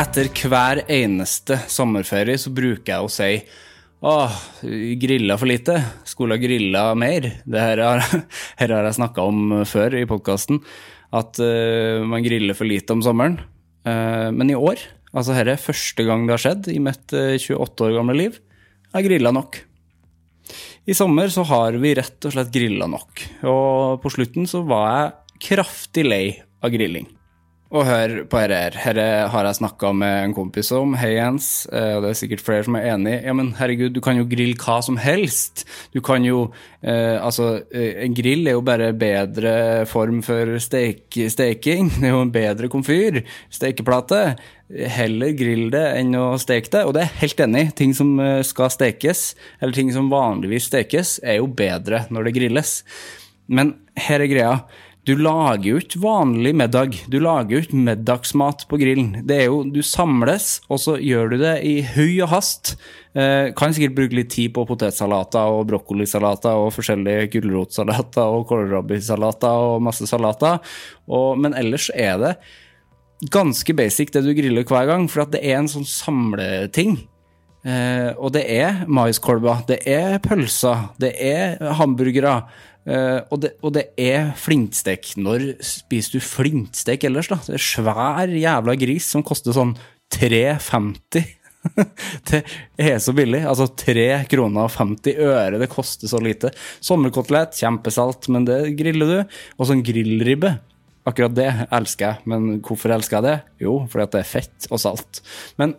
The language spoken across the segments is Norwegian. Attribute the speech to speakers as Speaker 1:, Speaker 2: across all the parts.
Speaker 1: Etter hver eneste sommerferie så bruker jeg å si Åh, grilla for lite. Skulle ha grilla mer. Det her har, her har jeg snakka om eh, før i podkasten. At eh, man griller for lite om sommeren. Eh, men i år, altså dette er første gang det har skjedd i mitt eh, 28 år gamle liv, har jeg grilla nok. I sommer så har vi rett og slett grilla nok. Og på slutten så var jeg kraftig lei av grilling. Og hør på dette her. Herre har jeg snakka med en kompis om. Hei, Jens. Eh, Og det er sikkert flere som er enig. Ja, men herregud, du kan jo grille hva som helst. Du kan jo eh, Altså, eh, en grill er jo bare bedre form for steik, steking. Det er jo en bedre komfyr. Stekeplate. Heller grill det enn å steke det. Og det er jeg helt enig i. Ting som eh, skal stekes, eller ting som vanligvis stekes, er jo bedre når det grilles. Men her er greia. Du lager jo ikke vanlig middag. Du lager jo ikke middagsmat på grillen. Det er jo, Du samles, og så gjør du det i høy og hast. Eh, kan sikkert bruke litt tid på potetsalater og brokkolisalater og forskjellige gulrotsalater og kålrabbisalater og masse salater. Og, men ellers er det ganske basic det du griller hver gang, for at det er en sånn samleting. Eh, og det er maiskolber, det er pølser, det er hamburgere. eh, og, det, og det er flintstek. Når spiser du flintstek ellers, da? Det er svær jævla gris som koster sånn 3,50. det er så billig. Altså 3 kroner og 50 øre, det koster så lite. Sommerkotelett, kjempesalt, men det griller du. Og sånn grillribbe. Akkurat det elsker jeg, men hvorfor elsker jeg det? Jo, fordi at det er fett og salt. Men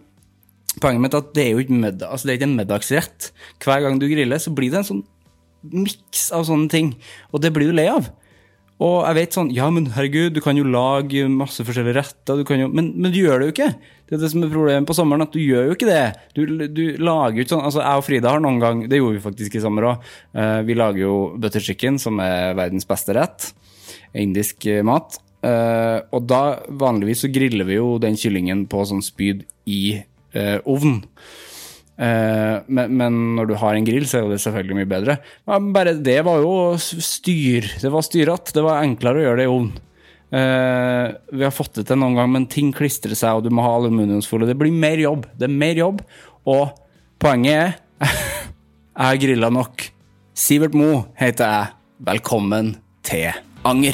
Speaker 1: poenget mitt er at det er jo ikke, middag, altså det er ikke en middagsrett. Hver gang du griller, så blir det en sånn miks av sånne ting, og det blir du lei av. Og jeg vet sånn, ja, men herregud, du kan jo lage masse forskjellige retter, du kan jo, men, men du gjør det jo ikke. Det er det som er problemet på sommeren, at du gjør jo ikke det. Du, du lager jo ikke sånn, altså jeg og Frida har noen gang, det gjorde vi faktisk i sommer også, eh, vi lager jo butter chicken, som er verdens beste rett, indisk eh, mat. Eh, og da, vanligvis så griller vi jo den kyllingen på sånn spyd i eh, ovn. Eh, men, men når du har en grill, så er jo det selvfølgelig mye bedre. Men bare det var jo styr. Det var styrete. Det var enklere å gjøre det i ovn. Eh, vi har fått det til noen gang, men ting klistrer seg, og du må ha aluminiumsfolie. Det blir mer jobb. Det er mer jobb, og poenget er Jeg har grilla nok. Sivert Mo heter jeg. Velkommen til Anger.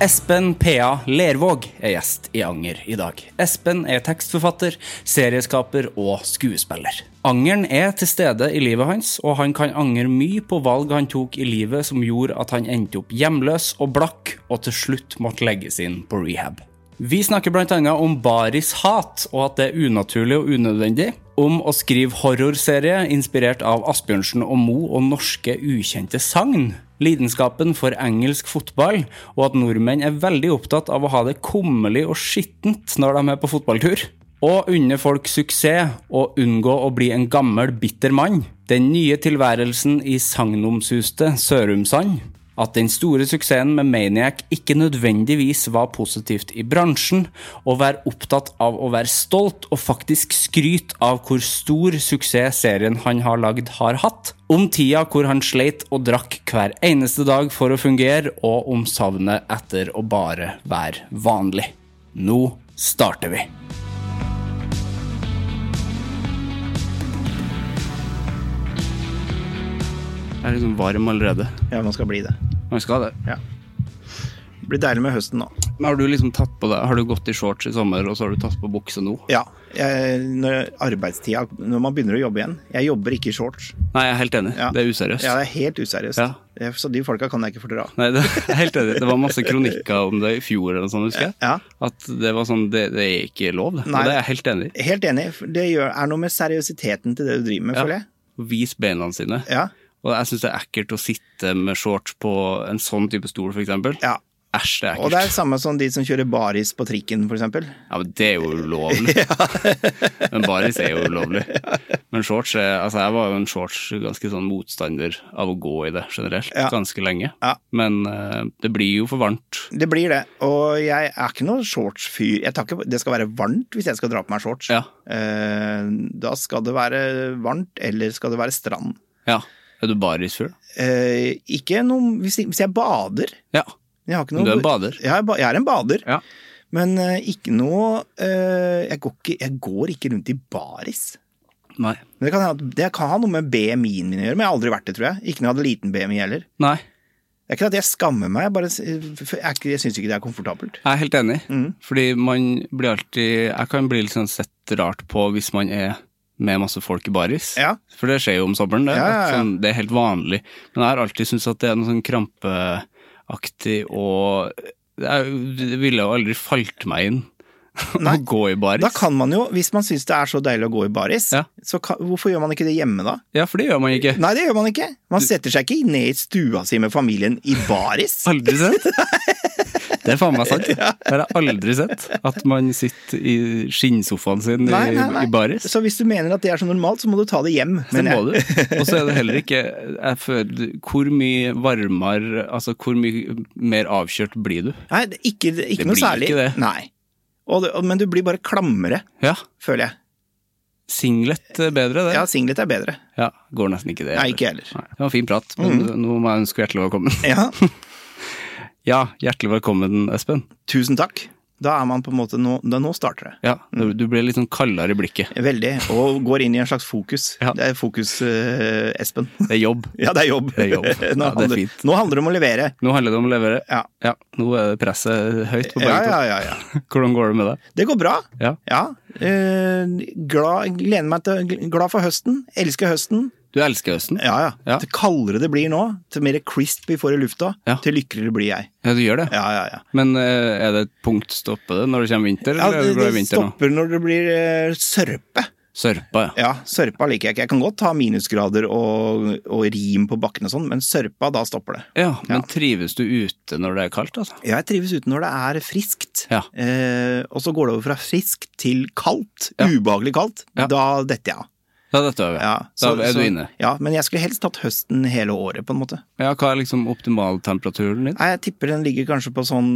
Speaker 1: Espen P.A. Lervåg er gjest i Anger i dag. Espen er tekstforfatter, serieskaper og skuespiller. Angeren er til stede i livet hans, og han kan angre mye på valg han tok i livet som gjorde at han endte opp hjemløs og blakk, og til slutt måtte legges inn på rehab. Vi snakker bl.a. om barishat, og at det er unaturlig og unødvendig. Om å skrive horrorserie inspirert av Asbjørnsen og Moe og norske ukjente sagn. Lidenskapen for engelsk fotball, og at nordmenn er veldig opptatt av å ha det kummerlig og skittent når de er på fotballtur. Og unne folk suksess og unngå å bli en gammel, bitter mann. Den nye tilværelsen i sagnomsuste Sørumsand. At den store suksessen med Maniac ikke nødvendigvis var positivt i bransjen. Å være opptatt av å være stolt og faktisk skryte av hvor stor suksess serien han har lagd, har hatt. Om tida hvor han sleit og drakk hver eneste dag for å fungere, og om savnet etter å bare være vanlig. Nå starter vi. Jeg er liksom varm allerede.
Speaker 2: Ja, man skal bli det.
Speaker 1: Man skal det.
Speaker 2: Ja. Det blir deilig med høsten nå.
Speaker 1: Men har du liksom tatt på deg Har du gått i shorts i sommer, og så har du tatt på bukse nå?
Speaker 2: Ja. Jeg, når arbeidstida Når man begynner å jobbe igjen. Jeg jobber ikke i shorts.
Speaker 1: Nei, jeg er helt enig.
Speaker 2: Ja.
Speaker 1: Det er useriøst.
Speaker 2: Ja, det er helt useriøst.
Speaker 1: Ja.
Speaker 2: Jeg- Så de folka kan jeg ikke fordra.
Speaker 1: Nei, det, jeg er helt enig. Det var masse kronikker om det i fjor, eller noe sånt, husker jeg.
Speaker 2: Ja.
Speaker 1: At det var sånn Det, det er ikke lov, det.
Speaker 2: Nei.
Speaker 1: Og det er jeg helt enig i.
Speaker 2: Helt enig. for Det gjør, er noe med seriøsiteten til det du driver med,
Speaker 1: Ja.
Speaker 2: føler jeg.
Speaker 1: Vis beina sine.
Speaker 2: Ja.
Speaker 1: Og jeg syns det er ekkelt å sitte med shorts på en sånn type stol, for eksempel.
Speaker 2: ja.
Speaker 1: Æsj, det er
Speaker 2: Og det er
Speaker 1: ekkelt.
Speaker 2: samme som de som kjører baris på trikken, for eksempel.
Speaker 1: Ja, men det er jo ulovlig. Men baris er jo ulovlig. Men shorts er, altså jeg var jo en shorts ganske sånn motstander av å gå i det generelt,
Speaker 2: Ja.
Speaker 1: ganske lenge.
Speaker 2: Ja.
Speaker 1: Men eh, det blir jo for varmt.
Speaker 2: Det blir det. Og jeg er ikke noen shortsfyr. Jeg tar ikke, det skal være varmt hvis jeg skal dra på meg shorts.
Speaker 1: Ja.
Speaker 2: Eh, da skal det være varmt, eller skal det være strand.
Speaker 1: Ja. Er du barisfugl?
Speaker 2: Eh, ikke noe hvis, hvis jeg bader.
Speaker 1: Ja.
Speaker 2: Jeg har ikke
Speaker 1: Men
Speaker 2: noe,
Speaker 1: du er en bader?
Speaker 2: Jeg er, ba- jeg er en bader.
Speaker 1: Ja.
Speaker 2: Men eh, ikke noe eh, jeg, går ikke, jeg går ikke rundt i baris.
Speaker 1: Nei.
Speaker 2: Men det kan, ha- det kan ha noe med BMI-en min å gjøre, men jeg har aldri vært det, tror jeg. Ikke når jeg hadde liten BMI heller.
Speaker 1: Nei.
Speaker 2: Det er ikke at jeg skammer meg, jeg, bare, s- jeg, er ikke- jeg syns ikke det er komfortabelt.
Speaker 1: Jeg er helt enig.
Speaker 2: Mm.
Speaker 1: Fordi man blir alltid Jeg kan bli litt sånn sett rart på hvis man er med masse folk i baris.
Speaker 2: Ja.
Speaker 1: For det skjer jo om sommeren, det.
Speaker 2: Ja, ja,
Speaker 1: At
Speaker 2: ja.
Speaker 1: Sånn, det er helt vanlig. Men jeg har alltid syntes at det er noe sånn krampeaktig og Jeg ville jo aldri falt meg inn å
Speaker 2: Nei.
Speaker 1: gå i baris.
Speaker 2: Da kan man jo, hvis man syns det er så deilig å gå i baris,
Speaker 1: Ja.
Speaker 2: så kan, hvorfor gjør man ikke det hjemme da?
Speaker 1: Ja, for det gjør man ikke.
Speaker 2: Nei, det gjør man ikke. Man setter seg ikke ned i stua si med familien i baris.
Speaker 1: Aldri sett? Det er faen meg sant. Det har jeg aldri sett. At man sitter i skinnsofaen sin i,
Speaker 2: Nei, nei, nei.
Speaker 1: i baris.
Speaker 2: Så hvis du mener at det er så normalt, så må du ta det hjem.
Speaker 1: Det
Speaker 2: mener
Speaker 1: må du.
Speaker 2: jeg.
Speaker 1: Og så er det heller ikke jeg føler, Hvor mye varmere, altså hvor mye mer avkjørt blir du?
Speaker 2: Nei, det, ikke, det, ikke
Speaker 1: Det
Speaker 2: noe
Speaker 1: blir
Speaker 2: særlig.
Speaker 1: ikke det.
Speaker 2: Nei. Og det, og, men du blir bare klammere,
Speaker 1: Ja,
Speaker 2: føler jeg.
Speaker 1: singlet er bedre, det.
Speaker 2: Ja, singlet er bedre.
Speaker 1: Ja, Går nesten ikke det.
Speaker 2: Nei, ikke heller. Mm.
Speaker 1: Nei, Det var en fin prat, men nå må jeg ønske hjertelig velkommen.
Speaker 2: Ja,
Speaker 1: Ja, hjertelig velkommen, Espen.
Speaker 2: tusen takk. Da er man på en måte nå, da nå starter det.
Speaker 1: Ja,
Speaker 2: Mm.
Speaker 1: du, du ble litt sånn kaldere i blikket.
Speaker 2: Veldig. Og går inn i en slags fokus.
Speaker 1: Ja.
Speaker 2: Det er fokus, eh, Espen.
Speaker 1: Det er jobb.
Speaker 2: Ja, det er jobb.
Speaker 1: Det er jobb. Ja, det
Speaker 2: nå,
Speaker 1: er
Speaker 2: handler,
Speaker 1: fint.
Speaker 2: nå handler det om å levere.
Speaker 1: Nå handler det om å levere.
Speaker 2: Ja.
Speaker 1: Ja, nå er det presset høyt på begge
Speaker 2: Ja, ja,
Speaker 1: to.
Speaker 2: ja, ja.
Speaker 1: Hvordan går det med deg?
Speaker 2: Det går bra.
Speaker 1: Ja.
Speaker 2: Eh, glad, gleder meg til Glad for høsten. Elsker høsten.
Speaker 1: Du elsker høsten?
Speaker 2: Ja, ja.
Speaker 1: Ja.
Speaker 2: Til kaldere det blir nå, til mer crisp vi får i lufta,
Speaker 1: Ja.
Speaker 2: til lykkeligere blir jeg.
Speaker 1: Ja, du gjør det?
Speaker 2: Ja, ja, ja.
Speaker 1: Men eh, er det et punkt stopper det når det kommer vinter,
Speaker 2: Ja,
Speaker 1: eller er
Speaker 2: det,
Speaker 1: du glad i
Speaker 2: det
Speaker 1: vinter nå?
Speaker 2: stopper når det blir eh, sørpe.
Speaker 1: Sørpa, ja.
Speaker 2: Ja, sørpa liker jeg ikke. Jeg kan godt ha minusgrader og, og rim på bakken og sånn, men sørpa, da stopper det.
Speaker 1: Ja, men trives du ute når det er kaldt, altså?
Speaker 2: Jeg trives uten når det er friskt,
Speaker 1: Ja.
Speaker 2: eh, og så går det over fra friskt til kaldt,
Speaker 1: Ja.
Speaker 2: ubehagelig kaldt.
Speaker 1: Ja.
Speaker 2: Da detter jeg av.
Speaker 1: Ja, dette er vi.
Speaker 2: Ja,
Speaker 1: da
Speaker 2: så-
Speaker 1: er du
Speaker 2: så-
Speaker 1: inne.
Speaker 2: Ja, men jeg skulle helst tatt høsten hele året, på en måte.
Speaker 1: Ja, hva er liksom optimaltemperaturen din?
Speaker 2: Nei, Jeg tipper den ligger kanskje på sånn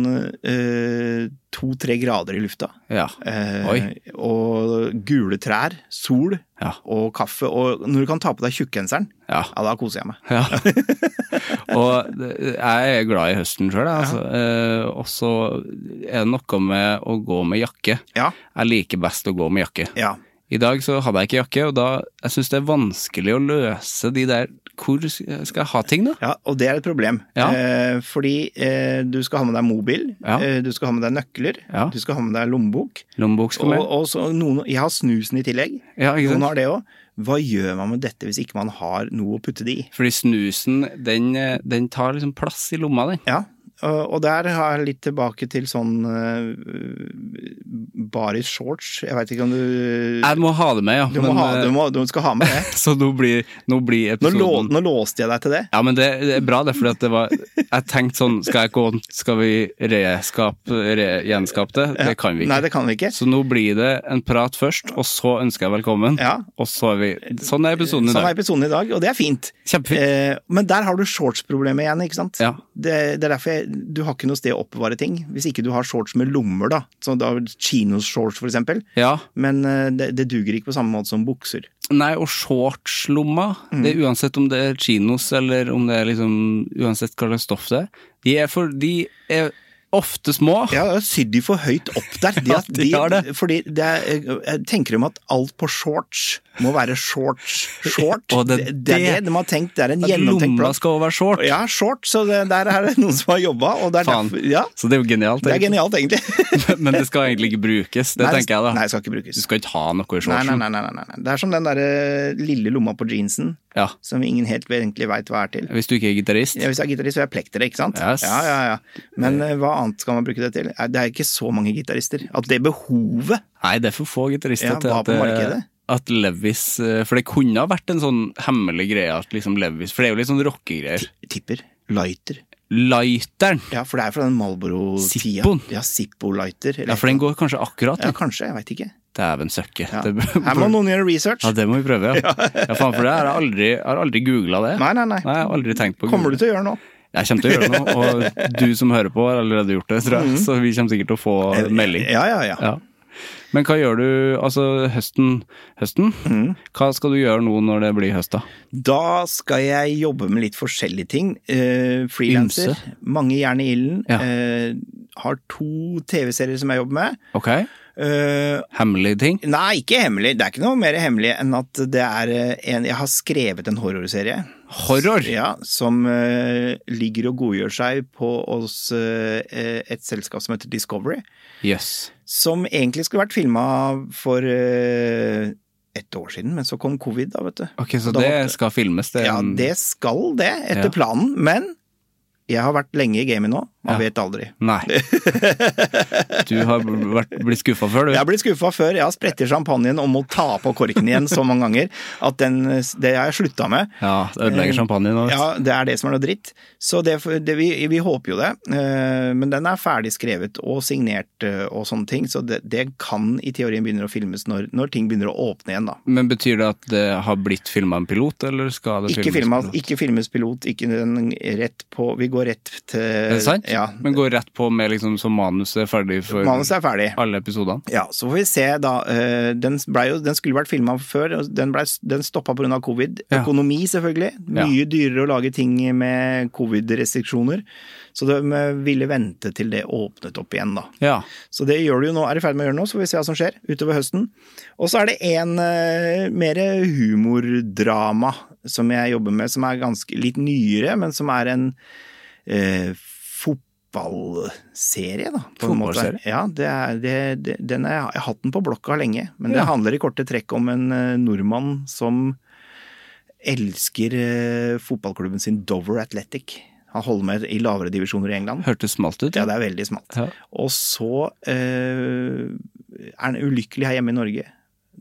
Speaker 2: to-tre grader i lufta.
Speaker 1: Ja.
Speaker 2: Eh,
Speaker 1: Oi.
Speaker 2: og gule trær, sol
Speaker 1: Ja.
Speaker 2: og kaffe. Og når du kan ta på deg tjukkgenseren,
Speaker 1: Ja.
Speaker 2: ja, da koser jeg meg.
Speaker 1: ja. og det- jeg er glad i høsten sjøl, jeg, altså. Eh, og så er det noe med å gå med jakke.
Speaker 2: Ja,
Speaker 1: Jeg liker best å gå med jakke.
Speaker 2: ja.
Speaker 1: I dag så hadde jeg ikke jakke, og da jeg syns det er vanskelig å løse de der Hvor skal jeg ha ting, da?
Speaker 2: ja og det er et problem.
Speaker 1: Ja.
Speaker 2: Eh, fordi eh, du skal ha med deg mobil,
Speaker 1: Ja.
Speaker 2: eh, du skal ha med deg nøkler,
Speaker 1: Ja.
Speaker 2: du skal ha med deg lommebok.
Speaker 1: Lommebok skal
Speaker 2: Og,
Speaker 1: med.
Speaker 2: og så noen, jeg har snusen i tillegg.
Speaker 1: Ja, ikke
Speaker 2: Noen
Speaker 1: sant?
Speaker 2: har det òg. Hva gjør man med dette hvis ikke man har noe å putte det i?
Speaker 1: Fordi snusen, den, eh, den tar liksom plass i lomma, den.
Speaker 2: Ja, Eh, Og der har jeg litt tilbake til sånn eh, baris shorts. Jeg veit ikke om du
Speaker 1: Jeg må ha det med, ja.
Speaker 2: du, må
Speaker 1: men,
Speaker 2: ha,
Speaker 1: eh,
Speaker 2: du, må, du skal ha med det.
Speaker 1: Så nå blir, nå blir
Speaker 2: Nå,
Speaker 1: episoden
Speaker 2: lå, nå låste jeg deg til det.
Speaker 1: Ja, men det, det er bra, det, for det var Jeg tenkte sånn Skal jeg gå Skal vi reskape re, Gjenskape det? Det kan vi ikke.
Speaker 2: Nei, det kan vi ikke.
Speaker 1: Så nå blir det en prat først, og så ønsker jeg velkommen.
Speaker 2: Ja.
Speaker 1: Og så er vi Sånn er episoden i
Speaker 2: Sånn er
Speaker 1: dag.
Speaker 2: episoden i dag, og det er fint.
Speaker 1: Kjempefint.
Speaker 2: Eh, men der har du shortsproblemet igjen, ikke sant?
Speaker 1: Ja.
Speaker 2: Det, det er derfor jeg, du har ikke noe sted å oppbevare ting. Hvis ikke du har shorts med lommer, da. Sånn da chinos-shorts, for eksempel.
Speaker 1: Ja.
Speaker 2: Men eh, det, det duger ikke på samme måte som bukser.
Speaker 1: Nei, og shortslomma,
Speaker 2: Mm.
Speaker 1: det er uansett om det er chinos eller om det er liksom Uansett hva slags stoff det er. De er, for, de er ofte små.
Speaker 2: Ja, det er sydd de for høyt opp der. De,
Speaker 1: Ja,
Speaker 2: har-
Speaker 1: de har det.
Speaker 2: Fordi det er, eh, jeg tenker om at alt på shorts må være shorts. Short.
Speaker 1: Og det er
Speaker 2: er
Speaker 1: det.
Speaker 2: det de har tenkt. Det er en
Speaker 1: At
Speaker 2: gjennomtenkt
Speaker 1: lomma
Speaker 2: plan.
Speaker 1: skal også være short.
Speaker 2: Ja, short, så det, der er det noen som har jobba, og det er
Speaker 1: Faen.
Speaker 2: derfor Ja,
Speaker 1: Så det er jo genialt.
Speaker 2: det er
Speaker 1: egentlig.
Speaker 2: genialt, egentlig.
Speaker 1: Men det skal egentlig ikke brukes, det
Speaker 2: Nei,
Speaker 1: tenker jeg da.
Speaker 2: Nei, det skal ikke brukes.
Speaker 1: Du skal ikke ha noe i
Speaker 2: Nei, nei,
Speaker 1: shortsen.
Speaker 2: nei, nei, nei, nei. Det er som den derre lille lomma på jeansen
Speaker 1: Ja.
Speaker 2: som ingen helt egentlig veit hva er til.
Speaker 1: Hvis du ikke er gitarist.
Speaker 2: Ja, hvis du er gitarist, så er jeg plektere, ikke sant?
Speaker 1: Yes.
Speaker 2: Ja, ja, ja. Men eh, hva annet skal man bruke det til? Eh, Det er ikke så mange gitarister. At det behovet
Speaker 1: Nei, det er for få gitarister
Speaker 2: Ja,
Speaker 1: til
Speaker 2: hva
Speaker 1: at,
Speaker 2: på
Speaker 1: eh,
Speaker 2: markedet?
Speaker 1: at Levis eh, For det kunne ha vært en sånn hemmelig greie at liksom Levis For det er jo litt sånn rockegreier.
Speaker 2: tipper lighter.
Speaker 1: Lighteren!
Speaker 2: Ja, for det er fra den Malboro-tida.
Speaker 1: Zippoen.
Speaker 2: Ja, Zippo-lighter. eller-
Speaker 1: Ja, for den går kanskje akkurat.
Speaker 2: ja,
Speaker 1: Ja.
Speaker 2: kanskje. Jeg veit ikke.
Speaker 1: Dæven søkke.
Speaker 2: Ja.
Speaker 1: Det-
Speaker 2: Her må noen gjøre research.
Speaker 1: Ja, det må vi prøve, ja. ja faen, for det har jeg aldri, jeg har aldri googla det.
Speaker 2: Nei, nei, nei.
Speaker 1: Nei, jeg har aldri tenkt på
Speaker 2: Kommer du til å gjøre nå?
Speaker 1: Jeg kommer til å gjøre det nå, og du som hører på har allerede gjort det, tror
Speaker 2: Mhm.
Speaker 1: jeg. Så vi kommer sikkert til å få
Speaker 2: Eh,
Speaker 1: melding.
Speaker 2: Ja, ja, ja.
Speaker 1: Ja. Men hva gjør du altså høsten? høsten?
Speaker 2: Mhm.
Speaker 1: Hva skal du gjøre nå når det blir høst, da?
Speaker 2: Da skal jeg jobbe med litt forskjellige ting. Eh, Frilanser.
Speaker 1: Ymse.
Speaker 2: Mange jern i ilden.
Speaker 1: Ja.
Speaker 2: Eh, har to TV-serier som jeg jobber med.
Speaker 1: Ok?
Speaker 2: Eh,
Speaker 1: Hemmelige ting?
Speaker 2: nei, ikke hemmelig. Det er ikke noe mer hemmelig enn at det er eh, en Jeg har skrevet en horrorserie.
Speaker 1: Horror?
Speaker 2: Ja, som eh, ligger og godgjør seg på oss eh, et selskap som heter Discovery.
Speaker 1: Jøss.
Speaker 2: Som egentlig skulle vært filma for eh, ett år siden, men så kom covid, da, vet du.
Speaker 1: Ok, så
Speaker 2: Da
Speaker 1: det
Speaker 2: måtte-
Speaker 1: skal filmes? Det, er
Speaker 2: Ja,
Speaker 1: en-
Speaker 2: det skal det, etter
Speaker 1: Um, Ja.
Speaker 2: planen. Men jeg har vært lenge i gamet nå. Man
Speaker 1: Ja.
Speaker 2: vet aldri.
Speaker 1: Nei. Du har vært, blitt skuffa før, du?
Speaker 2: Jeg har blitt skuffa før. Jeg har spretter champagnen om å ta på korken igjen så mange ganger at den, det har jeg slutta med.
Speaker 1: Ja, det ødelegger champagne nå. vet du.
Speaker 2: Eh. Ja, Det er det som er noe dritt. Så det, det, vi, vi håper jo det. Eh, Men den er ferdig skrevet og signert eh, og sånne ting, så det, det kan i teorien begynne å filmes når, når ting begynner å åpne igjen, da.
Speaker 1: Men betyr det at det har blitt filma en pilot, eller skal det
Speaker 2: Ikke
Speaker 1: filmes
Speaker 2: filmes,
Speaker 1: pilot?
Speaker 2: ikke filmes pilot, ikke den rett på Vi går rett til
Speaker 1: Er det sant?
Speaker 2: Ja.
Speaker 1: Men går rett på med liksom så manuset er ferdig for
Speaker 2: Manuset er ferdig.
Speaker 1: alle episodene?
Speaker 2: Ja, så får vi se da. Eh, Den, ble jo, den skulle vært filma før, og den, ble, den stoppa pga. covid.
Speaker 1: Ja.
Speaker 2: Økonomi, selvfølgelig.
Speaker 1: Ja.
Speaker 2: Mye dyrere å lage ting med covid-restriksjoner. Så de eh, ville vente til det åpnet opp igjen, da.
Speaker 1: Ja.
Speaker 2: Så det gjør du jo nå, er i ferd med å gjøre nå, så får vi se hva som skjer utover høsten. Og så er det en eh, mer humordrama som jeg jobber med, som er ganske litt nyere, men som er en eh, fotballserie, da. På en måte.
Speaker 1: Fotballserie?
Speaker 2: Ja, det er, det, det, den er, jeg har hatt den på blokka lenge, men det
Speaker 1: Ja.
Speaker 2: handler i korte trekk om en eh, nordmann som elsker eh, fotballklubben sin Dover Athletic. Han holder med i lavere divisjoner i England.
Speaker 1: Hørtes smalt ut.
Speaker 2: Ja, det er veldig smalt.
Speaker 1: Ja.
Speaker 2: Og så eh, er han ulykkelig her hjemme i Norge.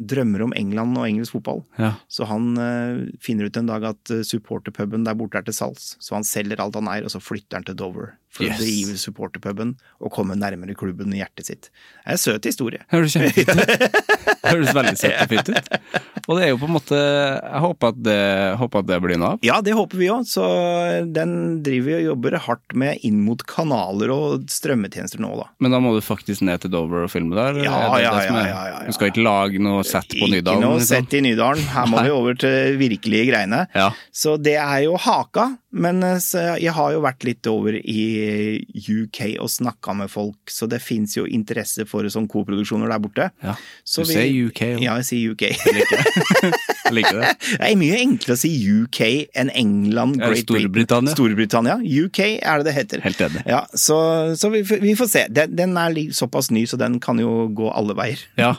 Speaker 2: Drømmer om England og engelsk fotball.
Speaker 1: Ja.
Speaker 2: Så han eh, finner ut en dag at eh, supporterpuben der borte er til salgs. Så han selger alt han eier, og så flytter han til Dover. For
Speaker 1: Yes.
Speaker 2: å drive supporterpuben og komme nærmere klubben i hjertet sitt. Det er en søt historie.
Speaker 1: Høres kjempefint ut. Høres veldig søtt og fint ut. Og det er jo på en måte Jeg håper at det, håper at det blir noe av.
Speaker 2: Ja, det håper vi òg. Så eh, den driver vi og jobber hardt med inn mot kanaler og strømmetjenester nå, da.
Speaker 1: Men da må du faktisk ned til Dover og filme der? eller
Speaker 2: Ja,
Speaker 1: er det
Speaker 2: ja,
Speaker 1: det som er-
Speaker 2: ja, ja, ja, ja.
Speaker 1: Du skal ikke lage noe sett på Nydalen?
Speaker 2: Ikke noe
Speaker 1: liksom?
Speaker 2: sett i Nydalen. Her må vi over til virkelige greiene.
Speaker 1: Ja.
Speaker 2: Så det er jo haka, men eh, så jeg har jo vært litt over i UK og snakka med folk, så det fins jo interesse for sånn koproduksjoner der borte.
Speaker 1: Ja.
Speaker 2: Så
Speaker 1: Du
Speaker 2: vi-
Speaker 1: sier UK, jo.
Speaker 2: Ja, jeg sier UK.
Speaker 1: Jeg liker det.
Speaker 2: Det er mye enklere å si UK enn England,
Speaker 1: Ja,
Speaker 2: Great Britain.
Speaker 1: Storbritannia.
Speaker 2: Storbritannia. UK er det det heter.
Speaker 1: Helt enig.
Speaker 2: Ja, så så vi, får- vi får se. Den, den er li- såpass ny, så den kan jo gå alle veier.
Speaker 1: Ja.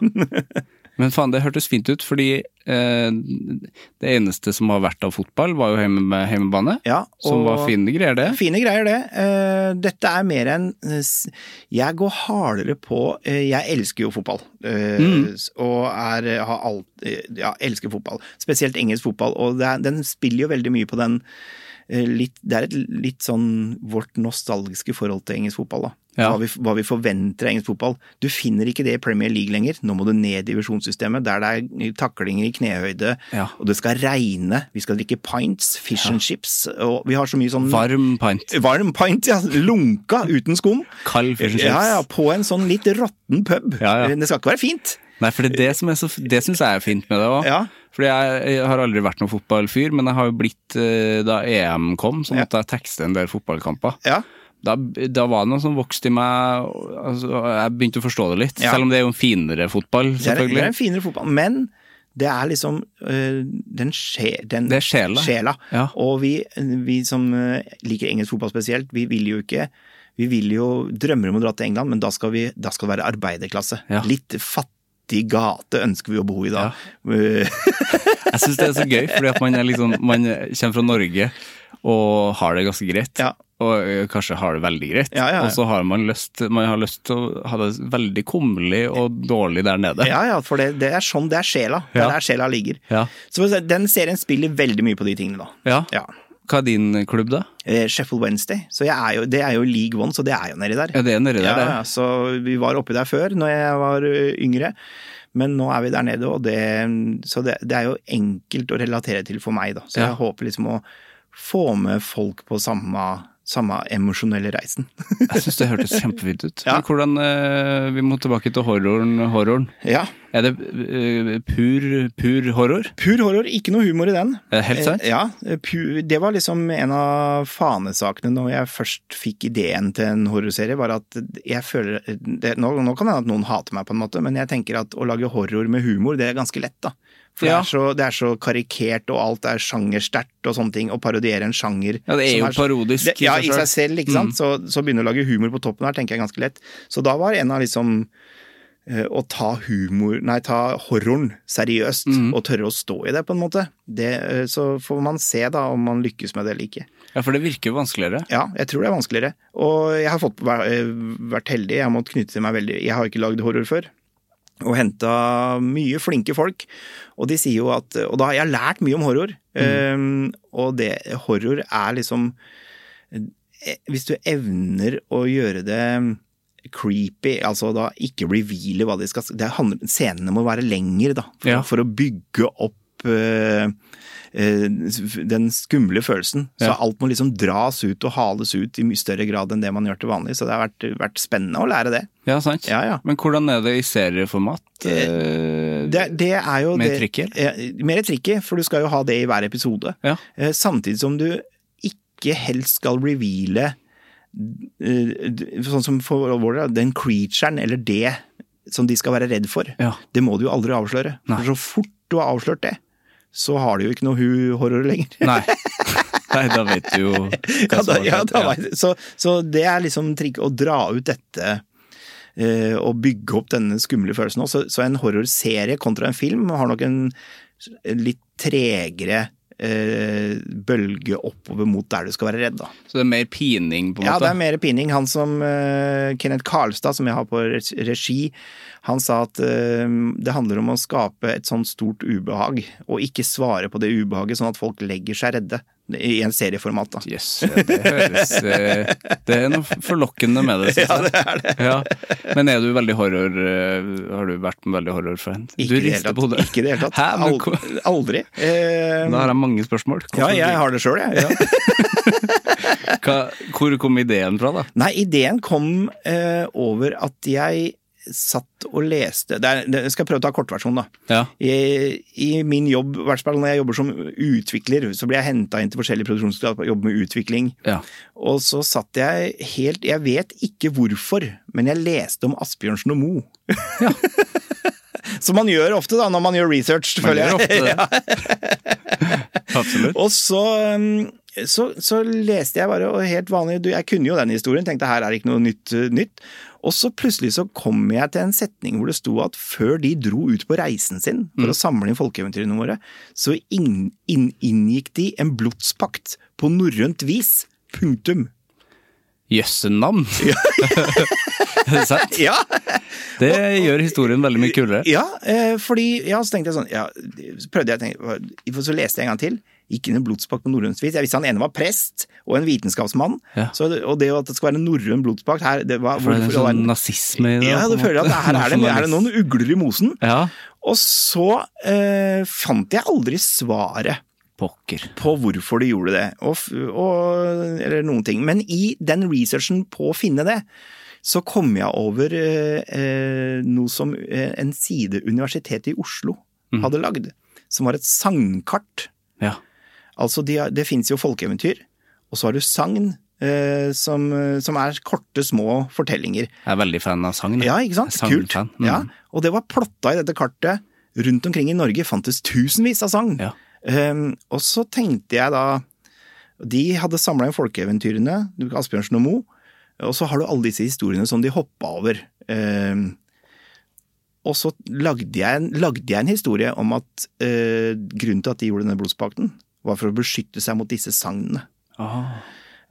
Speaker 1: Men faen, det hørtes fint ut, fordi eh, det eneste som har vært av fotball, var jo hjemme, hjemmebane.
Speaker 2: Ja,
Speaker 1: som
Speaker 2: og-
Speaker 1: var fine greier, det.
Speaker 2: Fine greier, det. Eh, Dette er mer enn eh, Jeg går hardere på eh, Jeg elsker jo fotball. eh,
Speaker 1: Mm.
Speaker 2: s- Og er, har alt, eh, ja, elsker fotball. Spesielt engelsk fotball. Og det er, den spiller jo veldig mye på den eh, litt, Det er et litt sånn vårt nostalgiske forhold til engelsk fotball. da.
Speaker 1: Ja.
Speaker 2: Hva, vi, hva vi forventer av engelsk fotball. Du finner ikke det i Premier League lenger. Nå må du ned i divisjonssystemet, der det er eh, taklinger i knehøyde,
Speaker 1: Ja.
Speaker 2: og det skal regne. Vi skal drikke pints, fish and chips, og vi har så mye sånn
Speaker 1: Varm pint.
Speaker 2: varm pint, ja. Lunka, uten skum.
Speaker 1: Kald fish and chips.
Speaker 2: Ja, ja, på en sånn litt råtten pub.
Speaker 1: Ja, ja.
Speaker 2: Det skal ikke være fint.
Speaker 1: Nei, for det, er det, som er så, det syns jeg er fint med det òg.
Speaker 2: Ja.
Speaker 1: Fordi jeg, jeg har aldri vært noen fotballfyr, men jeg har jo blitt eh, da EM kom, så
Speaker 2: Ja.
Speaker 1: måtte jeg tekste en del fotballkamper.
Speaker 2: Ja,
Speaker 1: Da, da var det noe som vokste i meg, og- altså, og jeg begynte å forstå det litt.
Speaker 2: Ja.
Speaker 1: Selv om det er jo en finere fotball,
Speaker 2: det er, det
Speaker 1: selvfølgelig.
Speaker 2: er en finere fotball, men det er liksom øh, den, sje, den
Speaker 1: Det er sjela. Ja.
Speaker 2: Og vi, vi som øh, liker engelsk fotball spesielt, vi vil jo ikke Vi vil jo drømmer om å dra til England, men da skal, vi, da skal det være arbeiderklasse.
Speaker 1: Ja.
Speaker 2: Litt fattig gate ønsker vi å bo i da. Øh,
Speaker 1: Jeg syns det er så gøy, fordi at man, er liksom, man kommer fra Norge og har det ganske greit.
Speaker 2: Ja.
Speaker 1: Og ø, kanskje har det veldig greit.
Speaker 2: Ja, ja, ja.
Speaker 1: Og så har man lyst Man har lyst til å ha det veldig kummerlig og dårlig der nede.
Speaker 2: Ja, ja, for det, det er sånn det er sjela. Det
Speaker 1: Ja.
Speaker 2: er der sjela ligger.
Speaker 1: Ja.
Speaker 2: Så den serien spiller veldig mye på de tingene, da.
Speaker 1: Ja.
Speaker 2: Ja.
Speaker 1: Hva er din klubb, da?
Speaker 2: Eh, Sheffield Wednesday. Så jeg er jo, det er jo League One, så det er jo nedi der.
Speaker 1: Ja, det er nedi der,
Speaker 2: Ja,
Speaker 1: det.
Speaker 2: ja, så vi var oppi der før, når jeg var ø, yngre. Men nå er vi der nede, og det, så det, det er jo enkelt å relatere til for meg, da. Så
Speaker 1: Ja.
Speaker 2: jeg håper liksom å få med folk på samme, samme emosjonelle reisen.
Speaker 1: Jeg syns det hørtes kjempefint ut.
Speaker 2: Ja.
Speaker 1: Men hvordan ø, Vi må tilbake til horroren. horroren.
Speaker 2: ja.
Speaker 1: Er det ø, pur, pur horror?
Speaker 2: Pur horror, ikke noe humor i den.
Speaker 1: Er det helt sant?
Speaker 2: Eh, Ja, eh, pu- det var liksom en av fanesakene når jeg først fikk ideen til en horrorserie, var at jeg føler eh, det, nå, nå kan det hende at noen hater meg på en måte, men jeg tenker at å lage horror med humor, det er ganske lett, da. For
Speaker 1: Ja.
Speaker 2: det, er så, det er så karikert, og alt er sjangersterkt og sånne ting. Å parodiere en sjanger
Speaker 1: Ja, det er
Speaker 2: som
Speaker 1: jo
Speaker 2: så-
Speaker 1: parodisk
Speaker 2: Det,
Speaker 1: i
Speaker 2: ja,
Speaker 1: seg
Speaker 2: i seg selv, ikke sant.
Speaker 1: Mm.
Speaker 2: Så, så begynne å lage humor på toppen her, tenker jeg er ganske lett. Så da var en av liksom eh, å ta humor, nei, ta horroren seriøst,
Speaker 1: Mm.
Speaker 2: og tørre å stå i det, på en måte. Det, eh, så får man se da om man lykkes med det eller ikke.
Speaker 1: Ja, for det virker vanskeligere.
Speaker 2: Ja, jeg tror det er vanskeligere. Og jeg har fått, væ- eh, vært heldig, jeg har måttet knytte til meg veldig Jeg har ikke lagd horror før. Og henta mye flinke folk. Og de sier jo at Og da har jeg lært mye om horror.
Speaker 1: Mm.
Speaker 2: Eh, og det horror er liksom eh, Hvis du evner å gjøre det creepy, altså da ikke reveale hva de skal det handler, Scenene må være lengre, da. For,
Speaker 1: Ja.
Speaker 2: for å bygge opp eh, eh, den skumle følelsen. Så
Speaker 1: Ja.
Speaker 2: alt må liksom dras ut og hales ut i mye større grad enn det man gjør til vanlig. Så det har vært, vært spennende å lære det.
Speaker 1: Ja, sant?
Speaker 2: Ja, ja.
Speaker 1: Men hvordan er det i serieformat? Eh,
Speaker 2: Det, det er jo
Speaker 1: Mer
Speaker 2: det-
Speaker 1: tricky, eller?
Speaker 2: Ja, mer tricky, for du skal jo ha det i hver episode.
Speaker 1: Ja.
Speaker 2: Eh, Samtidig som du ikke helst skal reveale eh, d- Sånn som for vår del, den creaturen eller det som de skal være redd for.
Speaker 1: Ja.
Speaker 2: Det må du jo aldri avsløre.
Speaker 1: Nei.
Speaker 2: For så fort du har avslørt det, så har du jo ikke noe hu- horror lenger.
Speaker 1: Nei. Nei, da vet du jo hva
Speaker 2: ja,
Speaker 1: som
Speaker 2: da,
Speaker 1: har
Speaker 2: ja,
Speaker 1: skjedd.
Speaker 2: da, vet jeg. Så, så det er liksom trikk å dra ut dette eh, og bygge opp denne skumle følelsen også. Så en horrorserie kontra en film har nok en litt tregere eh, bølge oppover mot der du skal være redd, da.
Speaker 1: Så det er mer pining, på en
Speaker 2: Ja, det
Speaker 1: måte?
Speaker 2: er mer pining. Han som eh, Kenneth Karlstad, som jeg har på res- regi, han sa at eh, det handler om å skape et sånt stort ubehag, og ikke svare på det ubehaget, sånn at folk legger seg redde. I en serieformat, da.
Speaker 1: Jøss, ja, det høres eh, Det er noe forlokkende med det, synes jeg. Ja, det er det. Men er du veldig horror eh, Har du vært en veldig horrorfan? Du
Speaker 2: Ikke i det hele
Speaker 1: rister
Speaker 2: tatt.
Speaker 1: på hodet.
Speaker 2: Ikke i det hele tatt.
Speaker 1: Hæ, men,
Speaker 2: Ald-
Speaker 1: ko-
Speaker 2: Aldri. Eh, altså,
Speaker 1: da har jeg mange spørsmål.
Speaker 2: ja, jeg har det sjøl, jeg.
Speaker 1: Hva, hvor kom ideen fra, da?
Speaker 2: Nei, ideen kom eh, over at jeg satt og leste det er, det, Jeg skal prøve å ta kortversjonen, da.
Speaker 1: Ja.
Speaker 2: I, I min jobb, i hvert fall når jeg jobber som utvikler, så blir jeg henta inn til forskjellige produksjonssteder og jobber med utvikling.
Speaker 1: Ja.
Speaker 2: Og så satt jeg helt Jeg vet ikke hvorfor, men jeg leste om Asbjørnsen og Moe. Som man gjør ofte da, når man gjør research,
Speaker 1: Man
Speaker 2: føler
Speaker 1: gjør
Speaker 2: jeg.
Speaker 1: ofte det. Absolutt.
Speaker 2: Og så um, så, så leste jeg bare og helt vanlig du, Jeg kunne jo den historien, tenkte her er det ikke noe nytt. eh, nytt. Og så plutselig så kom jeg til en setning hvor det sto at før de dro ut på reisen sin for å samle inn folkeeventyrene våre, så inn, inn, inngikk de en blodspakt på norrønt vis. Punktum.
Speaker 1: Jøssenavn! Er det sant?
Speaker 2: Ja!
Speaker 1: Det gjør historien veldig mye kulere.
Speaker 2: Ja, eh, fordi ja, så tenkte jeg sånn ja, Så prøvde jeg å tenke hva- Så leste jeg en gang til. Gikk inn i en blodspakt på norrønt vis. Jeg visste han ene var prest og en vitenskapsmann.
Speaker 1: Ja.
Speaker 2: Så, det- og det at det skal være en norrøn blodspakt her det var,
Speaker 1: For det er en
Speaker 2: hvorfor-
Speaker 1: sånn nazisme i det.
Speaker 2: Ja,
Speaker 1: på
Speaker 2: du
Speaker 1: en
Speaker 2: føler at
Speaker 1: måte.
Speaker 2: her er det, her er det noen ugler i mosen.
Speaker 1: Ja,
Speaker 2: Og så eh, fant jeg aldri svaret
Speaker 1: pokker.
Speaker 2: på hvorfor de gjorde det, og, f- og, eller noen ting. Men i den researchen på å finne det, så kom jeg over eh, eh, noe som eh, en side Universitetet i Oslo hadde lagd, som var et sangkart.
Speaker 1: Ja.
Speaker 2: Altså, de, har- det finnes jo folkeeventyr, og så har du sagn, eh, som, som er korte, små fortellinger.
Speaker 1: Jeg er veldig fan av sangen.
Speaker 2: Ja, ikke sant?
Speaker 1: Jeg er
Speaker 2: Kult.
Speaker 1: sangfan.
Speaker 2: Ja.
Speaker 1: Mm.
Speaker 2: Og det var plotta i dette kartet. Rundt omkring i Norge fantes tusenvis av sagn.
Speaker 1: Ja.
Speaker 2: Ehm, og så tenkte jeg da De hadde samla inn folkeeventyrene, du, Asbjørnsen og Moe, og så har du alle disse historiene som de hoppa over. Ehm, og så lagde jeg, en, lagde jeg en historie om at eh, grunnen til at de gjorde denne blodspakten, var for å beskytte seg mot disse sagnene.
Speaker 1: Ah,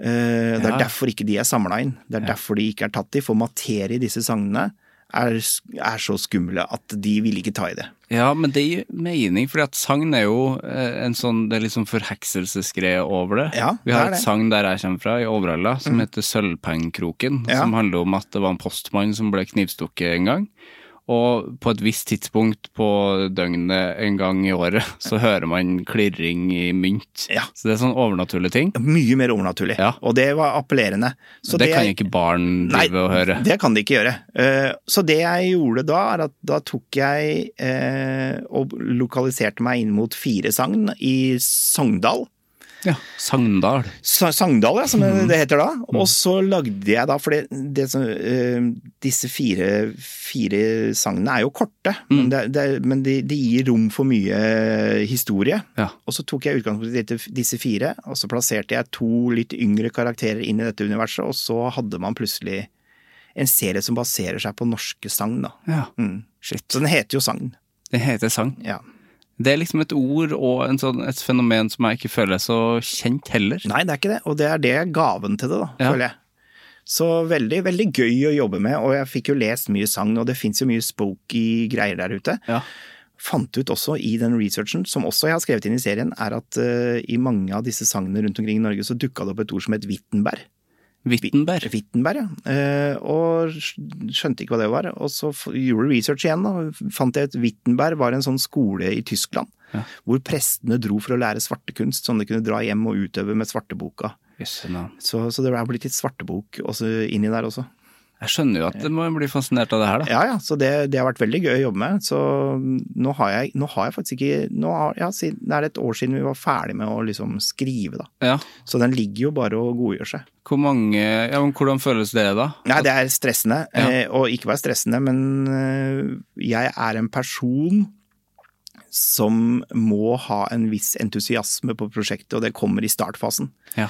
Speaker 2: Eh, Det er
Speaker 1: Ja.
Speaker 2: derfor ikke de er samla inn. Det er derfor de ikke er tatt i, for materie i disse sangene er, er så skumle at de vil ikke ta i det.
Speaker 1: ja, men det gir mening, fordi at sagn er jo eh, en sånn Det er litt sånn forhekselsesgreie over det.
Speaker 2: Ja,
Speaker 1: Vi har
Speaker 2: det er
Speaker 1: et
Speaker 2: det.
Speaker 1: sagn der jeg kommer fra, i Overhalla, som heter Sølvpengekroken.
Speaker 2: Ja.
Speaker 1: Som handler om at det var en postmann som ble knivstukket en gang. Og på et visst tidspunkt på døgnet en gang i året, så hører man klirring i mynt.
Speaker 2: Ja.
Speaker 1: Så det er sånn overnaturlige ting.
Speaker 2: Mye mer overnaturlig.
Speaker 1: Ja.
Speaker 2: Og det var appellerende. Så
Speaker 1: det, kan ikke barn
Speaker 2: Nei,
Speaker 1: drive og høre.
Speaker 2: Det kan de ikke gjøre. Eh, Så det jeg gjorde da, er at da tok jeg eh, og lokaliserte meg inn mot fire sagn i Sogndal.
Speaker 1: Ja, Sogndal.
Speaker 2: Sa- Sogndal, ja, som det det heter da. Og så lagde jeg da, for det, det som, eh, disse fire, fire sangene er jo korte, men, det, det, men de, de gir rom for mye historie.
Speaker 1: Ja.
Speaker 2: Og så tok jeg utgangspunkt i dette- disse fire, og så plasserte jeg to litt yngre karakterer inn i dette universet, og så hadde man plutselig en serie som baserer seg på norske sagn, da.
Speaker 1: Ja.
Speaker 2: Mm.
Speaker 1: Shit.
Speaker 2: Så den heter jo Sagn.
Speaker 1: Det heter sang.
Speaker 2: Ja.
Speaker 1: Det er liksom et ord og en sånn, et fenomen som jeg ikke føler er så kjent heller.
Speaker 2: Nei, det er ikke det, og det er det gaven til det, da,
Speaker 1: Ja.
Speaker 2: føler jeg. Så veldig, veldig gøy å jobbe med, og jeg fikk jo lest mye sang, og det fins jo mye spooky greier der ute.
Speaker 1: Ja.
Speaker 2: Fant ut også i den researchen, som også jeg har skrevet inn i serien, er at eh, i mange av disse sangene rundt omkring i Norge så dukka det opp et ord som het Wittenberg.
Speaker 1: Wittenberg.
Speaker 2: Wittenberg, ja. Eh, og skj- skjønte ikke hva det var. Og så f- gjorde jeg research igjen, da. Fant jeg at Wittenberg var en sånn skole i Tyskland. Hvor prestene dro for å lære svartekunst, som de kunne dra hjem og utøve med svarteboka.
Speaker 1: Jøsse navn.
Speaker 2: Så, så det er blitt litt svartebok også inni der også.
Speaker 1: Jeg skjønner jo at det må bli fascinert av det her, da.
Speaker 2: Ja ja, så det, det har vært veldig gøy å jobbe med. Så nå har jeg, nå har jeg faktisk ikke nå har, ja, siden, Det er et år siden vi var ferdig med å liksom skrive, da.
Speaker 1: Ja.
Speaker 2: Så den ligger jo bare og godgjør seg.
Speaker 1: Hvor mange Ja, men hvordan føles det, da?
Speaker 2: Nei, det er stressende.
Speaker 1: Ja.
Speaker 2: eh, Og ikke være stressende, men eh, jeg er en person som må ha en viss entusiasme på prosjektet, og det kommer i startfasen.
Speaker 1: Ja.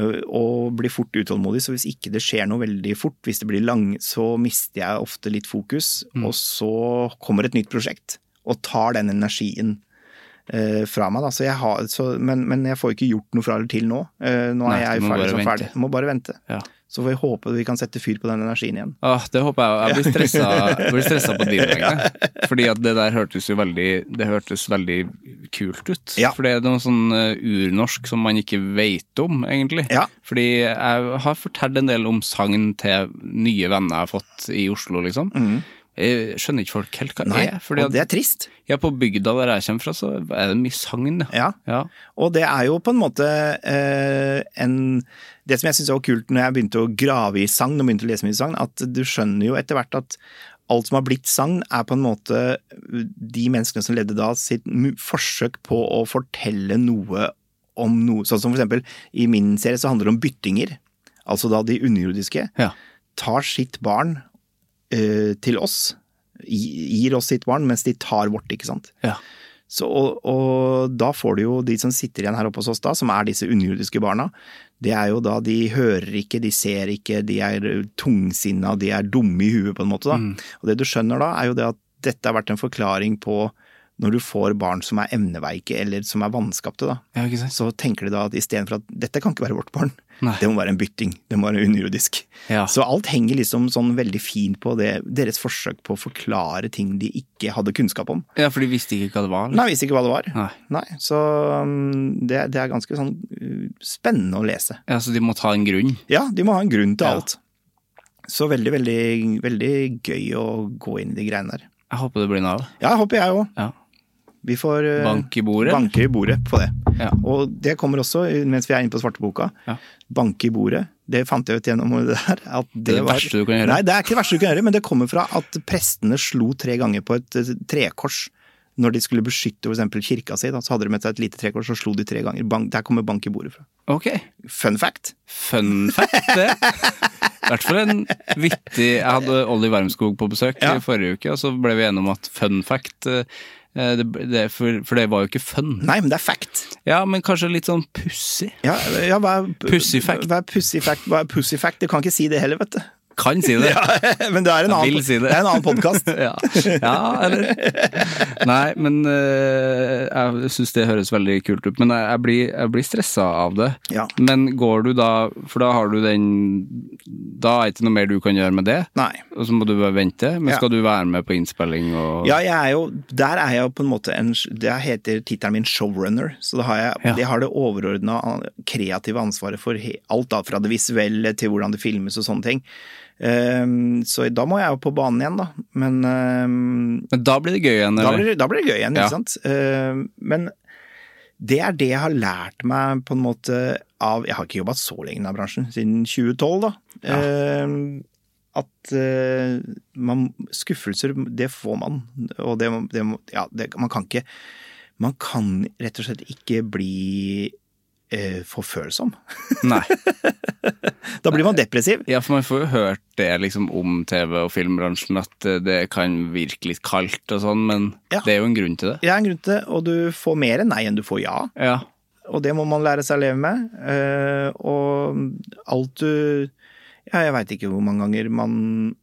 Speaker 2: Eh, og blir fort utålmodig. Så hvis ikke det skjer noe veldig fort, hvis det blir lang, så mister jeg ofte litt fokus.
Speaker 1: Mm.
Speaker 2: Og så kommer et nytt prosjekt og tar den energien eh, fra meg. Da. Så jeg har, så, men, men jeg får ikke gjort noe fra eller til nå. Eh, nå
Speaker 1: Nei,
Speaker 2: er
Speaker 1: du
Speaker 2: jeg
Speaker 1: må
Speaker 2: ferdig
Speaker 1: bare
Speaker 2: som
Speaker 1: vente.
Speaker 2: ferdig. Må bare vente.
Speaker 1: Ja.
Speaker 2: Så får vi håpe vi kan sette fyr på den energien igjen.
Speaker 1: Åh, Ah, det håper jeg. Jeg blir stressa, jeg blir stressa på dine vegne. Fordi at det der hørtes jo veldig Det hørtes veldig kult ut.
Speaker 2: Ja.
Speaker 1: For det er noe sånn eh, urnorsk som man ikke veit om, egentlig.
Speaker 2: Ja.
Speaker 1: Fordi jeg har fortalt en del om sagn til nye venner jeg har fått i Oslo, liksom. Jeg skjønner ikke folk helt hva det
Speaker 2: Mm. Nei,
Speaker 1: er. Fordi
Speaker 2: og det
Speaker 1: at,
Speaker 2: er trist.
Speaker 1: ja, på bygda der jeg kommer fra, så er det mye sagn.
Speaker 2: Ja.
Speaker 1: ja.
Speaker 2: Og det er jo på en måte eh, en Det som jeg syns var kult når jeg begynte å grave i sagn og begynte å lese mye sagn, at du skjønner jo etter hvert at alt som har blitt sagn, er på en måte de menneskene som levde da, sitt mu- forsøk på å fortelle noe om noe. Sånn som for eksempel i min serie så handler det om byttinger. Altså da de underjordiske
Speaker 1: Ja.
Speaker 2: tar sitt barn eh, til oss. gi- Gir oss sitt barn, mens de tar vårt, ikke sant.
Speaker 1: Ja.
Speaker 2: Så, og, og da får du jo de som sitter igjen her oppe hos oss da, som er disse underjordiske barna. Det er jo da de hører ikke, de ser ikke, de er tungsinna, de er dumme i huet på en måte. da.
Speaker 1: Mm.
Speaker 2: Og det du skjønner da, er jo det at dette har vært en forklaring på når du får barn som er emneveike eller som er vanskapte, da.
Speaker 1: Ja, ikke sant?
Speaker 2: Så tenker de da at istedenfor at dette kan ikke være vårt barn,
Speaker 1: Nei.
Speaker 2: det må være en bytting, det må være underjordisk.
Speaker 1: Ja.
Speaker 2: Så alt henger liksom sånn veldig fint på det, deres forsøk på å forklare ting de ikke hadde kunnskap om.
Speaker 1: Ja, for de visste ikke hva det var? eller?
Speaker 2: Nei, visste ikke hva det var.
Speaker 1: Nei.
Speaker 2: så um, det, det er ganske sånn uh, spennende å lese.
Speaker 1: Ja, Så de må ta en grunn?
Speaker 2: Ja, de må ha en grunn til
Speaker 1: Ja.
Speaker 2: alt. Så veldig, veldig, veldig gøy å gå inn i de greiene der.
Speaker 1: Jeg håper det blir noe av det.
Speaker 2: Ja, håper jeg òg.
Speaker 1: Ja.
Speaker 2: Vi får uh,
Speaker 1: Bank i bordet?
Speaker 2: banke i bordet på det.
Speaker 1: Ja.
Speaker 2: Og det kommer også, mens vi er inne på svarteboka,
Speaker 1: Ja.
Speaker 2: banke i bordet. Det fant jeg ut gjennom det der. At det,
Speaker 1: er det
Speaker 2: var,
Speaker 1: verste du kan gjøre.
Speaker 2: Nei, det er ikke det verste du kan gjøre, men det kommer fra at prestene slo tre ganger på et eh, trekors. Når de skulle beskytte f.eks. kirka si, da, så hadde de med seg et lite trekors, så slo de tre ganger. Bank, der kommer bank i bordet fra.
Speaker 1: Ok.
Speaker 2: Fun fact!
Speaker 1: Fun fact, det. I hvert fall en vittig Jeg hadde Olli Wermskog på besøk
Speaker 2: Ja.
Speaker 1: i forrige uke, og så ble vi enige om at fun fact eh, det, det, for, for det var jo ikke fun.
Speaker 2: Nei, men det er fact!
Speaker 1: Ja, men kanskje litt sånn pussig.
Speaker 2: Ja, ja, hva er
Speaker 1: Pussy fact.
Speaker 2: Hva er pussy fact? Hva er pussy fact? Du kan ikke si det heller, vet du.
Speaker 1: Kan si det.
Speaker 2: men det er en
Speaker 1: Jeg
Speaker 2: annen,
Speaker 1: vil si det.
Speaker 2: det er en annen podkast.
Speaker 1: ja. ja, eller Nei, men eh, jeg syns det høres veldig kult ut. Men jeg, jeg blir, jeg blir stressa av det.
Speaker 2: Ja.
Speaker 1: Men går du da For da har du den Da er det ikke noe mer du kan gjøre med det.
Speaker 2: Nei.
Speaker 1: Og så må du bare vente. Men
Speaker 2: Ja.
Speaker 1: skal du være med på innspilling og
Speaker 2: Ja, jeg er jo, der er jeg jo på en måte en, Det heter tittelen min showrunner. Så da har jeg,
Speaker 1: Ja.
Speaker 2: jeg har det overordna kreative ansvaret for he, alt, da, fra det visuelle til hvordan det filmes og sånne ting. Ehm, så da må jeg jo på banen igjen, da. Men ehm,
Speaker 1: Men da blir det gøy igjen,
Speaker 2: da
Speaker 1: eller?
Speaker 2: blir, det- da blir det gøy igjen,
Speaker 1: Ja.
Speaker 2: ikke sant? Ehm, men det er det jeg har lært meg på en måte av Jeg har ikke jobba så lenge i denne bransjen, siden 2012, da. Ehm, at eh, man, skuffelser, det får man. Og det, må- det, må- ja, det, man kan ikke Man kan rett og slett ikke bli eh, for følsom.
Speaker 1: Nei.
Speaker 2: Da blir man depressiv.
Speaker 1: Ja, for man får jo hørt det liksom om TV- og filmbransjen, at eh, det kan virke litt kaldt og sånn, men
Speaker 2: Ja.
Speaker 1: det er jo en grunn til det.
Speaker 2: Det er en grunn til det, og du får mer nei enn du får ja.
Speaker 1: Ja.
Speaker 2: og det må man lære seg å leve med. Eh, og alt du Ja, jeg veit ikke hvor mange ganger man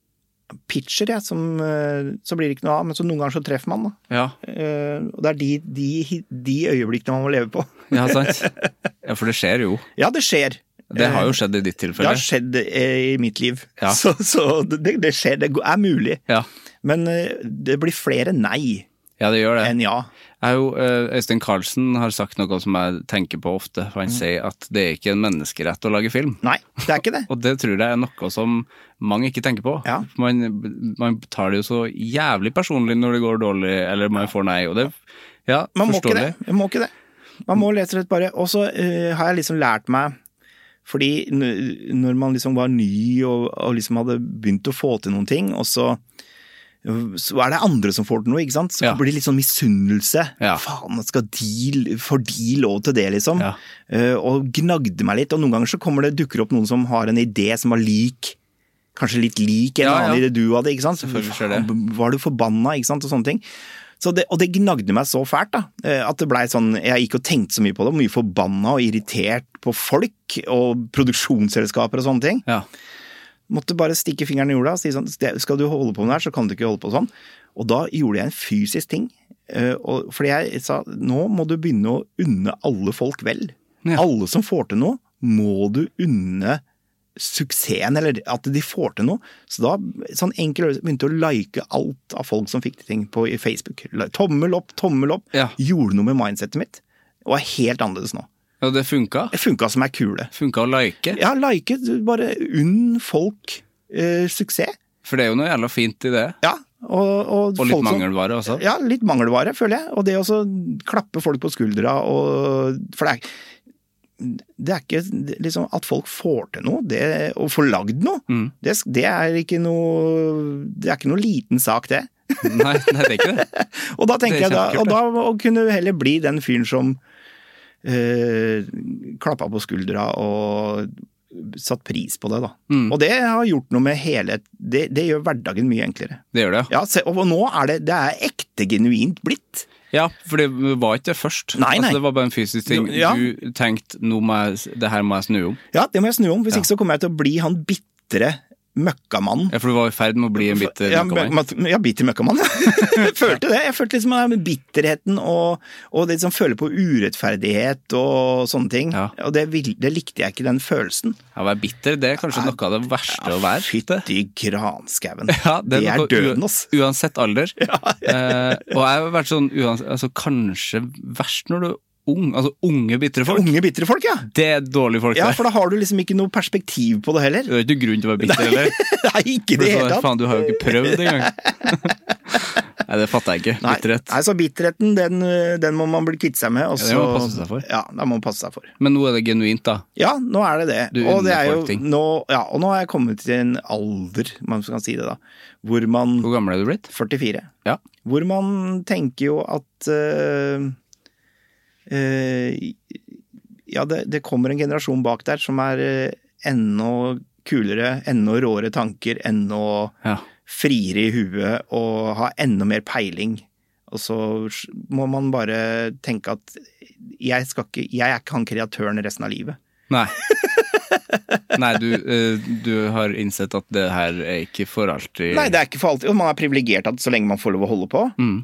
Speaker 2: pitcher, jeg, som eh, Så blir det ikke noe av, men så noen ganger så treffer man, da.
Speaker 1: Ja.
Speaker 2: Eh, og det er de, de, de øyeblikkene man må leve på.
Speaker 1: Ja, sant? Ja, for det skjer jo.
Speaker 2: Ja, det skjer.
Speaker 1: Det har
Speaker 2: Eh,
Speaker 1: jo skjedd i ditt
Speaker 2: Det
Speaker 1: tilfelle.
Speaker 2: har skjedd eh, i mitt liv.
Speaker 1: Ja.
Speaker 2: Så, så det, det skjer. Det er mulig.
Speaker 1: Ja.
Speaker 2: Men eh, det blir flere nei
Speaker 1: ja, det gjør det.
Speaker 2: enn ja.
Speaker 1: Jeg er jo, eh, Øystein Carlsen har sagt noe som jeg tenker på ofte. for Han sier at det er ikke en menneskerett å lage film.
Speaker 2: Nei, det er ikke det.
Speaker 1: Og det tror jeg er noe som mange ikke tenker på.
Speaker 2: Ja.
Speaker 1: Man, man tar det jo så jævlig personlig når det går dårlig, eller man får nei. Og det, ja,
Speaker 2: Man må ikke
Speaker 1: forståelig.
Speaker 2: det. Man må ikke det. Man må rett og slett bare Og så eh, har jeg liksom lært meg Fordi n- når man liksom var ny og, og liksom hadde begynt å få til noen ting, og så så er det andre som får til noe, ikke sant? Så
Speaker 1: Ja.
Speaker 2: blir det litt sånn misunnelse.
Speaker 1: Ja.
Speaker 2: Faen, skal de, får de lov til det, liksom?
Speaker 1: Ja.
Speaker 2: Eh, og gnagde meg litt. Og noen ganger så kommer det, dukker det opp noen som har en idé som var lik. Kanskje litt lik en
Speaker 1: Ja,
Speaker 2: annen
Speaker 1: ja.
Speaker 2: idé du hadde, ikke sant?
Speaker 1: Selvfølgelig skjer
Speaker 2: Faen, Var du forbanna, ikke sant? Og sånne ting. Så det, og det gnagde meg så fælt, da. eh, At det blei sånn Jeg gikk og tenkte så mye på det. Mye forbanna og irritert på folk og produksjonsselskaper og sånne ting.
Speaker 1: Ja.
Speaker 2: Måtte bare stikke fingeren i jorda og si sånn "Det- Skal du holde på med det her, så kan du ikke holde på sånn. Og da gjorde jeg en fysisk ting. eh, og- Fordi jeg sa nå må du begynne å unne alle folk vel.
Speaker 1: Ja.
Speaker 2: Alle som får til noe, må du unne suksessen, eller at de får til noe. Så da sånn enkel øvelse, begynte å like alt av folk som fikk til ting på i Facebook. La- Tommel opp, tommel opp.
Speaker 1: Ja.
Speaker 2: Gjorde noe med mindsettet mitt. Og er helt annerledes nå.
Speaker 1: Og det funka.
Speaker 2: Det funka som ei kule.
Speaker 1: Funka å like.
Speaker 2: Ja, like. Bare unn folk eh, suksess.
Speaker 1: For det er jo noe jævla fint i det.
Speaker 2: Ja, og,
Speaker 1: Og
Speaker 2: og,
Speaker 1: litt
Speaker 2: folk som-
Speaker 1: mangelvare også.
Speaker 2: Ja, litt mangelvare, føler jeg. Og det å så klappe folk på skuldra og For det er, det er ikke det- liksom At folk får til noe, det, og får lagd noe,
Speaker 1: Mm.
Speaker 2: det, det er ikke noe Det er ikke noe liten sak, det.
Speaker 1: Nei, nei, det er ikke det.
Speaker 2: Og da tenker
Speaker 1: Det er
Speaker 2: jeg da,
Speaker 1: kjempekult,
Speaker 2: og da å kunne heller bli den fyren som eh, klappa på skuldra og satt pris på det, da.
Speaker 1: Mm.
Speaker 2: Og det har gjort noe med hele Det, det gjør hverdagen mye enklere.
Speaker 1: Det gjør det, ja.
Speaker 2: Ja, se, og nå er det, det er ekte genuint blitt.
Speaker 1: Ja, for det var ikke det først.
Speaker 2: Nei, nei.
Speaker 1: Altså, det var bare en fysisk ting.
Speaker 2: Jo, ja.
Speaker 1: Du tenkte nå må jeg, det her må jeg snu om.
Speaker 2: Ja, det må jeg snu om, hvis ikke så kommer jeg til å bli han bitre møkkamannen.
Speaker 1: Ja, For du var i ferd med å bli en bitter
Speaker 2: Ja,
Speaker 1: narkoman.
Speaker 2: men- Ja, bitter møkkamann. jeg følte det. Jeg følte liksom den bitterheten og, og det liksom føle på urettferdighet og sånne ting.
Speaker 1: Ja.
Speaker 2: Og det, vil, det likte jeg ikke, den følelsen. Ah,
Speaker 1: Å være bitter det er kanskje noe av det verste å være.
Speaker 2: Fytti granskauen.
Speaker 1: Ja,
Speaker 2: det,
Speaker 1: noe
Speaker 2: er
Speaker 1: u-
Speaker 2: døden, ass.
Speaker 1: Uansett alder. eh, og jeg har vært sånn uansett, altså, Kanskje verst når du er ung. Altså unge, bitre folk.
Speaker 2: Unge, bitre folk, ja.
Speaker 1: Det er dårlige folk,
Speaker 2: Ja,
Speaker 1: det.
Speaker 2: for da har du liksom ikke noe perspektiv på det heller.
Speaker 1: Det er ikke noe grunn til å være bitter, eller?
Speaker 2: Nei, ikke i
Speaker 1: For
Speaker 2: det
Speaker 1: det er
Speaker 2: hele
Speaker 1: sånn,
Speaker 2: tatt.
Speaker 1: Faen, du har jo ikke prøvd engang. Nei, det fatter jeg ikke.
Speaker 2: Nei,
Speaker 1: Bitterhet.
Speaker 2: nei, så bitterheten, den, eh, den må man bli kvitt seg med. Og
Speaker 1: Ja, det
Speaker 2: så,
Speaker 1: må man passe seg for.
Speaker 2: Ja, det må man passe seg for.
Speaker 1: Men nå er det genuint, da.
Speaker 2: Ja, nå er det det.
Speaker 1: Du
Speaker 2: og, det er
Speaker 1: unner
Speaker 2: jo,
Speaker 1: folk ting.
Speaker 2: nå, ja, og nå har jeg kommet til en alder, om man kan si det da, hvor man
Speaker 1: Hvor gammel er du blitt?
Speaker 2: 44.
Speaker 1: Ja.
Speaker 2: Hvor man tenker jo at eh, eh, Ja, det, det kommer en generasjon bak der som er eh, enda kulere, enda råere tanker, enda
Speaker 1: Ja.
Speaker 2: friere i huet og har enda mer peiling. Og så må man bare tenke at jeg, skal ikke, jeg er ikke han kreatøren resten av livet.
Speaker 1: Nei. Nei, du, eh, du har innsett at det her er ikke for alltid
Speaker 2: Nei, det er ikke for alltid. Og man er privilegert at så lenge man får lov å holde på.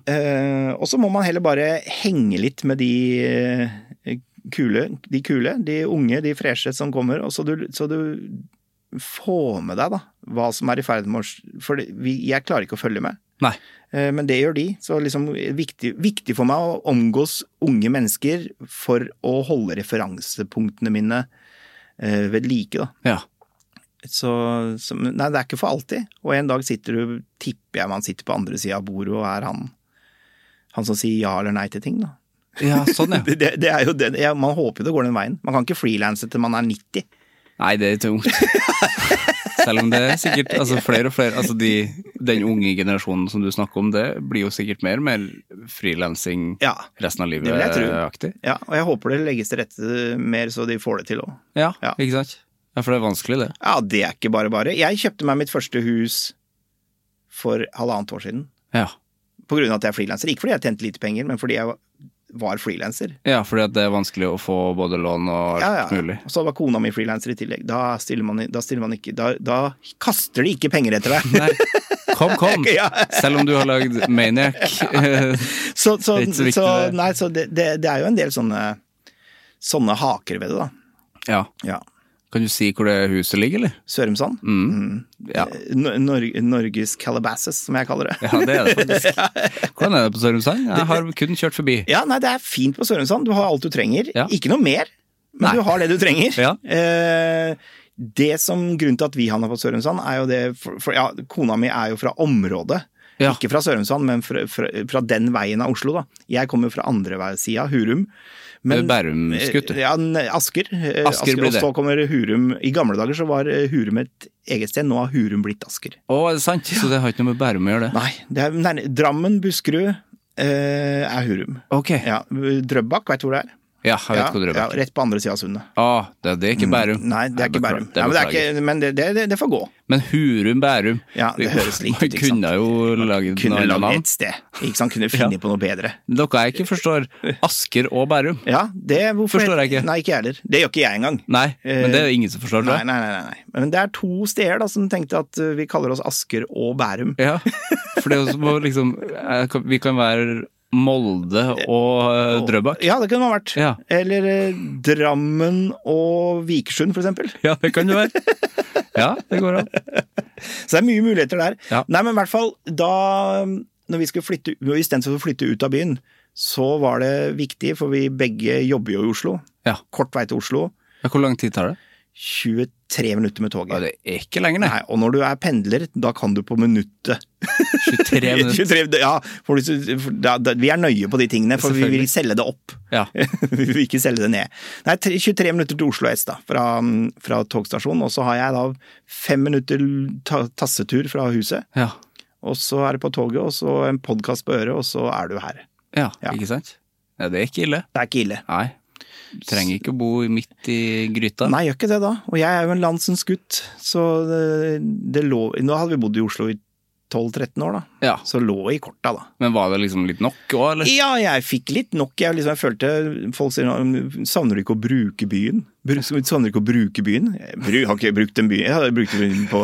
Speaker 2: Eh, og så må man heller bare henge litt med de eh, kule, de kule, de unge, de freshe som kommer. Og så du, så du får med deg da, hva som er i ferd med å sk- For det- vi, jeg klarer ikke å følge med.
Speaker 1: Nei.
Speaker 2: Eh, Men det gjør de. Så liksom viktig, viktig for meg å omgås unge mennesker for å holde referansepunktene mine eh, ved like. da.
Speaker 1: Ja.
Speaker 2: Så, så Nei, det er ikke for alltid. Og en dag sitter du, tipper jeg man sitter på andre sida av bordet og er han, han som sier ja eller nei til ting, da.
Speaker 1: ja, sånn, ja.
Speaker 2: Det, det, det er jo det, ja, man håper jo det går den veien. Man kan ikke frilanse til man er 90.
Speaker 1: Nei, det er tungt. Selv om det er sikkert altså flere og flere altså de, Den unge generasjonen som du snakker om, det blir jo sikkert mer og mer frilansing
Speaker 2: Ja,
Speaker 1: resten av
Speaker 2: det vil jeg tro.
Speaker 1: livet-aktig.
Speaker 2: ja, og jeg håper det legges til rette mer så de får det til òg.
Speaker 1: Ja,
Speaker 2: Ja.
Speaker 1: ikke sant? Ja, For det er vanskelig, det.
Speaker 2: Ja, det er ikke bare bare. Jeg kjøpte meg mitt første hus for halvannet år siden.
Speaker 1: Ja,
Speaker 2: På grunn av at jeg er frilanser. Ikke fordi jeg tjente lite penger, men fordi jeg var frilanser.
Speaker 1: ja fordi at det er vanskelig å få både lån og alt
Speaker 2: Ja, ja.
Speaker 1: mulig.
Speaker 2: Og så var kona mi frilanser i tillegg. Da stiller man, da stiller man ikke da, da kaster de ikke penger etter deg.
Speaker 1: Nei, kom, kom!
Speaker 2: Ja.
Speaker 1: Selv om du har lagd Maniac.
Speaker 2: Så, så,
Speaker 1: Det er ikke så
Speaker 2: så,
Speaker 1: viktig, det.
Speaker 2: nei, så det, det, det er jo en del sånne, sånne haker ved det, da.
Speaker 1: Ja.
Speaker 2: Ja.
Speaker 1: Kan du si hvor det huset ligger, eller?
Speaker 2: Sørumsand.
Speaker 1: Mm. Ja.
Speaker 2: Nor Nor- Norges Calabasas, som jeg kaller det.
Speaker 1: Ja, det er det faktisk. Hvordan er det på Sørumsand? Jeg har kun kjørt forbi.
Speaker 2: Ja, nei, det er fint på Sørumsand. Du har alt du trenger.
Speaker 1: Ja.
Speaker 2: Ikke noe mer, men
Speaker 1: Nei.
Speaker 2: du har det du trenger.
Speaker 1: Ja.
Speaker 2: Eh, det som Grunnen til at vi havna på Sørumsand, er jo det for, for, ja, Kona mi er jo fra området.
Speaker 1: Ja.
Speaker 2: Ikke fra Sørumsand, men fra, fra, fra den veien av Oslo, da. Jeg kommer jo fra andre veisida, Hurum.
Speaker 1: Du er Bærumsgutt, du.
Speaker 2: Ja, n- Asker. Eh,
Speaker 1: Asker blir
Speaker 2: og
Speaker 1: det.
Speaker 2: så kommer Hurum. I gamle dager så var eh, Hurum et eget sted, nå har Hurum blitt Asker.
Speaker 1: Å, er det sant? Så det har ikke noe med Bærum å gjøre, det?
Speaker 2: Nei, det er nærme- Drammen, Buskerud eh, er Hurum.
Speaker 1: Ok. Ja,
Speaker 2: Ja, Drøbak, veit du hvor det er?
Speaker 1: jeg vet hvor du er.
Speaker 2: ja, rett på andre sida av sundet.
Speaker 1: Å, det, det er ikke Bærum.
Speaker 2: Mm. Nei, det er
Speaker 1: Jeg
Speaker 2: ikke
Speaker 1: beklager.
Speaker 2: Bærum. Ja, men det, er
Speaker 1: beklager.
Speaker 2: ikke, men det, det, det, det får gå.
Speaker 1: Men Hurum Bærum
Speaker 2: Ja, det høres likt ut,
Speaker 1: Man
Speaker 2: ikke sant?
Speaker 1: kunne jo laget noe
Speaker 2: Kunne
Speaker 1: annet
Speaker 2: lagd
Speaker 1: navn.
Speaker 2: et sted. Ikke sant? Kunne funnet på noe bedre.
Speaker 1: Dere jeg ikke forstår, Asker og Bærum.
Speaker 2: Ja, det hvorfor-
Speaker 1: Forstår jeg ikke.
Speaker 2: Nei, ikke jeg heller. Det gjør ikke jeg engang.
Speaker 1: Nei, men det er jo ingen som forstår,
Speaker 2: Eh, Nei,
Speaker 1: tror jeg.
Speaker 2: nei, nei, nei. nei. Men det er to steder da som tenkte at uh, vi kaller oss Asker og Bærum.
Speaker 1: Ja, for det er jo som å liksom jeg kan- Vi kan være Molde og eh, Drøbak.
Speaker 2: Ja, det kunne man vært.
Speaker 1: Ja.
Speaker 2: Eller eh, Drammen og Vikersund, for eksempel.
Speaker 1: Ja, det kan det være. Ja, det går an.
Speaker 2: Så det er mye muligheter der.
Speaker 1: Ja.
Speaker 2: Nei, men i hvert fall, da når vi skulle flytte, istedenfor å flytte ut av byen, så var det viktig, for vi begge jobber jo i Oslo.
Speaker 1: Ja.
Speaker 2: Kort vei til Oslo.
Speaker 1: Ja, Hvor lang tid tar det?
Speaker 2: 23 minutter med
Speaker 1: Ja,
Speaker 2: toget.
Speaker 1: det er ikke lenger, nei.
Speaker 2: Nei, og når du er pendler, da kan du på minuttet.
Speaker 1: 23 minutter.
Speaker 2: 23, ja, for hvis du- for da, da, vi er nøye på de tingene, for vi vil
Speaker 1: Selvfølgelig.
Speaker 2: selge det opp.
Speaker 1: Ja.
Speaker 2: vi vil ikke selge det ned. Nei, tre- 23 minutter til Oslo S da, fra, fra togstasjonen, og så har jeg da fem minutter ta, tassetur fra huset.
Speaker 1: Ja.
Speaker 2: og så er det på toget, og så en podkast på øret, og så er du her.
Speaker 1: ja,
Speaker 2: Ja.
Speaker 1: ikke sant? Ja, det er ikke ille.
Speaker 2: Det er ikke ille.
Speaker 1: Nei. Du trenger ikke å bo midt i gryta.
Speaker 2: Nei, gjør ikke det da. Og jeg er jo en landsens gutt, så det, det lå Nå hadde vi bodd i Oslo i 12-13 år, da.
Speaker 1: Ja.
Speaker 2: Så lå i korta, da.
Speaker 1: Men var det liksom litt nok òg, eller?
Speaker 2: Ja, jeg fikk litt nok. Jeg, liksom, jeg følte Folk sier nå Savner du ikke å bruke byen? Bru- Savner du ikke å bruke byen? Jeg bru- har ikke brukt den byen. Jeg har brukt byen på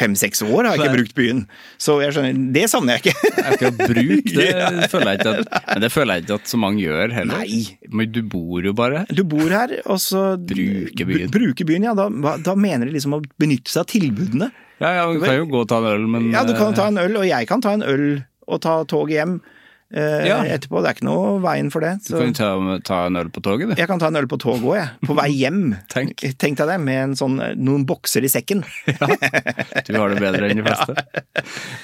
Speaker 2: fem-seks år. har jeg ikke brukt byen. Så jeg skjønner, det savner jeg ikke.
Speaker 1: Akkurat bruk, det føler jeg ikke at Men det føler jeg ikke at så mange gjør heller.
Speaker 2: Nei.
Speaker 1: Men du bor jo bare her.
Speaker 2: Du bor her, og så
Speaker 1: Bruke byen.
Speaker 2: Bru- Bruke byen, ja. Da, hva- da mener de liksom å benytte seg av tilbudene.
Speaker 1: Ja, ja, du kan jo gå og ta en øl, men
Speaker 2: Ja, du kan ta en øl, og jeg kan ta en øl og ta toget hjem eh,
Speaker 1: Ja.
Speaker 2: etterpå. Det er ikke noe veien for det.
Speaker 1: Du eh, kan jo ta, ta en øl på toget, du.
Speaker 2: Jeg kan ta en øl på toget òg, jeg. På vei hjem.
Speaker 1: Tenk.
Speaker 2: deg det, med en sånn, noen bokser i sekken.
Speaker 1: Du har det bedre enn de fleste.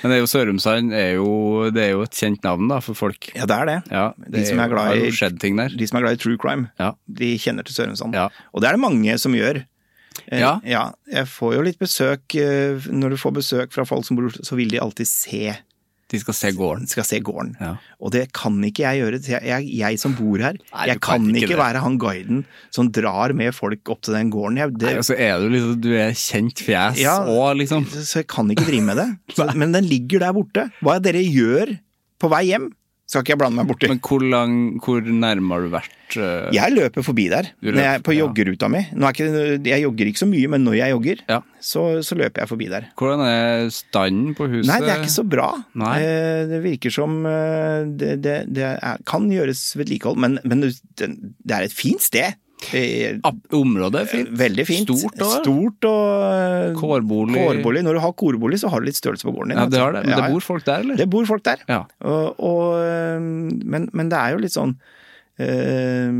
Speaker 1: Men det er jo Sørumsand er jo, det er jo et kjent navn da, for folk.
Speaker 2: Ja, det er det.
Speaker 1: Ja,
Speaker 2: de, som er glad
Speaker 1: har
Speaker 2: i,
Speaker 1: jo skjedd ting der.
Speaker 2: de som er glad i true crime,
Speaker 1: Ja.
Speaker 2: de kjenner til Sørumsand.
Speaker 1: Ja.
Speaker 2: Og det er det mange som gjør. Eh,
Speaker 1: Ja.
Speaker 2: ja. Jeg får jo litt besøk eh, Når du får besøk fra folk som bor i Oslo, så vil de alltid se
Speaker 1: De skal se gården.
Speaker 2: skal se gården.
Speaker 1: Ja.
Speaker 2: Og det kan ikke jeg gjøre. Jeg, jeg, jeg som bor her,
Speaker 1: Nei,
Speaker 2: jeg
Speaker 1: du kan
Speaker 2: kan
Speaker 1: ikke
Speaker 2: ikke
Speaker 1: det.
Speaker 2: være han guiden som drar med folk opp til den gården. Jeg, det,
Speaker 1: Nei, og så er du liksom Du er kjent fjes
Speaker 2: Ja.
Speaker 1: òg, liksom.
Speaker 2: så jeg kan ikke drive med det. Så, men den ligger der borte. Hva dere gjør på vei hjem, skal ikke jeg blande meg borti.
Speaker 1: Men hvor lang Hvor nærme har du vært? eh,
Speaker 2: Jeg løper forbi der
Speaker 1: Du
Speaker 2: når jeg,
Speaker 1: løper,
Speaker 2: på
Speaker 1: ja.
Speaker 2: joggeruta mi. Nå er ikke, jeg jogger ikke så mye, men når jeg jogger,
Speaker 1: Ja.
Speaker 2: så, så løper jeg forbi der.
Speaker 1: Hvordan er standen på huset?
Speaker 2: Nei, det er ikke så bra.
Speaker 1: Nei.
Speaker 2: Eh, Det virker som eh, Det, det, det er, kan gjøres vedlikehold, men, men det det er et fint sted. Eh,
Speaker 1: Ab- Området er fint.
Speaker 2: Veldig fint.
Speaker 1: Stort også.
Speaker 2: Stort og eh,
Speaker 1: Kårbolig.
Speaker 2: kårbolig. Når du har kårbolig, så har du litt størrelse på gården din. altså.
Speaker 1: Ja, det har det. Men
Speaker 2: Ja,
Speaker 1: det
Speaker 2: ja.
Speaker 1: bor folk der, eller?
Speaker 2: Det bor folk der.
Speaker 1: Ja.
Speaker 2: Og, og, eh, men, men det er jo litt sånn eh,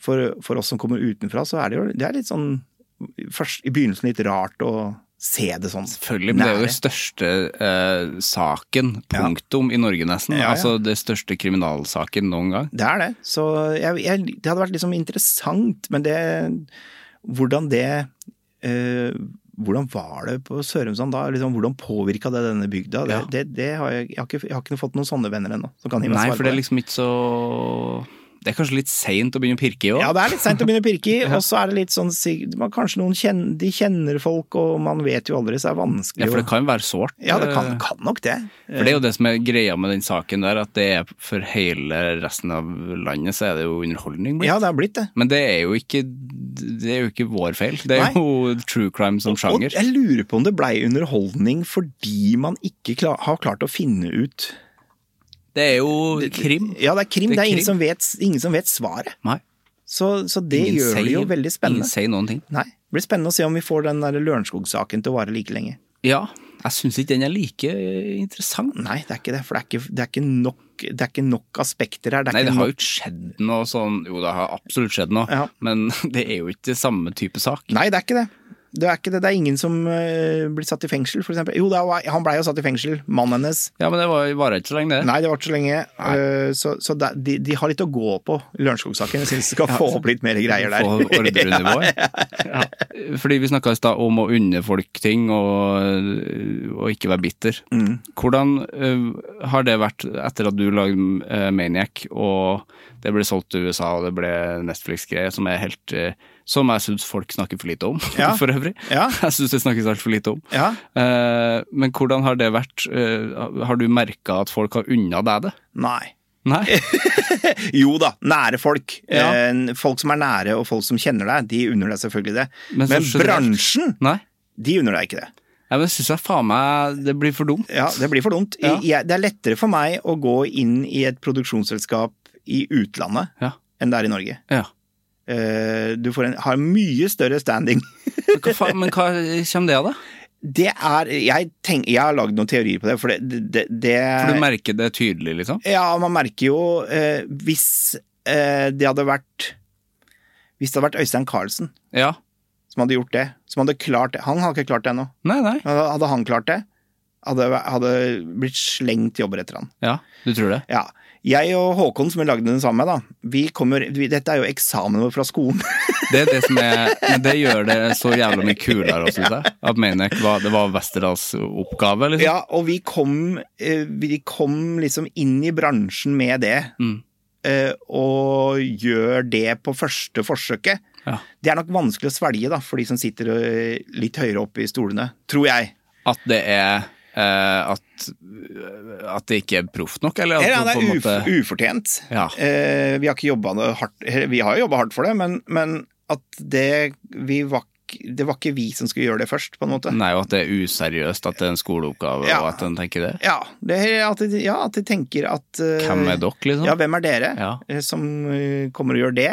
Speaker 2: for, for oss som kommer utenfra, så er det jo det er litt sånn først, I begynnelsen litt rart å se det sånn.
Speaker 1: Selvfølgelig, men det er jo
Speaker 2: nære.
Speaker 1: den største eh, saken, punktum, i Norge nesten.
Speaker 2: Ja, ja.
Speaker 1: Altså det største kriminalsaken noen gang.
Speaker 2: Det er det. Så jeg, jeg, det hadde vært liksom interessant, men det Hvordan det eh, Hvordan var det på Sørumsand da? Liksom, hvordan påvirka det denne bygda? Det,
Speaker 1: Ja.
Speaker 2: det, det har jeg, jeg, har ikke, jeg har ikke fått noen sånne venner ennå. som kan gi meg
Speaker 1: Nei,
Speaker 2: svar på
Speaker 1: for det er liksom ikke så Det er kanskje litt seint å begynne å pirke i òg.
Speaker 2: Ja, det er litt seint å begynne å pirke i, og så er det litt sånn sig- man, Kanskje noen kjenner, de kjenner folk, og man vet jo aldri, så det er vanskelig
Speaker 1: Ja, for det
Speaker 2: å-
Speaker 1: kan jo være sårt.
Speaker 2: Ja, det kan,
Speaker 1: eh,
Speaker 2: kan nok det.
Speaker 1: For det er jo det som er greia med den saken der, at det er for hele resten av landet så er det jo underholdning. blitt.
Speaker 2: Ja, det er blitt det.
Speaker 1: Men det er jo ikke Det er jo ikke vår feil. Det er
Speaker 2: Nei.
Speaker 1: jo true crime som
Speaker 2: Og
Speaker 1: sjanger.
Speaker 2: jeg lurer på om det blei underholdning fordi man ikke kla- har klart å finne ut
Speaker 1: Det er jo krim.
Speaker 2: Ja, det er krim.
Speaker 1: Det
Speaker 2: Det
Speaker 1: er
Speaker 2: er, ingen,
Speaker 1: krim.
Speaker 2: som vet, ingen som vet svaret.
Speaker 1: Nei.
Speaker 2: Så, så det
Speaker 1: Ingen
Speaker 2: gjør det jo
Speaker 1: sier-
Speaker 2: veldig spennende.
Speaker 1: Ingen sier noen ting.
Speaker 2: Nei, det blir spennende å se om vi får den der Lørenskog-saken til å vare like lenge.
Speaker 1: Ja, jeg syns ikke den er like eh, interessant.
Speaker 2: Nei, det er ikke det. For det er ikke, det er ikke, nok, det er ikke nok aspekter her. Det er
Speaker 1: Nei, det
Speaker 2: ikke
Speaker 1: har
Speaker 2: nok
Speaker 1: jo ikke skjedd noe sånn Jo, det har absolutt skjedd noe,
Speaker 2: Ja.
Speaker 1: men det er jo ikke samme type sak.
Speaker 2: Nei, det er ikke det. Det er ikke det. Det er ingen som eh, blir satt i fengsel, for eksempel. Jo, det var, han blei jo satt i fengsel, mannen hennes.
Speaker 1: Ja, men det var- varer ikke så lenge, det.
Speaker 2: Nei, det var ikke så lenge. Eh, så så det, de, de har litt å gå på i Lørenskog-saken. Jeg syns vi skal få opp litt mer greier der.
Speaker 1: På ordrenivået. Fordi vi snakka i stad om å unne folk ting og, og ikke være bitter.
Speaker 2: Mm.
Speaker 1: Hvordan ø, har det vært etter at du lagde ø, Maniac, og det ble solgt til USA, og det ble Netflix-greie, som er helt ø, som jeg syns folk snakker for lite om,
Speaker 2: Ja.
Speaker 1: for øvrig.
Speaker 2: Ja.
Speaker 1: Jeg syns det snakkes altfor lite om.
Speaker 2: Ja.
Speaker 1: Eh, men hvordan har det vært? eh, har du merka at folk har unna deg det?
Speaker 2: Nei.
Speaker 1: Nei?
Speaker 2: Jo da, nære folk.
Speaker 1: Ja.
Speaker 2: Eh, folk som er nære og folk som kjenner deg, de unner deg selvfølgelig det.
Speaker 1: Men
Speaker 2: Men,
Speaker 1: så generelt-
Speaker 2: bransjen,
Speaker 1: Nei?
Speaker 2: de unner deg ikke det.
Speaker 1: Ja, men syns jeg faen meg det blir for dumt.
Speaker 2: Ja, Det blir for dumt.
Speaker 1: Ja.
Speaker 2: Jeg, det er lettere for meg å gå inn i et produksjonsselskap i utlandet
Speaker 1: Ja.
Speaker 2: enn det er i Norge.
Speaker 1: ja.
Speaker 2: Eh, du får en, har mye større standing.
Speaker 1: Men hva, faen- men hva kommer det av, da?
Speaker 2: Det er Jeg, tenk, jeg har lagd noen teorier på det, for det, det, det
Speaker 1: For du merker det tydelig, liksom?
Speaker 2: Ja, man merker jo eh, Hvis eh, det hadde vært Hvis det hadde vært Øystein Carlsen
Speaker 1: Ja.
Speaker 2: som hadde gjort det, som hadde klart det Han har ikke klart det ennå.
Speaker 1: Nei, nei.
Speaker 2: Hadde hadde han klart det, hadde, hadde blitt slengt jobber etter han.
Speaker 1: Ja, du tror det?
Speaker 2: Ja. Jeg og Håkon, som vi lagde den sammen med, da, vi kommer, vi, dette er jo eksamen vår fra skolen.
Speaker 1: Det er det som er Men det gjør det så jævla mye kulere, syns jeg. At Maniac var, det var Westerdals oppgave, liksom.
Speaker 2: ja, og vi kom, eh, vi kom liksom inn i bransjen med det,
Speaker 1: Mm.
Speaker 2: eh, og gjør det på første forsøket.
Speaker 1: Ja.
Speaker 2: Det er nok vanskelig å svelge da, for de som sitter eh, litt høyere oppe i stolene, tror jeg.
Speaker 1: At det er eh, at, eh, at det ikke er proft nok, eller? At
Speaker 2: Ja, det
Speaker 1: på en
Speaker 2: er
Speaker 1: måte-
Speaker 2: uf ufortjent.
Speaker 1: Ja.
Speaker 2: Eh, vi har ikke jobba noe hardt eller, Vi har jo jobba hardt for det, men, men at det vi var, ikk- Det var ikke vi som skulle gjøre det først, på en måte.
Speaker 1: Nei, og at det er useriøst at det er en skoleoppgave,
Speaker 2: Ja.
Speaker 1: og at en tenker det.
Speaker 2: Ja, det, at, de, ja, at de tenker at eh,
Speaker 1: Hvem er dere, liksom?
Speaker 2: Ja, hvem er dere
Speaker 1: Ja.
Speaker 2: eh, som eh, kommer og gjør det?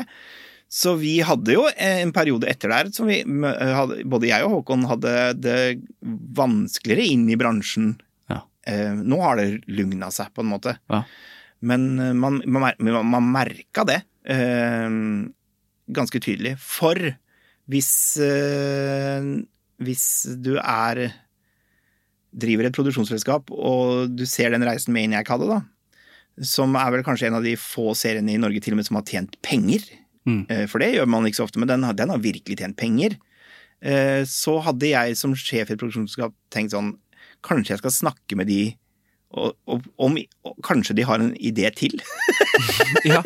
Speaker 2: Så vi hadde jo eh, en periode etter der som vi m- hadde, Både jeg og Håkon hadde det vanskeligere inn i bransjen.
Speaker 1: Ja.
Speaker 2: Eh, Nå har det lugna seg, på en måte.
Speaker 1: Ja.
Speaker 2: Men eh, man, man, mer- men man merka det eh, ganske tydelig. For hvis eh, Hvis du er driver et produksjonsselskap, og du ser den reisen Maniac hadde, da, som er vel kanskje en av de få seriene i Norge til og med som har tjent penger,
Speaker 1: Mm.
Speaker 2: Eh, for det gjør man ikke så ofte, men den, har- den har virkelig tjent penger, Eh, så hadde jeg som sjef i et produksjonsselskap tenkt sånn, kanskje jeg skal snakke med de og, og, om, og kanskje de har en idé til,
Speaker 1: Ja.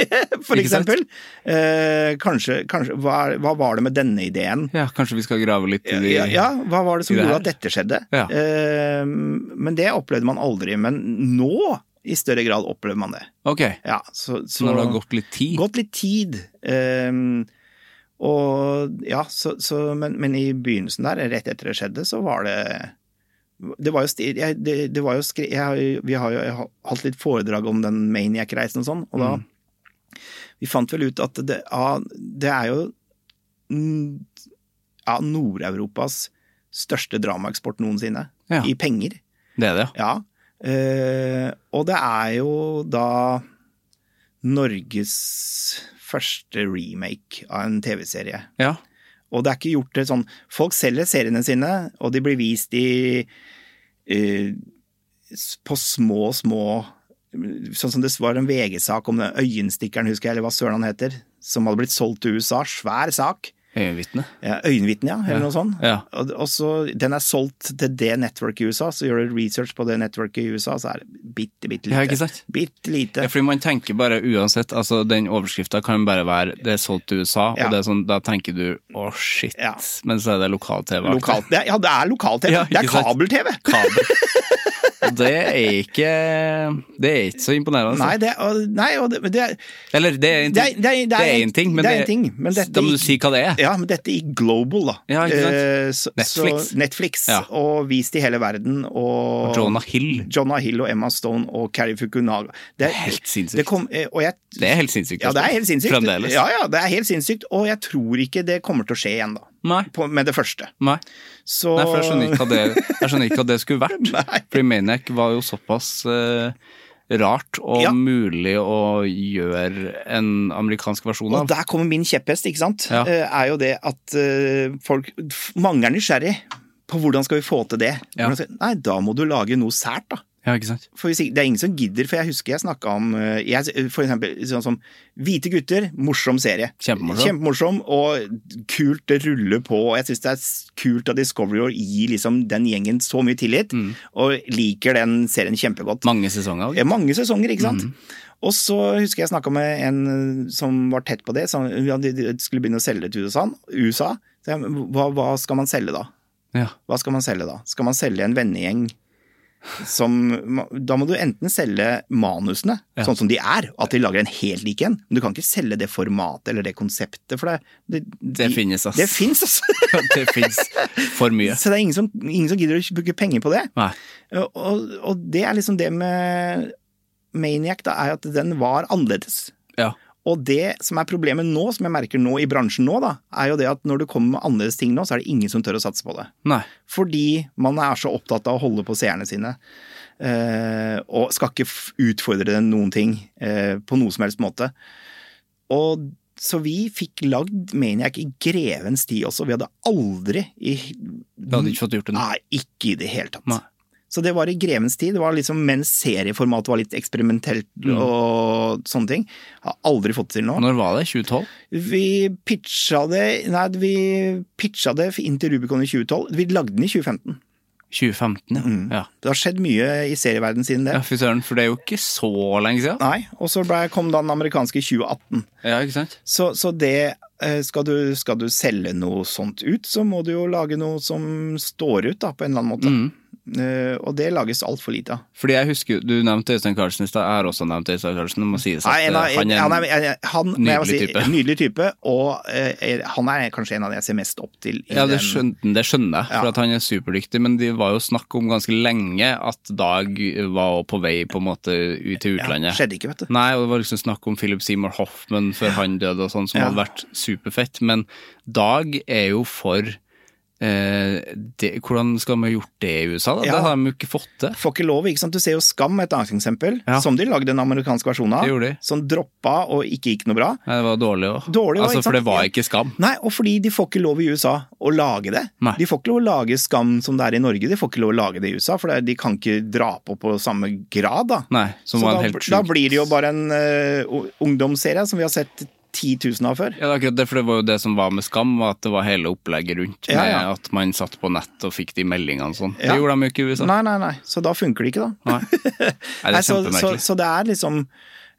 Speaker 2: for
Speaker 1: Ikke sant?
Speaker 2: eksempel. Eh, kanskje, kanskje hva, er- hva var det med denne ideen?
Speaker 1: ja, kanskje vi skal grave litt i de
Speaker 2: ja, ja, hva var det
Speaker 1: i
Speaker 2: som
Speaker 1: det
Speaker 2: gjorde
Speaker 1: her?
Speaker 2: at dette skjedde?
Speaker 1: Ja.
Speaker 2: Eh, men det opplevde man aldri. Men nå, i større grad, opplever man det.
Speaker 1: Ok,
Speaker 2: Ja, så,
Speaker 1: så
Speaker 2: så,
Speaker 1: når det har gått litt tid
Speaker 2: gått litt tid. eh, og ja, så, så men, men i begynnelsen der, rett etter det skjedde, så var det det var jo, sti- jeg, det, det var jo skri, jeg, har jo- Vi har jo jeg har hatt litt foredrag om den Maniac-reisen og sånn, og da
Speaker 1: Mm.
Speaker 2: Vi fant vel ut at det, ja, det er jo mm, ja, Nord-Europas største dramaeksport noensinne,
Speaker 1: Ja.
Speaker 2: i penger.
Speaker 1: Det er det, ja.
Speaker 2: Ja. Eh, og det er jo da Norges første remake av en TV-serie.
Speaker 1: ja.
Speaker 2: Og det er ikke gjort det sånn Folk selger seriene sine, og de blir vist i eh, s- På små, små Sånn som det var en VG-sak om den øyenstikkeren, husker jeg, eller hva søren han heter, som hadde blitt solgt til USA. Svær sak.
Speaker 1: Øyenvitne.
Speaker 2: Ja, Øyenvitne, ja, eller noe sånt.
Speaker 1: Ja.
Speaker 2: Og, og så, den er solgt til det nettverket i USA, så gjør du research på det nettverket i USA, så er det bitte, bitte lite.
Speaker 1: Ja, ikke sant?
Speaker 2: Bitte
Speaker 1: Ja,
Speaker 2: lite.
Speaker 1: fordi man tenker bare uansett, altså den overskrifta kan bare være 'det er solgt til USA',
Speaker 2: Ja.
Speaker 1: og det er sånn, da tenker du 'å, shit',
Speaker 2: Ja.
Speaker 1: men så er det lokal-TV.
Speaker 2: Lokal, det er, ja, det er lokal-TV.
Speaker 1: Ja,
Speaker 2: det er
Speaker 1: ikke sant?
Speaker 2: kabel-TV!
Speaker 1: Og det er ikke Det er ikke så imponerende.
Speaker 2: Nei,
Speaker 1: Altså.
Speaker 2: det, og, nei, og det, men det er
Speaker 1: Eller det er en
Speaker 2: Det er-
Speaker 1: ting,
Speaker 2: det er- det er en-
Speaker 1: en ting men,
Speaker 2: det er
Speaker 1: det-
Speaker 2: en ting, men dette
Speaker 1: da må
Speaker 2: gikk-
Speaker 1: du si hva det er.
Speaker 2: Ja, men dette i global, da.
Speaker 1: Ja, ikke sant?
Speaker 2: Eh, så,
Speaker 1: Netflix.
Speaker 2: Så Netflix
Speaker 1: Ja.
Speaker 2: Og vist i hele verden. Og,
Speaker 1: Og Jonah Hill.
Speaker 2: Jonah Hill og Emma Stone og Carrie Fukunaga. Det er
Speaker 1: Helt sinnssykt.
Speaker 2: Det kom, eh, og jeg,
Speaker 1: Det er helt sinnssykt, altså.
Speaker 2: Ja, det er helt sinnssykt.
Speaker 1: fremdeles.
Speaker 2: Ja, ja, det er helt sinnssykt. Og jeg tror ikke det kommer til å skje igjen, da.
Speaker 1: Nei.
Speaker 2: På, med det første.
Speaker 1: Nei.
Speaker 2: Så
Speaker 1: Nei, for jeg skjønner ikke hva det, jeg skjønner ikke hva det skulle vært. Fordi Maniac var jo såpass eh, rart og
Speaker 2: Ja.
Speaker 1: mulig å gjøre en amerikansk versjon
Speaker 2: Og
Speaker 1: av.
Speaker 2: der kommer min kjepphest, ikke sant?
Speaker 1: Ja.
Speaker 2: Eh, Er jo det at eh, folk f- Mange er nysgjerrig på hvordan skal vi få til det.
Speaker 1: Ja.
Speaker 2: Hvordan skal- Nei, da må du lage noe sært, da.
Speaker 1: Ja, ikke sant?
Speaker 2: For hvis ikke, det er ingen som gidder, for jeg husker jeg snakka om eh, jeg, For eksempel sånn som Hvite gutter, morsom serie.
Speaker 1: Kjempemorsom.
Speaker 2: Kjempemorsom, og kult det ruller på. Og jeg syns det er s- kult at Discovery å gi liksom den gjengen så mye tillit, og liker den serien kjempegodt.
Speaker 1: Mange sesonger av
Speaker 2: Ja,
Speaker 1: det.
Speaker 2: mange sesonger, ikke sant? Og så husker jeg snakka med en eh, som var tett på det. Som, ja, de de skulle begynne å selge det til USA. USA. Så jeg, men hva, hva skal man selge da?
Speaker 1: Ja.
Speaker 2: Hva skal man selge da? Skal man selge en vennegjeng som Da må du enten selge manusene, sånn som de er, at de lager en helt lik en. Men du kan ikke selge det formatet eller det konseptet, for det Det,
Speaker 1: Det
Speaker 2: de-
Speaker 1: finnes, ass.
Speaker 2: Det finnes, ass.
Speaker 1: det fins for mye.
Speaker 2: Så det er ingen som, ingen som gidder å bruke penger på det.
Speaker 1: Nei.
Speaker 2: Og, og det er liksom det med Maniac, da, er at den var annerledes.
Speaker 1: Ja.
Speaker 2: Og det som er problemet nå, som jeg merker nå i bransjen nå, da, er jo det at når du kommer med annerledes ting nå, så er det ingen som tør å satse på det.
Speaker 1: Nei.
Speaker 2: Fordi man er så opptatt av å holde på seerne sine. eh, og skal ikke f- utfordre den noen ting eh, på noe som helst måte. Og så vi fikk lagd Maniac i grevens tid også. Vi hadde aldri i
Speaker 1: Du hadde ikke fått gjort det nå.
Speaker 2: Nei, ikke i det hele tatt.
Speaker 1: Nei.
Speaker 2: Så det var i grevens tid. Det var liksom mens serieformatet var litt eksperimentelt og sånne ting. Har aldri fått det til nå.
Speaker 1: Når var det? 2012?
Speaker 2: Vi pitcha det Nei, vi pitcha det inn til Rubicon i 2012. Vi lagde den i 2015.
Speaker 1: 2015, ja. Ja,
Speaker 2: Det har skjedd mye i serieverdenen siden det.
Speaker 1: ja fy søren, for det er jo ikke så lenge siden.
Speaker 2: Nei, og så ble, kom da den amerikanske i 2018.
Speaker 1: Ja, ikke sant?
Speaker 2: Så, så det eh, skal du,
Speaker 1: Mm.
Speaker 2: skal du selge noe sånt ut, så må du jo lage noe som står ut, da, på en eller annen måte. Eh, og det lages altfor lite av.
Speaker 1: Fordi jeg husker, Du nevnte Øystein Carlsen i stad. Jeg har også nevnt Øystein Carlsen. Må sies at
Speaker 2: Nei, en av-
Speaker 1: eh, han er
Speaker 2: han er, jeg- han, må jeg bare
Speaker 1: nydelig
Speaker 2: si,
Speaker 1: type.
Speaker 2: nydelig type. Og eh, er- han er kanskje en av de jeg ser mest opp til. i
Speaker 1: Ja, det
Speaker 2: den-
Speaker 1: skjønte, det skjønner jeg, for
Speaker 2: Ja.
Speaker 1: at han er superdyktig. Men det var jo snakk om ganske lenge at Dag var på vei på en måte ut til
Speaker 2: Ja,
Speaker 1: utlandet.
Speaker 2: skjedde ikke, vet du.
Speaker 1: Nei, og det var liksom snakk om Philip Seymour Hoffman før han døde og sånn, som
Speaker 2: Ja.
Speaker 1: hadde vært superfett. Men Dag er jo for eh, det, Hvordan skal man ha gjort det i USA? da?
Speaker 2: Ja.
Speaker 1: Det har de jo ikke fått til.
Speaker 2: Får ikke lov, ikke sant. Du ser jo Skam, et annet eksempel,
Speaker 1: Ja.
Speaker 2: som de lagde en amerikansk versjon av.
Speaker 1: Det gjorde de.
Speaker 2: Som droppa og ikke gikk noe bra.
Speaker 1: Nei, det var dårlig òg.
Speaker 2: Dårlig også,
Speaker 1: Altså,
Speaker 2: ikke
Speaker 1: for det
Speaker 2: sant?
Speaker 1: var ikke skam.
Speaker 2: Nei, og fordi de får ikke lov i USA å lage det.
Speaker 1: Nei.
Speaker 2: De får ikke lov å lage Skam som det er i Norge, de får ikke lov å lage det i USA, for det er- de kan ikke dra på på samme grad, da.
Speaker 1: Nei, som
Speaker 2: Så
Speaker 1: var en
Speaker 2: da,
Speaker 1: helt
Speaker 2: da
Speaker 1: sjuk-
Speaker 2: blir det jo bare en eh, o- ungdomsserie som vi har sett 10 000 av før.
Speaker 1: Ja, det er akkurat det, for det var jo det som var med Skam, var at det var hele opplegget rundt.
Speaker 2: Ja, ja.
Speaker 1: Med at man satt på nett og fikk de meldingene og sånn.
Speaker 2: Ja.
Speaker 1: Det gjorde de jo ikke i USA.
Speaker 2: Nei, nei, nei. Så da funker det ikke, da.
Speaker 1: Nei. Nei, det er
Speaker 2: Nei, så, så,
Speaker 1: kjempemerkelig.
Speaker 2: så det er liksom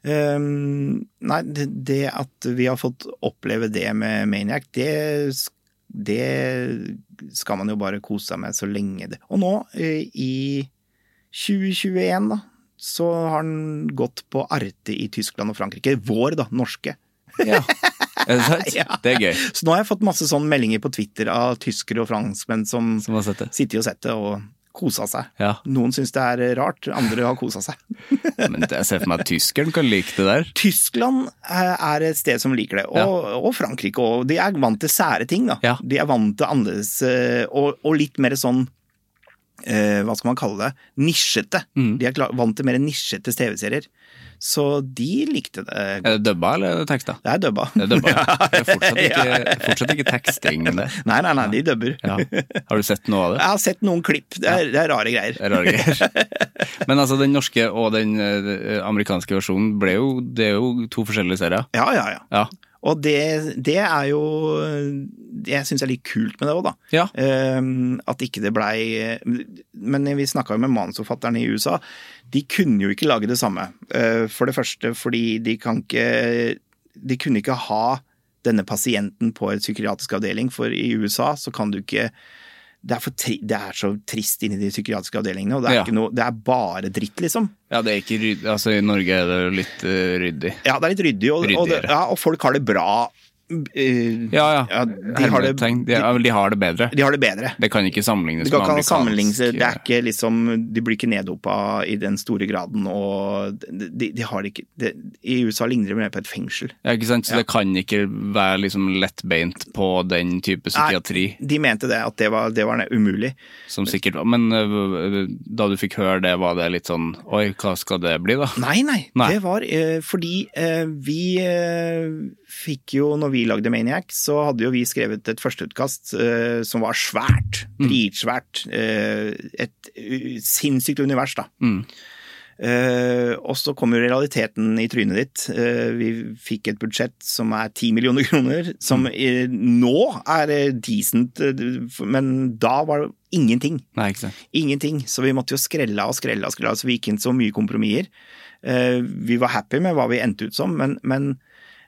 Speaker 2: øhm, Nei, det, det at vi har fått oppleve det med Maniac, det, sk- det skal man jo bare kose seg med så lenge det Og nå, eh, i 2021, da, så har den gått på Arte i Tyskland og Frankrike. Vår, da. Norske.
Speaker 1: Ja. Er det sant? Det er gøy.
Speaker 2: Så nå har jeg fått masse sånne meldinger på Twitter av tyskere og franskmenn som,
Speaker 1: Som har sett det.
Speaker 2: sitter og sett det og kosa seg.
Speaker 1: Ja.
Speaker 2: Noen syns det er rart, andre har kosa seg.
Speaker 1: Men jeg ser for meg at tyskeren kan like det der.
Speaker 2: Tyskland eh, er et sted som liker det, og, og Frankrike òg. De er vant til sære ting, da.
Speaker 1: Ja.
Speaker 2: De er vant til annerledes eh, og, og litt mer sånn eh, Hva skal man kalle det? Nisjete.
Speaker 1: Mm.
Speaker 2: De er klar, vant til mer nisjete TV-serier. Så de likte det. godt.
Speaker 1: Er det dubba eller er det teksta?
Speaker 2: Det er dubba.
Speaker 1: Det er dubba. ja. Det er fortsatt ikke, fortsatt ikke teksting det.
Speaker 2: Nei, nei, nei, de dubber.
Speaker 1: Ja. Har du sett noe av det?
Speaker 2: Jeg har sett noen klipp. Det er, det er rare greier.
Speaker 1: Det er rare greier. Men altså, den norske og den eh, amerikanske versjonen ble jo Det er jo to forskjellige serier.
Speaker 2: Ja, ja, ja.
Speaker 1: Ja.
Speaker 2: Og det, det er jo Det syns jeg er litt kult med det òg, da.
Speaker 1: Ja.
Speaker 2: Ehm, at ikke det blei Men vi snakka jo med manusforfatterne i USA. De kunne jo ikke lage det samme. Eh, For det første fordi de kan ikke De kunne ikke ha denne pasienten på en psykiatrisk avdeling, for i USA så kan du ikke det er, for tri det er så trist inni de psykiatriske avdelingene, og det er,
Speaker 1: Ja.
Speaker 2: ikke noe, det er bare dritt, liksom.
Speaker 1: Ja, det er ikke ryddig. Altså, I Norge er det jo litt eh, ryddig.
Speaker 2: Ja, det er litt ryddig, og, og, det,
Speaker 1: Ryddigere.
Speaker 2: ja, og folk har det bra. Eh,
Speaker 1: Ja, ja.
Speaker 2: Ja, de har det-
Speaker 1: Hermetegn. de, ja, vel, de har det bedre.
Speaker 2: De har det bedre.
Speaker 1: Det kan ikke sammenlignes
Speaker 2: Det kan ikke
Speaker 1: med
Speaker 2: sammenlignes,
Speaker 1: amerikansk eh,
Speaker 2: det er ikke liksom, De blir ikke neddopa i den store graden, og de, de har det ikke det, I USA ligner det mer på et fengsel.
Speaker 1: ja, ikke sant? Så det kan ikke være liksom lettbeint på den type psykiatri
Speaker 2: Nei, de mente det, at det var, det var umulig.
Speaker 1: som sikkert var Men øh, da du fikk høre det, var det litt sånn Oi, hva skal det bli, da?
Speaker 2: Nei, nei,
Speaker 1: Nei.
Speaker 2: det var eh, fordi eh, vi eh, fikk jo, når vi lagde Maniac, så hadde jo vi skrevet et førsteutkast eh, som var svært, dritsvært. Eh, et eh, sinnssykt univers, da. Eh, og så kom jo realiteten i trynet ditt. Eh, vi fikk et budsjett som er 10 millioner kroner, som eh, nå er eh, decent, eh, men da var det ingenting.
Speaker 1: Nei, ikke sant.
Speaker 2: Ingenting. Så vi måtte jo skrelle og skrelle og skrelle. Så vi gikk inn så mye kompromisser. Eh, Vi var happy med hva vi endte ut som, men, men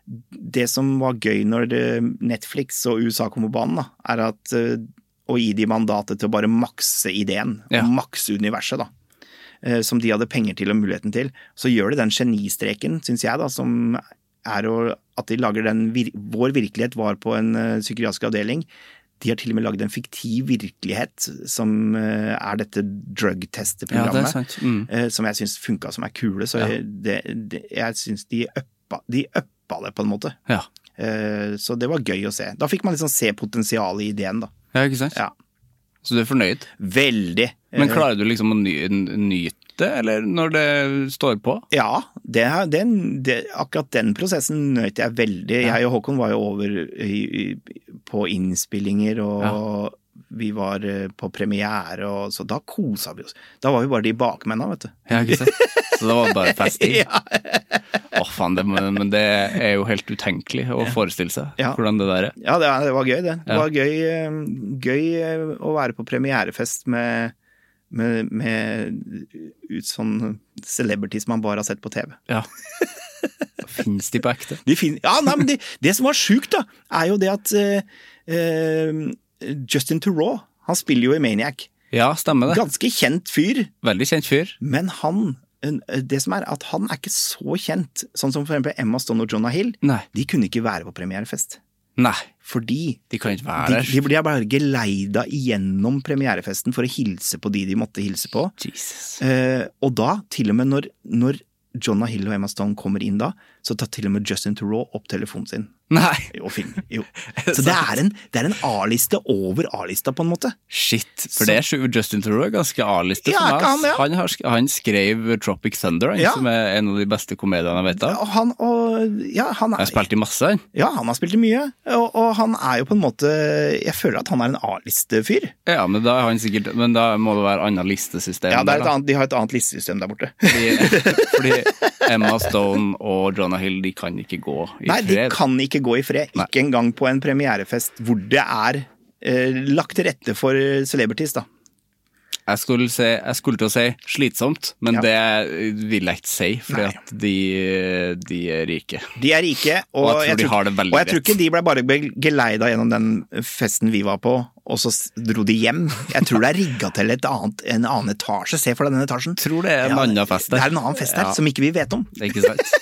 Speaker 2: det som var gøy når det- Netflix og USA kom på banen, da, er at eh, å gi de mandatet til å bare makse ideen,
Speaker 1: Ja.
Speaker 2: makse universet, da. eh, Som de hadde penger til og muligheten til. Så gjør de den genistreken, syns jeg, da, som er å, at de lager den vir Vår virkelighet var på en eh, psykiatrisk avdeling. De har til og med lagd en fiktiv virkelighet, som eh, er dette
Speaker 1: Ja, det er
Speaker 2: drug-testeprogrammet.
Speaker 1: sant. Mm.
Speaker 2: eh, Som jeg syns funka som er kule. Så jeg, det, det, jeg syns de uppa, de uppa det, på en måte.
Speaker 1: Ja.
Speaker 2: Eh, Så det var gøy å se. Da fikk man liksom se potensialet i ideen, da.
Speaker 1: ja, ikke sant?
Speaker 2: Ja.
Speaker 1: Så du er fornøyd?
Speaker 2: Veldig. Eh,
Speaker 1: Men klarer du liksom å ny nyte det, eller når det står på?
Speaker 2: Ja, det, er- den, det, akkurat den prosessen nøt jeg veldig. Jeg og Håkon var jo over i, i, på innspillinger, og vi var eh, på premiere, og så da kosa vi oss. Da var vi bare de bakmennene, vet du.
Speaker 1: Ja, ikke sant? Så det var bare festing? Å, faen, det, men men det er jo helt utenkelig å forestille seg
Speaker 2: Ja.
Speaker 1: hvordan det der er.
Speaker 2: Ja, det, det var gøy, det. Det
Speaker 1: Ja.
Speaker 2: var gøy, eh, gøy eh, å være på premierefest med, med, med ut sånn celebrities man bare har sett på TV.
Speaker 1: Ja. Fins de på ekte?
Speaker 2: De fin- ja, nei, men det, det som var sjukt, da, er jo det at eh, eh, Justin Theroux, han spiller jo i Maniac.
Speaker 1: Ja, stemmer det.
Speaker 2: Ganske kjent fyr,
Speaker 1: Veldig kjent fyr.
Speaker 2: men han eh, det som er at han er ikke så kjent, sånn som for eksempel Emma Stone og Jonah Hill.
Speaker 1: Nei.
Speaker 2: De kunne ikke være på premierefest,
Speaker 1: Nei,
Speaker 2: fordi
Speaker 1: de kan ikke være
Speaker 2: de,
Speaker 1: der.
Speaker 2: de ble bare geleida igjennom premierefesten for å hilse på de de måtte hilse på.
Speaker 1: Jesus.
Speaker 2: Eh, og da, til og med når, når Jonah Hill og Emma Stone kommer inn da, så tar til og med Justin Theroux opp telefonen sin
Speaker 1: Nei,
Speaker 2: og filmer. Jo. Så det er en, det er en A-liste over A-lista, på en måte.
Speaker 1: shit. For det er sju- Justin Theroux er ganske A-liste
Speaker 2: Ja,
Speaker 1: for meg.
Speaker 2: ikke han,
Speaker 1: ass.
Speaker 2: ja.
Speaker 1: Han, har, sk- han skrev Tropic Thunder, han,
Speaker 2: Ja.
Speaker 1: som er en av de beste komediene jeg vet av.
Speaker 2: Og han, og, ja, han
Speaker 1: Jeg
Speaker 2: er,
Speaker 1: har spilt i masse, han.
Speaker 2: ja, han har spilt i mye, og, og han er jo på en måte Jeg føler at han er en A-listefyr.
Speaker 1: Ja, men da, er han sikkert, men da må det være annet listesystem.
Speaker 2: Ja, det
Speaker 1: der,
Speaker 2: er et
Speaker 1: da.
Speaker 2: annet, de har et annet listesystem der borte.
Speaker 1: Fordi, fordi Emma Stone og Jonah Hill de kan ikke gå i
Speaker 2: Nei, de
Speaker 1: fred.
Speaker 2: kan ikke gå i fred. Ikke engang på en premierefest hvor det er eh, lagt til rette for eh, celebrities, da.
Speaker 1: Jeg skulle, si, jeg skulle til å si slitsomt, men
Speaker 2: Ja.
Speaker 1: det vil jeg ikke si, fordi
Speaker 2: Nei.
Speaker 1: at de, de er rike.
Speaker 2: De er rike, og,
Speaker 1: Og jeg tror de har det veldig
Speaker 2: og jeg tror
Speaker 1: rett.
Speaker 2: ikke de ble bare be- geleida gjennom den festen vi var på, og så s- dro de hjem. Jeg tror det er rigga til et annet, en annen etasje. Se for deg den etasjen.
Speaker 1: Tror det er en annen fest der.
Speaker 2: Det er en annen fest der,
Speaker 1: Ja.
Speaker 2: som ikke vi vet om.
Speaker 1: Ikke sant?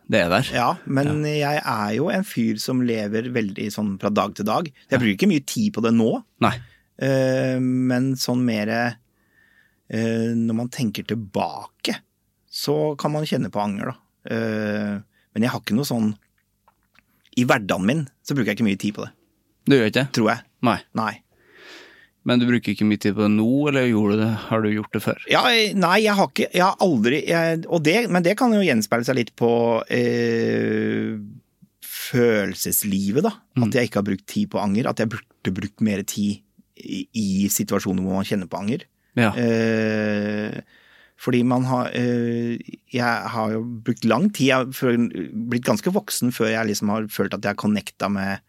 Speaker 1: Det er der.
Speaker 2: Ja, men jeg er jo en fyr som lever veldig sånn fra dag til dag. Jeg bruker ikke mye tid på det nå,
Speaker 1: Nei.
Speaker 2: Eh, men sånn mer eh, Når man tenker tilbake, så kan man kjenne på anger, da. Eh, men jeg har ikke noe sånn I hverdagen min så bruker jeg ikke mye tid på det,
Speaker 1: Du gjør ikke det?
Speaker 2: tror jeg.
Speaker 1: Nei.
Speaker 2: Nei.
Speaker 1: Men du bruker ikke mye tid på det nå, eller gjorde du det? har du gjort det før?
Speaker 2: Ja, eh, nei, jeg har ikke Jeg har aldri jeg, og det, Men det kan jo gjenspeile seg litt på eh, følelseslivet, da. At jeg ikke har brukt tid på anger. At jeg burde brukt mer tid i, i situasjoner hvor man kjenner på anger.
Speaker 1: Ja.
Speaker 2: Eh, fordi man har eh, Jeg har jo brukt lang tid, jeg har føl- blitt ganske voksen før jeg liksom har følt at jeg har connecta med,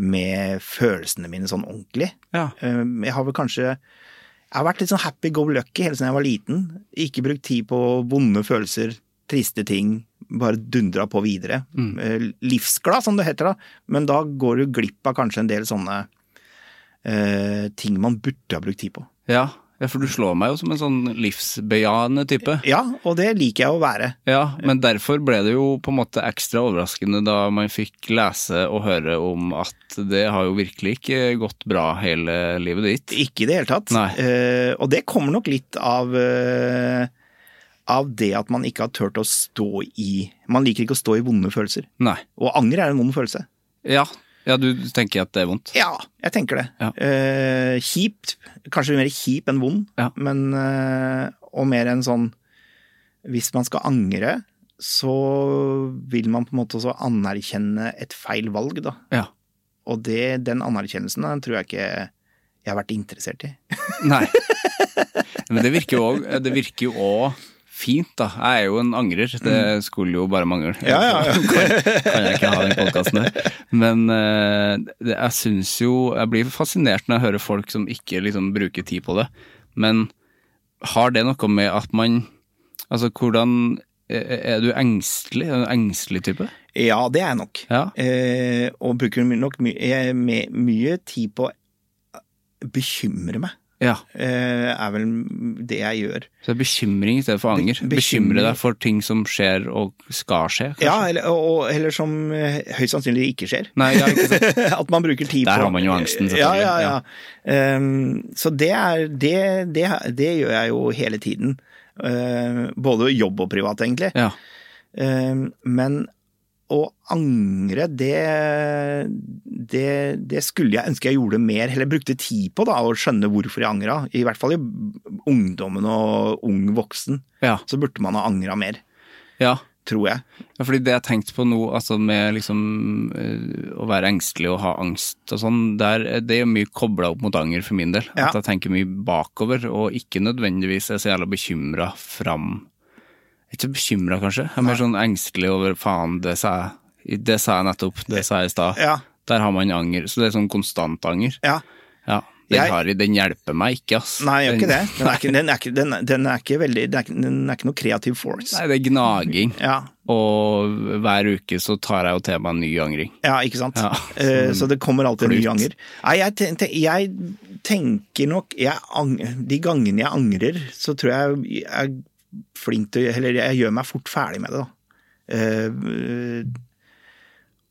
Speaker 2: med følelsene mine sånn ordentlig.
Speaker 1: Ja.
Speaker 2: Eh, jeg har vel kanskje jeg har vært litt sånn happy go lucky helt siden jeg var liten. Ikke brukt tid på vonde følelser, triste ting. Bare dundra på videre. Eh, livsglad, som det heter da. Men da går du glipp av kanskje en del sånne eh, ting man burde ha brukt tid på.
Speaker 1: Ja. ja, for du slår meg jo som en sånn livsbejaende type.
Speaker 2: Ja, og det liker jeg å være.
Speaker 1: Ja, men derfor ble det jo på en måte ekstra overraskende da man fikk lese og høre om at det har jo virkelig ikke gått bra hele livet ditt.
Speaker 2: Ikke i det hele tatt.
Speaker 1: Nei.
Speaker 2: Eh, og det kommer nok litt av eh, av det at man ikke har turt å stå i Man liker ikke å stå i vonde følelser.
Speaker 1: Nei.
Speaker 2: Og anger er en vond følelse.
Speaker 1: Ja, ja du tenker at det er vondt.
Speaker 2: Ja, jeg tenker det.
Speaker 1: Ja.
Speaker 2: Eh, kjipt. Kanskje mer kjip enn vond,
Speaker 1: Ja.
Speaker 2: men eh, Og mer enn sånn Hvis man skal angre, så vil man på en måte også anerkjenne et feil valg, da.
Speaker 1: Ja.
Speaker 2: Og det, den anerkjennelsen den tror jeg ikke jeg har vært interessert i.
Speaker 1: Nei. Men det virker jo òg Det virker jo òg fint, da. Jeg er jo en angrer. Det skulle jo bare mangle.
Speaker 2: Mm. Ja, ja, ja.
Speaker 1: kan, kan jeg ikke ha den podkasten her. Men eh, det, jeg syns jo Jeg blir fascinert når jeg hører folk som ikke liksom bruker tid på det. Men har det noe med at man Altså, hvordan Er er du engstelig? Er du en engstelig type?
Speaker 2: Ja, det er jeg nok.
Speaker 1: Ja.
Speaker 2: Eh, og bruker my- nok my eh, me- mye tid på å bekymre meg.
Speaker 1: Ja.
Speaker 2: Eh, er vel det jeg gjør.
Speaker 1: Så det er bekymring i stedet for anger. Bekymre
Speaker 2: Be- bekymring.
Speaker 1: deg for ting som skjer og skal skje. kanskje?
Speaker 2: Ja, eller, og, og- eller som eh, høyst sannsynlig ikke skjer.
Speaker 1: Nei, ja, ikke sant?
Speaker 2: At man bruker tid
Speaker 1: Der
Speaker 2: på
Speaker 1: har man jo angsten, selvfølgelig.
Speaker 2: Ja, ja, ja. Ehm, så det, er, det, det, det gjør jeg jo hele tiden. Eh, både jobb og privat, egentlig.
Speaker 1: Ja.
Speaker 2: Ehm, men å angre, det, det Det skulle jeg ønske jeg gjorde mer, eller brukte tid på, da, å skjønne hvorfor jeg angra. I hvert fall i ungdommen og ung voksen.
Speaker 1: Ja.
Speaker 2: Så burde man ha angra mer,
Speaker 1: ja.
Speaker 2: tror jeg.
Speaker 1: Ja, fordi det jeg tenkte på nå, altså med liksom eh, å være engstelig og ha angst og sånn, der, det er jo mye kobla opp mot anger for min del.
Speaker 2: Ja.
Speaker 1: At jeg tenker mye bakover, og ikke nødvendigvis er så jævla bekymra fram. Jeg er Ikke bekymra, kanskje. Jeg er mer sånn engstelig over faen, det sa jeg, det sa jeg nettopp, det sa jeg i stad.
Speaker 2: Ja.
Speaker 1: Der har man anger. Så det er sånn konstant anger.
Speaker 2: Ja.
Speaker 1: Ja. Den,
Speaker 2: Jeg-
Speaker 1: har, den hjelper meg ikke, ass.
Speaker 2: Nei, jeg gjør ikke det.
Speaker 1: Den-
Speaker 2: Den er ikke, den er ikke, den er, den er ikke veldig den er ikke, den er ikke noe kreativ force.
Speaker 1: Nei, det er gnaging.
Speaker 2: Ja,
Speaker 1: Og hver uke så tar jeg jo til meg en ny angring.
Speaker 2: ja, ikke sant?
Speaker 1: Ja,
Speaker 2: Eh, så det kommer alltid nye
Speaker 1: klut.
Speaker 2: anger. Nei, jeg, ten- ten- jeg tenker nok jeg, ang- De gangene jeg angrer, så tror jeg jeg er flink til å gjøre- Eller jeg gjør meg fort ferdig med det, da. Eh,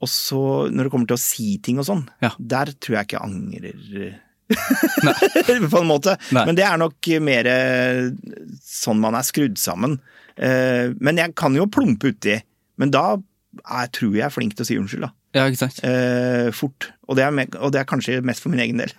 Speaker 2: og så, når det kommer til å si ting og sånn,
Speaker 1: Ja.
Speaker 2: der tror jeg ikke jeg angrer på en måte.
Speaker 1: Nei.
Speaker 2: Men det er nok mer eh, sånn man er skrudd sammen. Eh, Men jeg kan jo plumpe uti. Men da er, tror jeg er flink til å si unnskyld, da.
Speaker 1: Ja, ikke sant?
Speaker 2: Eh, Fort. Og det, er, me- og det er kanskje mest for min egen del.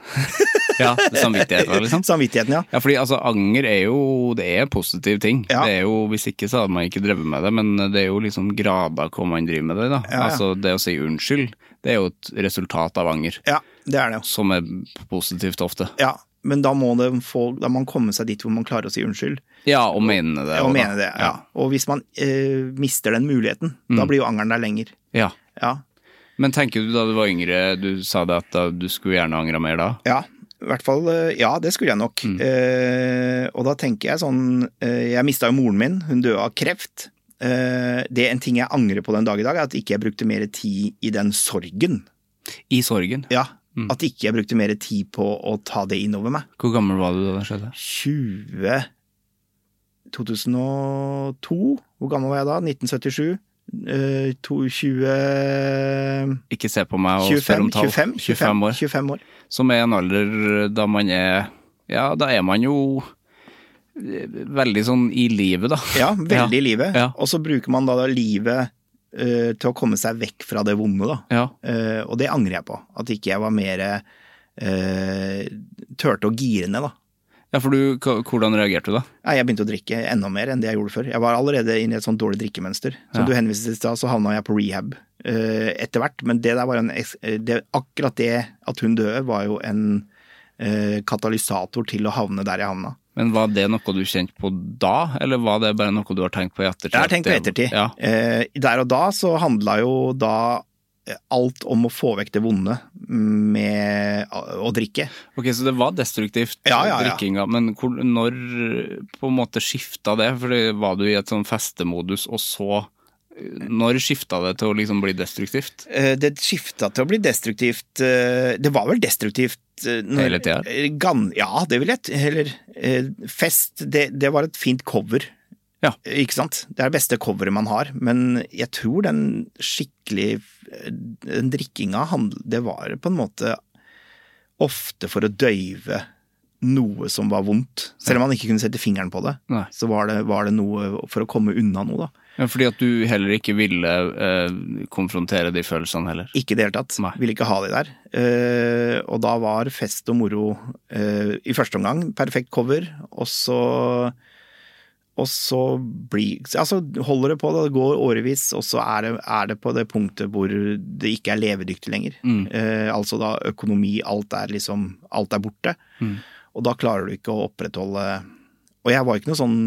Speaker 1: Ja, samvittighet, liksom.
Speaker 2: Samvittigheten, ja.
Speaker 1: Ja, fordi altså, anger er jo det er en positiv ting.
Speaker 2: Ja.
Speaker 1: Det er jo, Hvis ikke så hadde man ikke drevet med det, men det er jo liksom grader hvor man driver med det. da.
Speaker 2: ja.
Speaker 1: Altså, Det å si unnskyld, det er jo et resultat av anger,
Speaker 2: Ja, det er det jo.
Speaker 1: som er positivt ofte.
Speaker 2: Ja, men da må det få, da må man komme seg dit hvor man klarer å si unnskyld.
Speaker 1: Ja, og mene det.
Speaker 2: Og
Speaker 1: også, da.
Speaker 2: mene det. Ja. Og hvis man eh, mister den muligheten,
Speaker 1: Mm.
Speaker 2: da blir jo angeren der lenger.
Speaker 1: Ja.
Speaker 2: Ja.
Speaker 1: Men tenker du da du var yngre, du sa det at da, du skulle gjerne angra mer da?
Speaker 2: Ja, i hvert fall, eh, ja, det skulle jeg nok.
Speaker 1: Mm.
Speaker 2: Eh, og da tenker jeg sånn eh, Jeg mista jo moren min, hun døde av kreft. Eh, det er En ting jeg angrer på den dag i dag, er at ikke jeg brukte mer tid i den sorgen.
Speaker 1: I sorgen.
Speaker 2: Ja,
Speaker 1: Mm.
Speaker 2: At ikke jeg brukte mer tid på å ta det innover meg.
Speaker 1: Hvor gammel var du da det skjedde?
Speaker 2: 20 2002 Hvor gammel var jeg da? 1977? Eh, to, 20
Speaker 1: Ikke se på meg og spør
Speaker 2: 25,
Speaker 1: om tall.
Speaker 2: 25,
Speaker 1: 25 år.
Speaker 2: 25 år.
Speaker 1: som er en alder eh, da man er Ja, da er man jo veldig sånn i livet, da.
Speaker 2: Ja, veldig i livet.
Speaker 1: Ja.
Speaker 2: Og så bruker man da, da livet eh, til å komme seg vekk fra det vonde, da.
Speaker 1: Ja.
Speaker 2: Eh, og det angrer jeg på. At ikke jeg var mer uh, turte å gire ned, da.
Speaker 1: ja, for du, k- hvordan reagerte du da?
Speaker 2: Nei, jeg begynte å drikke enda mer enn det jeg gjorde før. Jeg var allerede inne i et sånt dårlig drikkemønster. Som
Speaker 1: Ja.
Speaker 2: du henviste til i stad, så havna jeg på rehab eh, etter hvert. Men det der var en, eks- eh, det, akkurat det at hun døde, var jo en eh, katalysator til å havne der jeg havna.
Speaker 1: Men var det noe du kjente på da, eller var det bare noe du har tenkt på i ettertid?
Speaker 2: Jeg har tenkt på
Speaker 1: Det-
Speaker 2: ettertid.
Speaker 1: Ja.
Speaker 2: Eh, der og da så handla jo da alt om å få vekk det vonde mm, med å å drikke.
Speaker 1: Ok, så det var destruktivt,
Speaker 2: Ja, ja, ja.
Speaker 1: drikkinga, men hvor, når på en måte skifta det? Fordi var du i et sånn festemodus, og så eh, Når skifta det til å liksom bli destruktivt?
Speaker 2: Eh, det skifta til å bli destruktivt eh, Det var vel destruktivt eh, når,
Speaker 1: Hele tida?
Speaker 2: eh, gan- ja, det vil jeg t- Eller eh, fest, det, det var et fint cover.
Speaker 1: Ja.
Speaker 2: Eh, Ikke sant? Det er det beste coveret man har, men jeg tror den skikkelig eh, den drikkinga, handl- det var på en måte ofte for å døyve noe som var vondt. Selv om man ikke kunne sette fingeren på det,
Speaker 1: Nei.
Speaker 2: så var det, var det noe for å komme unna noe, da.
Speaker 1: Ja, fordi at du heller ikke ville eh, konfrontere de følelsene heller?
Speaker 2: Ikke i det hele tatt.
Speaker 1: Nei.
Speaker 2: Ville ikke ha de der. Eh, og da var fest og moro eh, i første omgang perfekt cover, og så og så blir Altså, holder det på, da. Det går årevis, og så er det, er det på det punktet hvor det ikke er levedyktig lenger. Eh, altså da økonomi, alt er liksom Alt er borte. Og da klarer du ikke å opprettholde Og jeg var ikke noe sånn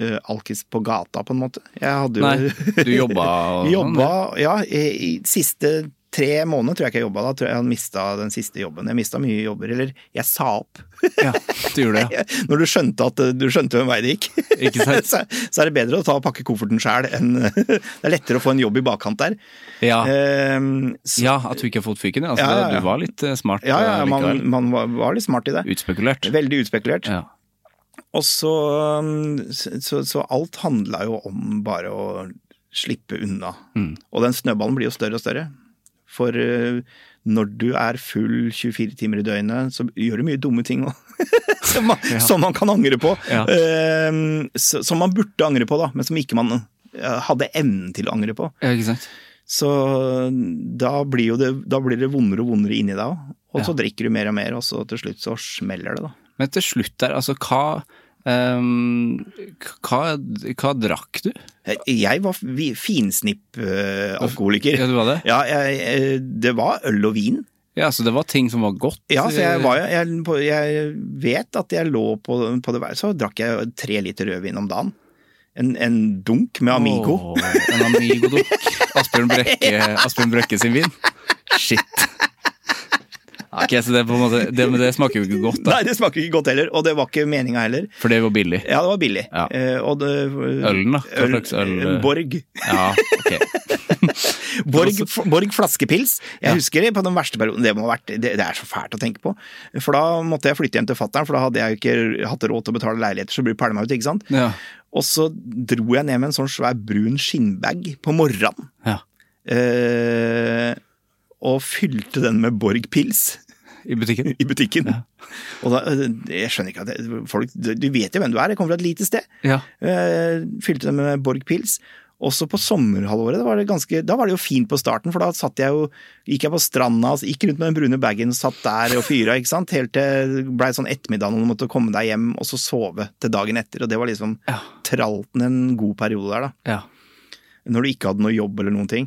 Speaker 2: eh, alkis på gata, på en måte. Jeg hadde jo
Speaker 1: Nei, du jobba og sånn,
Speaker 2: Jobba, ja. I, i siste tre måneder tror jeg ikke jeg jobba da. Tror jeg han mista den siste jobben. Jeg mista mye jobber. Eller jeg sa opp.
Speaker 1: sånn, Ja, du gjorde det. ja.
Speaker 2: Når du skjønte at eh, du skjønte hvem vei det gikk.
Speaker 1: Ikke sant?
Speaker 2: så, så er det bedre å ta og pakke kofferten sjæl enn Det er lettere å få en jobb i bakkant der.
Speaker 1: Ja.
Speaker 2: Ehm, så,
Speaker 1: ja, at du ikke har fått fyken. ja. Altså,
Speaker 2: Ja, ja, ja.
Speaker 1: Du var litt eh, smart.
Speaker 2: ja, ja,
Speaker 1: eh,
Speaker 2: man,
Speaker 1: likevel.
Speaker 2: man var, var litt smart i det.
Speaker 1: Utspekulert.
Speaker 2: Veldig utspekulert.
Speaker 1: Ja.
Speaker 2: Og så, um, så, så alt handla jo om bare å slippe unna. Og den snøballen blir jo større og større. For uh, når du er full 24 timer i døgnet, så gjør du mye dumme ting òg. som, man- som man kan angre på.
Speaker 1: Ja.
Speaker 2: Um, så, som man burde angre på, da, men som ikke man uh, hadde evnen til å angre på.
Speaker 1: ja, ikke sant.
Speaker 2: Så da blir, jo det, da blir det vondere og vondere inni deg òg. Og så drikker du mer og mer, og så til slutt så smeller det, da.
Speaker 1: Men til slutt der, altså hva ehm, hva, hva drakk du?
Speaker 2: Jeg var vi- finsnipp-alkoholiker.
Speaker 1: Ja, du var det?
Speaker 2: Ja, jeg, eh, det var øl og vin.
Speaker 1: Ja, så det var ting som var godt?
Speaker 2: Ja, så jeg,
Speaker 1: eh,
Speaker 2: var, jeg, på- jeg vet at jeg lå på, på det verre, så drakk jeg tre liter rødvin om dagen. En, en dunk med Amigo.
Speaker 1: Åh, en Amigo-dukk. Asbjørn Brekke, Asbjørn Brekke sin vin. Shit. Ok, så det, er på en måte, det, men det smaker jo ikke godt, da.
Speaker 2: Nei, det smaker ikke godt heller, og det var ikke meninga heller.
Speaker 1: For det var billig.
Speaker 2: Ja, det var billig.
Speaker 1: Ja.
Speaker 2: Eh, Og det,
Speaker 1: Ølen, da? Hva slags øl?
Speaker 2: Borg.
Speaker 1: Ja, ok.
Speaker 2: Borg, Borg flaskepils. Jeg husker det på den verste perioden. Det, må ha vært, det, det er så fælt å tenke på. For da måtte jeg flytte hjem til fatter'n, for da hadde jeg jo ikke hatt råd til å betale leiligheter, så det blir pælma ut, ikke sant.
Speaker 1: Ja.
Speaker 2: Og så dro jeg ned med en sånn svær brun skinnbag på morgenen.
Speaker 1: Ja.
Speaker 2: Eh, og fylte den med Borg-pils
Speaker 1: I butikken?
Speaker 2: i butikken. Og da, eh, jeg skjønner ikke at det, folk, Du vet jo hvem du er, jeg kommer fra et lite sted.
Speaker 1: Ja.
Speaker 2: Eh, fylte dem med Borg Pils. Også på sommerhalvåret, da var, det ganske, da var det jo fint på starten, for da satt jeg jo, gikk jeg på stranda, altså, gikk rundt med den brune bagen, satt der og fyra, ikke sant, helt til det blei sånn ettermiddag når du måtte komme deg hjem og så sove til dagen etter, og det var liksom
Speaker 1: Ja.
Speaker 2: tralten en god periode der, da
Speaker 1: ja.
Speaker 2: når du ikke hadde noe jobb eller noen ting.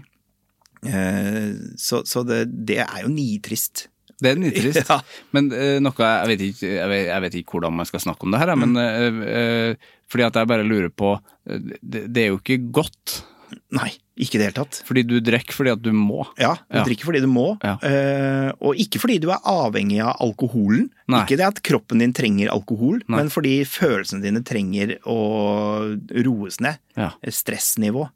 Speaker 2: Eh, Så, så det, det er jo nitrist.
Speaker 1: Det er nitrist.
Speaker 2: Ja.
Speaker 1: Men eh, noe jeg vet, ikke, jeg, vet, jeg vet ikke hvordan man skal snakke om det her, jeg, men
Speaker 2: Mm.
Speaker 1: eh, eh, fordi at jeg bare lurer på eh, det, det er jo ikke godt,
Speaker 2: Nei, ikke i det hele tatt.
Speaker 1: fordi du drikker fordi at du må.
Speaker 2: Ja, du
Speaker 1: Ja.
Speaker 2: drikker fordi du må,
Speaker 1: Ja.
Speaker 2: eh, og ikke fordi du er avhengig av alkoholen.
Speaker 1: Nei.
Speaker 2: Ikke det at kroppen din trenger alkohol,
Speaker 1: Nei.
Speaker 2: men fordi følelsene dine trenger å roes ned.
Speaker 1: Ja.
Speaker 2: Stressnivå.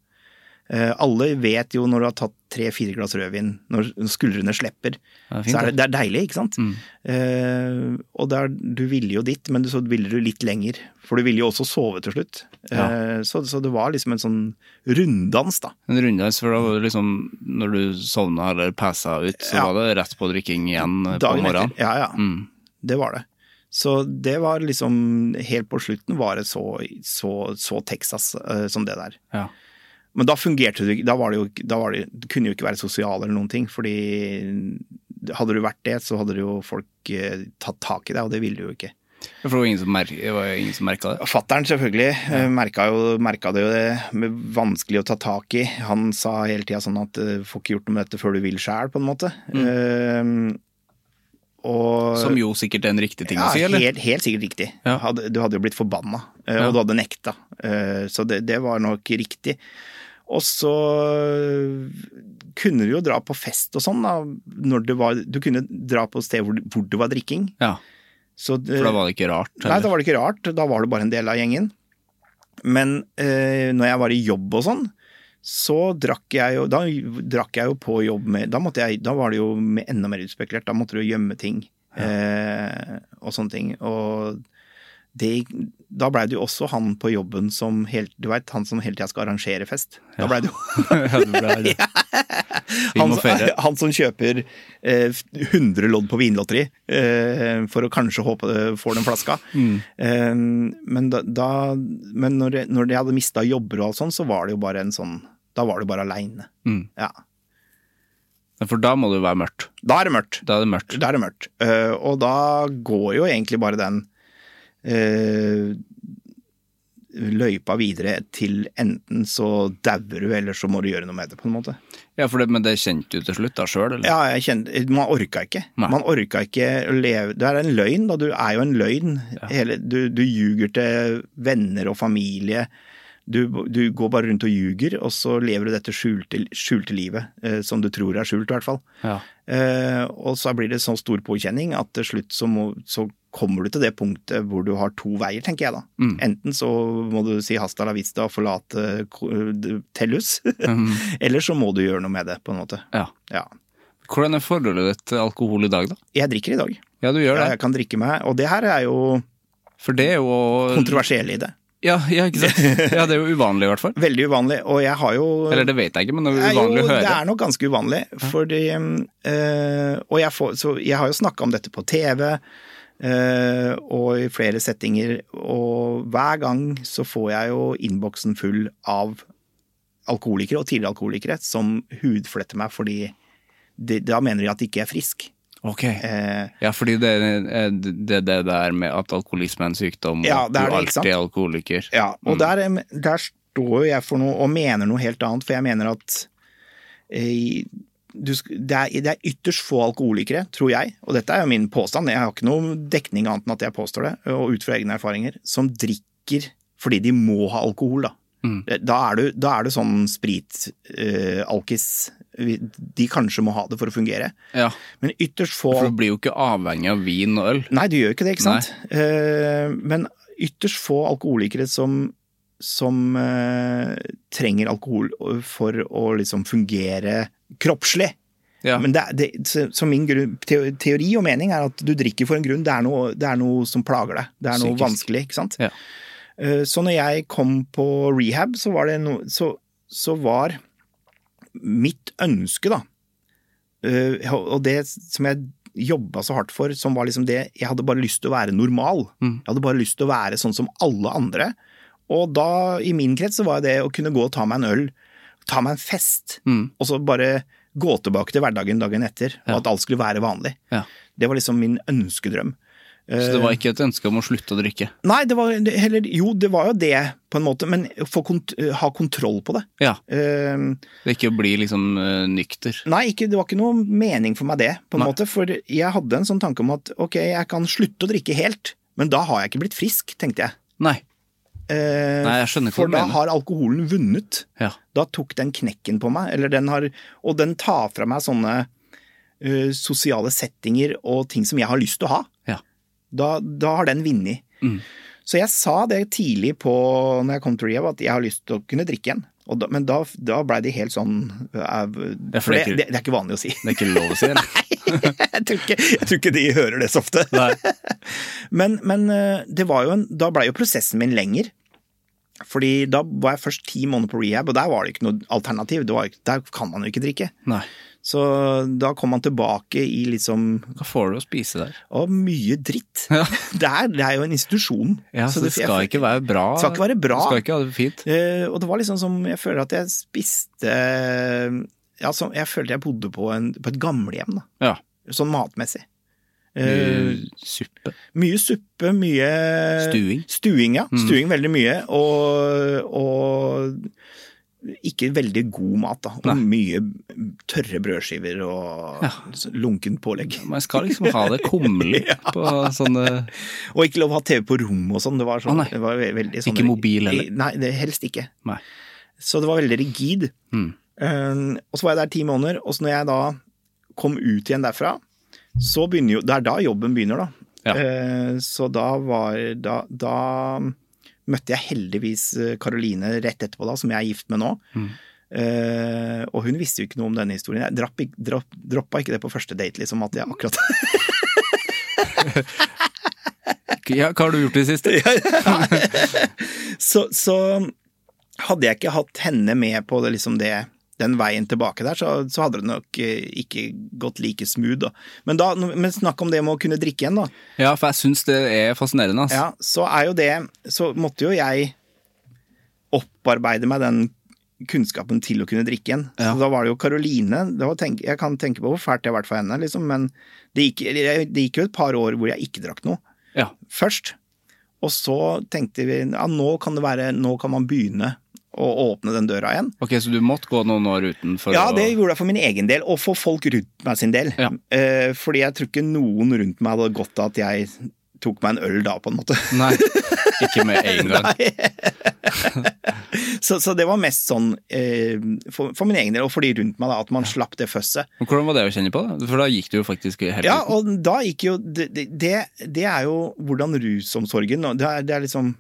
Speaker 2: Eh, Alle vet jo når du har tatt tre-fire glass rødvin, når skuldrene slipper,
Speaker 1: Ja, fint, Mm.
Speaker 2: så er det, det er deilig, ikke sant? Eh, og der, du ville jo dit, men så ville du litt lenger. For du ville jo også sove til slutt.
Speaker 1: Ja.
Speaker 2: Eh, så, så det var liksom en sånn runddans, da.
Speaker 1: En runddans, for da var det liksom når du sovna eller passa ut, så
Speaker 2: Ja.
Speaker 1: var det rett på drikking igjen eh, på
Speaker 2: Dagen
Speaker 1: morgenen. Mm.
Speaker 2: etter. Ja, ja. Det var det. Så det var liksom Helt på slutten var det så, så, så Texas eh, som det der.
Speaker 1: Ja.
Speaker 2: Men da fungerte det ikke. Da, var det jo, da var det, du kunne jo ikke være sosial eller noen ting. fordi hadde du vært det, så hadde jo folk eh, tatt tak i deg, og det ville du jo ikke.
Speaker 1: For det var ingen som mer- det var ingen som merka det.
Speaker 2: Fattern selvfølgelig ja. merka, jo, merka det jo det med vanskelig å ta tak i. Han sa hele tida sånn at eh, 'får ikke gjort noe med dette før du vil sjæl', på en måte.
Speaker 1: Mm.
Speaker 2: Eh, og,
Speaker 1: Som jo sikkert er en riktig ting å si, eller?
Speaker 2: Helt, helt sikkert riktig.
Speaker 1: Ja.
Speaker 2: Hadde, du hadde jo blitt forbanna, eh,
Speaker 1: Ja.
Speaker 2: og du hadde nekta. Eh, Så det, det var nok riktig. Og så eh, kunne du jo dra på fest og sånn, da. Når det var, du kunne dra på sted hvor, hvor det var drikking.
Speaker 1: Ja,
Speaker 2: Så eh, det,
Speaker 1: for da var det ikke rart.
Speaker 2: Nei, da
Speaker 1: eller?
Speaker 2: var det ikke rart. Da var det bare en del av gjengen. Men eh, når jeg var i jobb og sånn, så drakk jeg jo Da drakk jeg jo på jobb med Da, måtte jeg, da var det jo med enda mer utspekulert. Da måtte du jo gjemme ting eh, og sånne ting. Og det, da blei det jo også han på jobben som helt, Du veit, han som hele tida skal arrangere fest. Da blei det jo
Speaker 1: Ja, det ble det. Vi
Speaker 2: han,
Speaker 1: må feire.
Speaker 2: han som kjøper eh, 100 lodd på vinlotteri eh, for å kanskje håpe eh, får den flaska. Eh, men da, da, men når, jeg, når jeg hadde mista jobber og alt sånn, så var det jo bare en sånn Da var det bare aleine.
Speaker 1: Mm.
Speaker 2: Ja.
Speaker 1: For da må det jo være mørkt.
Speaker 2: Da er det mørkt.
Speaker 1: Da er det mørkt.
Speaker 2: Da er det mørkt. Eh, og da går jo egentlig bare den eh, løypa videre til enten så dauer du, eller så må du gjøre noe med det, på en måte.
Speaker 1: Ja, for det, Men det kjente du til slutt da sjøl, eller?
Speaker 2: Ja, jeg kjente, man orka ikke.
Speaker 1: Mm. Nei.
Speaker 2: Man orka ikke å leve Det er en løgn, da. Du er jo en løgn. Hele, du, du ljuger til venner og familie. Du, du går bare rundt og ljuger, og så lever du dette skjulte, skjulte livet, eh, som du tror er skjult, i hvert fall.
Speaker 1: Ja.
Speaker 2: Eh, og så blir det sånn stor påkjenning at til slutt så, må, så kommer du til det punktet hvor du har to veier, tenker jeg da.
Speaker 1: Mm.
Speaker 2: Enten så må du si hasta la vista og forlate ko- eh, Tellus,
Speaker 1: Mm.
Speaker 2: eller så må du gjøre noe med det, på en måte.
Speaker 3: Ja.
Speaker 2: Ja.
Speaker 3: Hvordan er forholdet ditt til alkohol i dag, da?
Speaker 2: Jeg drikker i dag.
Speaker 3: Ja, du gjør
Speaker 2: Ja,
Speaker 3: det.
Speaker 2: jeg kan drikke meg, og det her er jo
Speaker 3: For det er jo
Speaker 2: kontroversiell i det.
Speaker 3: ja, ja, ikke sant? Ja, det er jo uvanlig, i hvert fall.
Speaker 2: Veldig uvanlig, og jeg har jo
Speaker 3: Eller det vet jeg ikke, men det er
Speaker 2: Nei,
Speaker 3: jo uvanlig
Speaker 2: jo,
Speaker 3: å høre.
Speaker 2: Det er nok ganske uvanlig. Fordi, eh, og jeg, får, så jeg har jo snakka om dette på TV eh, og i flere settinger, og hver gang så får jeg jo innboksen full av alkoholikere og tidligere alkoholikere som hudfletter meg fordi de, da mener de at de ikke er frisk.
Speaker 3: Ok.
Speaker 2: Eh,
Speaker 3: Ja, fordi det er det, det, det der med at alkoholisme er en sykdom, og
Speaker 2: Ja,
Speaker 3: at
Speaker 2: det er
Speaker 3: du
Speaker 2: det, ikke sant?
Speaker 3: alltid er alkoholiker.
Speaker 2: Ja, og der, der står jo jeg for noe og mener noe helt annet, for jeg mener at eh, du, sk- det, er, det er ytterst få alkoholikere, tror jeg, og dette er jo min påstand, jeg har ikke noe dekning annet enn at jeg påstår det, og ut fra egne erfaringer, som drikker fordi de må ha alkohol, da. Eh, Da, er du, da er du sånn spritalkis. de kanskje må ha det for å fungere.
Speaker 3: Ja,
Speaker 2: Men ytterst få
Speaker 3: For du blir jo ikke avhengig av vin og øl.
Speaker 2: Nei, du gjør jo ikke det, ikke sant? Eh, men ytterst få alkoholikere som, som eh, trenger alkohol eh, for å liksom fungere kroppslig.
Speaker 3: Ja.
Speaker 2: Men det, er- det, så så min grunn, teo- teori og mening er at du drikker for en grunn. Det er noe, det er noe som plager deg. Det er noe
Speaker 3: Psykisk.
Speaker 2: vanskelig, ikke sant?
Speaker 3: Ja.
Speaker 2: Eh, Så når jeg kom på rehab, så var det no, så, så var mitt ønske, da eh, Og det som jeg jobba så hardt for, som var liksom det Jeg hadde bare lyst til å være normal. Jeg hadde bare lyst til å være sånn som alle andre. Og da, i min krets, så var det å kunne gå og ta meg en øl, ta meg en fest, og så bare gå tilbake til hverdagen dagen etter, og at alt skulle være vanlig.
Speaker 3: Ja.
Speaker 2: Det var liksom min ønskedrøm.
Speaker 3: Så
Speaker 2: Eh.
Speaker 3: det var ikke et ønske om å slutte å drikke.
Speaker 2: Nei, det var det- heller Jo, det var jo det, på en måte, men få kont ha kontroll på det.
Speaker 3: Ja,
Speaker 2: Eh,
Speaker 3: Det er ikke å bli liksom eh, nykter.
Speaker 2: nei, ikke, det var ikke noe mening for meg det, på en måte. For jeg hadde en sånn tanke om at ok, jeg kan slutte å drikke helt, men da har jeg ikke blitt frisk, tenkte jeg.
Speaker 3: Nei.
Speaker 2: Eh,
Speaker 3: Nei, jeg skjønner ikke
Speaker 2: for
Speaker 3: hva du
Speaker 2: da
Speaker 3: mener.
Speaker 2: har alkoholen vunnet.
Speaker 3: Ja.
Speaker 2: Da tok den knekken på meg, eller den har, og den tar fra meg sånne eh, sosiale settinger og ting som jeg har lyst til å ha.
Speaker 3: Ja.
Speaker 2: Da, da har den vunnet.
Speaker 3: Mm.
Speaker 2: Så jeg sa det tidlig på når jeg kom til rehab, at jeg har lyst til å kunne drikke igjen. Og da, men da, da blei de helt sånn eh,
Speaker 3: er
Speaker 2: For det,
Speaker 3: ikke-
Speaker 2: det, det er ikke vanlig å si.
Speaker 3: Det er ikke lov å si, eller?
Speaker 2: jeg, tror ikke, jeg tror ikke de hører det så ofte. men men eh, det var jo en, da blei jo prosessen min lenger. Fordi da var jeg først ti måneder på rehab, og der var det ikke noe alternativ. Det var, jo ikke- der kan man jo ikke drikke.
Speaker 3: Nei.
Speaker 2: Så da kom man tilbake i liksom
Speaker 3: Hva får du å spise der?
Speaker 2: Å, mye dritt. Det, er, det er jo en institusjon.
Speaker 3: Ja, så, det
Speaker 2: jeg
Speaker 3: skal
Speaker 2: føl-
Speaker 3: ikke være bra.
Speaker 2: Det skal ikke være bra.
Speaker 3: Du skal ikke ha det fint.
Speaker 2: Eh, og det var liksom som Jeg føler at jeg spiste eh, ja, som, Jeg følte jeg bodde på, en, på et gamlehjem, da.
Speaker 3: Ja.
Speaker 2: Sånn matmessig. Eh,
Speaker 3: Eh, Suppe.
Speaker 2: mye suppe, mye
Speaker 3: Stuing. Mm.
Speaker 2: Stuing, ja. Stuing veldig mye. Og, og ikke veldig god mat, da. Og mye tørre brødskiver og lunken pålegg.
Speaker 3: Man skal liksom ha det kummerlig på sånne
Speaker 2: Og ikke lov å ha TV på rommet og sånn. Det var sånn,
Speaker 3: Å, nei.
Speaker 2: det var ve- veldig sånn
Speaker 3: Ikke mobil heller?
Speaker 2: Nei, det, helst ikke.
Speaker 3: Nei.
Speaker 2: Så det var veldig rigid.
Speaker 3: Mm.
Speaker 2: Um, og så var jeg der ti måneder, og så når jeg da kom ut igjen derfra, så begynner jo Det er da jobben begynner, da.
Speaker 3: Ja.
Speaker 2: Eh, så da var da, da møtte jeg heldigvis Karoline rett etterpå, da, som jeg er gift med nå. Eh, og hun visste jo ikke noe om denne historien. Jeg drapp, ikk- dropp, droppa ikke det på første date, liksom, at jeg akkurat
Speaker 3: Ja, hva har du gjort i det siste?
Speaker 2: så, så hadde jeg ikke hatt henne med på det, liksom det, den veien tilbake der, så, så hadde det nok eh, ikke gått like smooth. Da. Men, da, men snakk om det med å kunne drikke igjen, da.
Speaker 3: Ja, for jeg syns det er fascinerende, altså.
Speaker 2: Ja, så er jo det Så måtte jo jeg opparbeide meg den kunnskapen til å kunne drikke igjen. Så da var det jo Karoline det var tenk, Jeg kan tenke på hvor fælt det har vært for henne, liksom, men det gikk, det gikk jo et par år hvor jeg ikke drakk noe
Speaker 3: Ja.
Speaker 2: først. Og så tenkte vi ja, nå kan det være, nå kan man begynne å åpne den døra igjen.
Speaker 3: Ok, så du måtte gå noen år uten for
Speaker 2: Ja,
Speaker 3: å
Speaker 2: det gjorde jeg for min egen del, og for folk rundt meg sin del.
Speaker 3: Ja.
Speaker 2: Eh, fordi jeg tror ikke noen rundt meg hadde godt av at jeg tok meg en øl da, på en måte.
Speaker 3: Nei, ikke med en gang.
Speaker 2: så, så det var mest sånn eh, for, for min egen del, og for de rundt meg, da, at man slapp det føsset.
Speaker 3: Men Hvordan var det å kjenne på det? For da gikk det jo faktisk helt
Speaker 2: Ja,
Speaker 3: uten.
Speaker 2: og da gikk jo Det, det, det er jo hvordan rusomsorgen og det er, det er liksom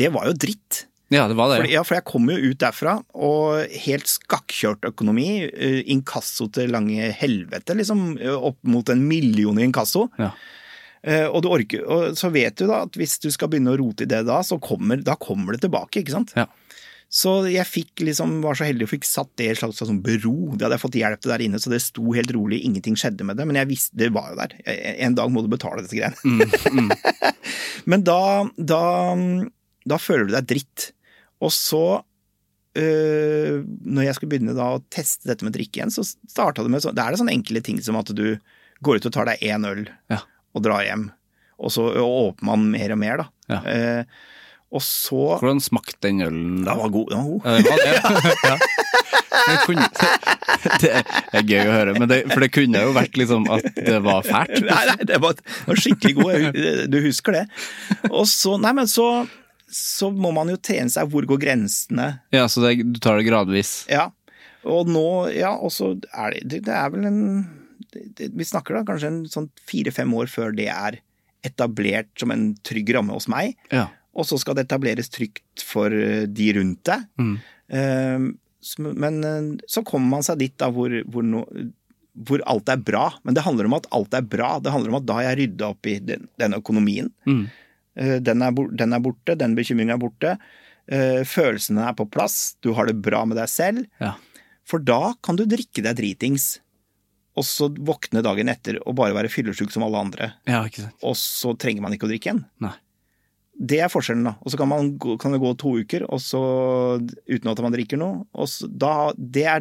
Speaker 2: Det var jo dritt.
Speaker 3: ja, det var det.
Speaker 2: For, ja, for jeg kom jo ut derfra, og helt skakkjørt økonomi. eh, Inkasso til lange helvete, liksom. eh, Opp mot en million i inkasso.
Speaker 3: Ja.
Speaker 2: Eh, Og, du orker, og så vet du da at hvis du skal begynne å rote i det da, så kommer, da kommer det tilbake, ikke sant?
Speaker 3: Ja.
Speaker 2: Så jeg fikk liksom, var så heldig og fikk satt det i en slags sånn bero. Det hadde jeg fått hjelp til der inne, så det sto helt rolig, ingenting skjedde med det. Men jeg visste, det var jo der. E, En dag må du betale disse greiene. Mm, Men da, da, da føler du deg dritt. Og så, øh, når jeg skulle begynne da å teste dette med drikke igjen, så starta det med sånn Da er det sånne enkle ting som at du går ut og tar deg én øl
Speaker 3: Ja.
Speaker 2: og drar hjem. Og så åpner man mer og mer, da.
Speaker 3: Ja.
Speaker 2: Eh, og så
Speaker 3: Hvordan smakte den ølen? da?
Speaker 2: Den var god. Den var god.
Speaker 3: Ja, det var det. Ja. Men kunne, det er gøy å høre, men det, for det kunne jo vært liksom at det var fælt.
Speaker 2: Nei, nei, det var, det var skikkelig god. Jeg- Du husker det. Og så Nei, men så, så må man jo trene seg. Hvor går grensene?
Speaker 3: Ja, så det, du tar det gradvis.
Speaker 2: Ja. Og nå, ja, og så er det det- Det er vel en det, det- Vi snakker da kanskje en sånn fire-fem år før det er etablert som en trygg ramme hos meg.
Speaker 3: Ja.
Speaker 2: Og så skal det etableres trygt for eh, de rundt deg. Eh, s- Men eh, så kommer man seg dit da hvor, hvor, no, hvor alt er bra. Men det handler om at alt er bra. Det handler om at da har jeg rydda opp i den, den økonomien. Eh, Den er, bor- den er borte, den bekymringa er borte. Eh, Følelsene er på plass, du har det bra med deg selv.
Speaker 3: Ja.
Speaker 2: For da kan du drikke deg dritings, og så våkne dagen etter og bare være fyllesyk som alle andre.
Speaker 3: ja, ikke sant.
Speaker 2: Og så trenger man ikke å drikke igjen.
Speaker 3: Nei.
Speaker 2: Det er forskjellen, da. Og så kan, man gå, kan det gå to uker og så, uten at man drikker noe. Og så, da, det, er,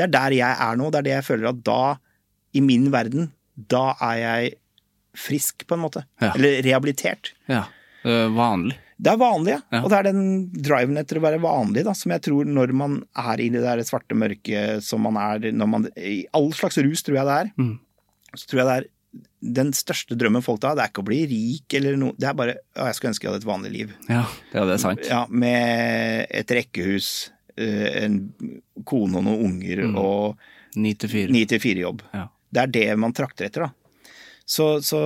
Speaker 2: det er der jeg er nå. Det er det jeg føler at da, i min verden, da er jeg frisk, på en måte.
Speaker 3: Ja.
Speaker 2: Eller rehabilitert.
Speaker 3: Ja. Det er vanlig.
Speaker 2: Det er vanlig, ja.
Speaker 3: Ja.
Speaker 2: Og det er den driven etter å være vanlig, da, som jeg tror når man er i det der svarte mørket som man er når man, I all slags rus, tror jeg det er.
Speaker 3: Mm.
Speaker 2: Så tror jeg det er den største drømmen folk har, det er ikke å bli rik eller noe. Det er bare å, jeg skulle ønske jeg hadde et vanlig liv.
Speaker 3: Ja, ja det er sant.
Speaker 2: Ja, med et rekkehus, eh, en kone og noen unger og
Speaker 3: Ni til fire.
Speaker 2: 9 til fire-jobb.
Speaker 3: Mm. Ja.
Speaker 2: Det er det man trakter etter, da. Så, så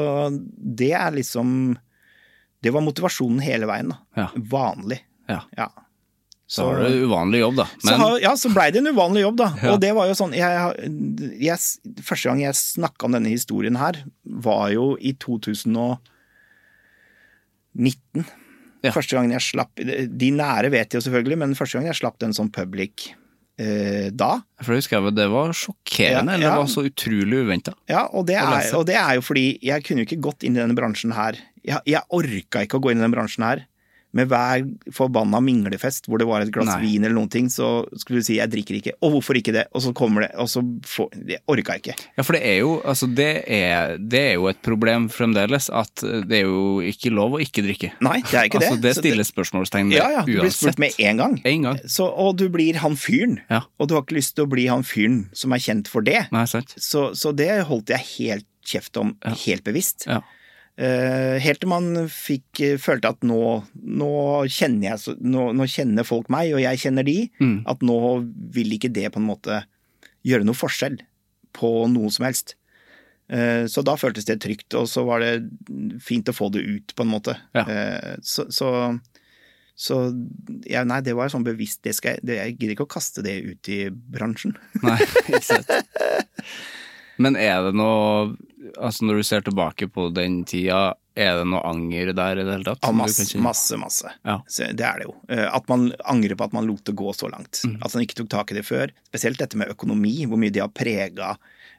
Speaker 2: det er liksom Det var motivasjonen hele veien, da.
Speaker 3: Ja.
Speaker 2: Vanlig.
Speaker 3: Ja.
Speaker 2: Ja.
Speaker 3: Så har du uvanlig jobb, da.
Speaker 2: så,
Speaker 3: Men
Speaker 2: har- ja, så blei det en uvanlig jobb, da.
Speaker 3: Ja.
Speaker 2: Og det var jo sånn jeg, har- jeg, Første gang jeg snakka om denne historien her, var jo i 2019.
Speaker 3: Ja.
Speaker 2: Første gangen jeg slapp De nære vet jo selvfølgelig, men første gangen jeg slapp den som public eh, da.
Speaker 3: for jeg husker jeg, det var sjokkerende.
Speaker 2: Ja,
Speaker 3: eller
Speaker 2: ja.
Speaker 3: Det var så utrolig uventa.
Speaker 2: Ja, og det,
Speaker 3: Å
Speaker 2: er,
Speaker 3: lese.
Speaker 2: og det er jo fordi jeg kunne jo ikke gått inn i denne bransjen her. Jeg, jeg orka ikke å gå inn i denne bransjen her. Med hver forbanna minglefest hvor det var et glass
Speaker 3: Nei.
Speaker 2: vin eller noen ting, så skulle du si 'jeg drikker ikke', og hvorfor ikke det? Og så kommer det, og så får Jeg orka ikke.
Speaker 3: Ja, for det er jo, altså det er, det er jo et problem fremdeles at det er jo ikke lov å ikke drikke.
Speaker 2: Nei, det er ikke det.
Speaker 3: Altså, det
Speaker 2: Så
Speaker 3: stiller spørsmålstegn ved
Speaker 2: Ja, ja, du blir spurt med én gang.
Speaker 3: En gang.
Speaker 2: Så, og du blir han fyren.
Speaker 3: Ja.
Speaker 2: Og du har ikke lyst til å bli han fyren som er kjent for det.
Speaker 3: Nei, sant.
Speaker 2: Så, så det holdt jeg helt kjeft om, helt bevisst.
Speaker 3: Ja.
Speaker 2: Eh, helt til man fikk eh, følte at nå, nå, kjenner jeg, så- nå, nå kjenner folk meg, og jeg kjenner de. At nå vil ikke det på en måte gjøre noe forskjell på noe som helst. Eh, Så da føltes det trygt, og så var det fint å få det ut, på en måte.
Speaker 3: Ja.
Speaker 2: Eh, Så, så, så ja, Nei, det var sånn bevisst. Det skal, jeg- det, jeg gidder ikke å kaste det ut i bransjen.
Speaker 3: Nei, ikke sant. Men er det noe Altså når du ser tilbake på den tida, er det noe anger der i det hele tatt?
Speaker 2: Ja,
Speaker 3: som du
Speaker 2: masse,
Speaker 3: kan kjenne?
Speaker 2: masse, masse.
Speaker 3: Ja.
Speaker 2: Så det er det jo. Eh, At man angrer på at man lot det gå så langt.
Speaker 3: Mm.
Speaker 2: At man ikke tok tak i det før. Spesielt dette med økonomi, hvor mye det har prega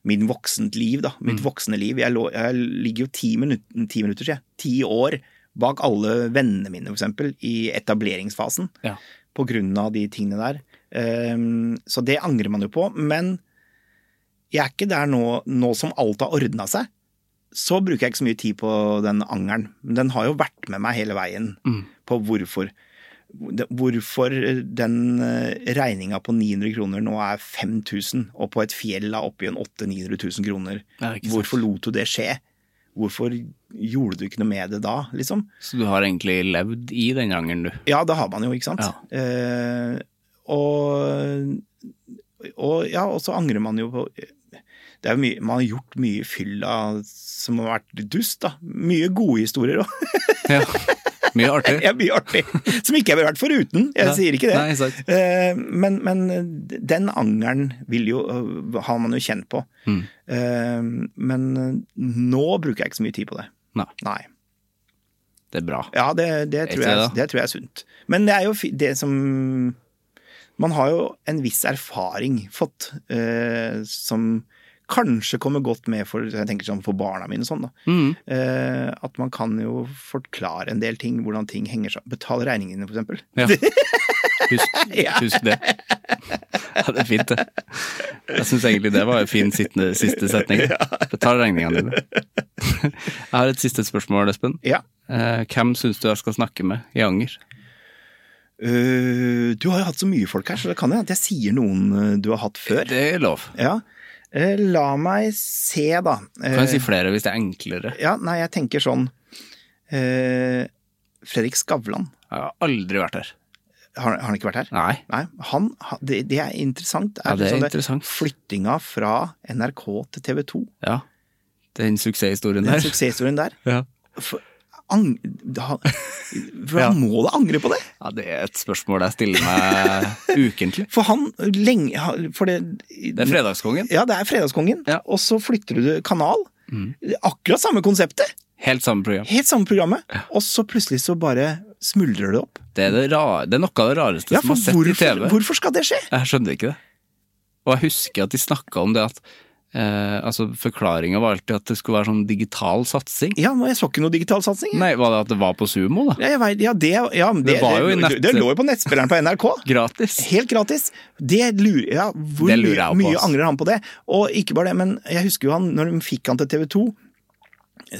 Speaker 2: min voksent liv, da.
Speaker 3: Mm.
Speaker 2: Mitt voksne liv. Jeg, lå, jeg ligger jo ti minutter, ti minutter siden, ti år bak alle vennene mine, for eksempel, i etableringsfasen.
Speaker 3: Ja.
Speaker 2: På grunn av de tingene der. Ehm, Så det angrer man jo på. Men jeg er ikke der nå, nå som alt har ordna seg så bruker jeg ikke så mye tid på den angeren. Men den har jo vært med meg hele veien
Speaker 3: Mm.
Speaker 2: på hvorfor. Hvorfor den regninga på 900 kroner nå er 5000, og på et fjell er oppi en 800 000-900 000 kroner.
Speaker 3: Ja, ikke sant.
Speaker 2: Hvorfor lot du det skje? Hvorfor gjorde du ikke noe med det da, liksom?
Speaker 1: Så du har egentlig levd i den rangeren, du.
Speaker 2: Ja, det har man jo, ikke sant? Eh, og, og ja, og så angrer man jo på det er jo mye, Man har gjort mye fyll av som har vært dust, da. Mye gode historier òg.
Speaker 1: Ja. Mye artig.
Speaker 2: Ja, mye artig. Som ikke jeg ville vært foruten. Jeg
Speaker 1: Nei.
Speaker 2: sier ikke det.
Speaker 1: Nei, sant.
Speaker 2: Eh, men, men den angeren vil jo, har man jo kjent på.
Speaker 1: Mm.
Speaker 2: Eh, men eh, nå bruker jeg ikke så mye tid på det.
Speaker 1: Nei.
Speaker 2: Nei.
Speaker 1: Det er bra.
Speaker 2: Ja, det, det,
Speaker 1: Ikke
Speaker 2: tror jeg,
Speaker 1: det, da?
Speaker 2: det tror jeg er sunt. Men det er jo fi- det som Man har jo en viss erfaring fått eh, som kanskje kommer godt med for, jeg tenker sånn for barna mine. og Sånn, da.
Speaker 1: Mm.
Speaker 2: Eh, at man kan jo forklare en del ting, hvordan ting henger sammen. Betale regningene, for eksempel.
Speaker 1: Ja. Husk, husk det. Ja, det er fint, det. Jeg syns egentlig det var en fin sittende, siste setning. Betal regningene dine. Jeg har et siste spørsmål, Espen.
Speaker 2: Ja.
Speaker 1: Eh, Hvem syns du jeg skal snakke med i Anger?
Speaker 2: Eh, du har jo hatt så mye folk her, så det kan hende at jeg sier noen eh, du har hatt før.
Speaker 1: Det er lov.
Speaker 2: Ja. Eh, la meg se, da. Eh,
Speaker 1: Kan jeg si flere hvis det er enklere?
Speaker 2: ja, nei, jeg tenker sånn eh, Fredrik Skavlan.
Speaker 1: Jeg har aldri vært her.
Speaker 2: Har, har han ikke vært her?
Speaker 1: Nei.
Speaker 2: han, han- det, det er interessant.
Speaker 1: Ja, det er
Speaker 2: sånn
Speaker 1: interessant.
Speaker 2: Flyttinga fra NRK til TV 2,
Speaker 1: Ja. Den suksesshistorien
Speaker 2: den
Speaker 1: der.
Speaker 2: suksesshistorien der.
Speaker 1: Ja.
Speaker 2: For, ang, han, for
Speaker 1: Ja.
Speaker 2: han må da angre på det!
Speaker 1: ja, det er et spørsmål jeg stiller meg ukentlig.
Speaker 2: For han lenge han- For det,
Speaker 1: Det er Fredagskongen.
Speaker 2: Ja, det er Fredagskongen.
Speaker 1: Ja. Mm.
Speaker 2: Og så flytter du kanal. Akkurat samme konseptet!
Speaker 1: Helt samme program.
Speaker 2: Helt samme programmet. Og så plutselig så bare smuldrer det opp.
Speaker 1: Det er, det ra- det er noe av det rareste
Speaker 2: Ja,
Speaker 1: som
Speaker 2: for
Speaker 1: har sett i
Speaker 2: hvorfor,
Speaker 1: TV.
Speaker 2: hvorfor skal det skje?
Speaker 1: Jeg skjønner ikke det. Og jeg husker at de snakka om det at eh, altså Forklaringa var alltid at det skulle være sånn digital satsing.
Speaker 2: Ja, men Jeg så ikke noe digital satsing. jeg.
Speaker 1: Nei, var det at det var på sumo, da?
Speaker 2: Ja, jeg vet, ja, det, ja, men det,
Speaker 1: Det var jo i
Speaker 2: det,
Speaker 1: nett-
Speaker 2: det lå jo på nettspilleren på NRK.
Speaker 1: Gratis.
Speaker 2: Helt gratis. Det lurer, ja, hvor
Speaker 1: Det lurer jeg
Speaker 2: mye-
Speaker 1: på,
Speaker 2: mye
Speaker 1: ass.
Speaker 2: angrer han på det? Og ikke bare det, men jeg husker jo han, når de fikk han til TV 2,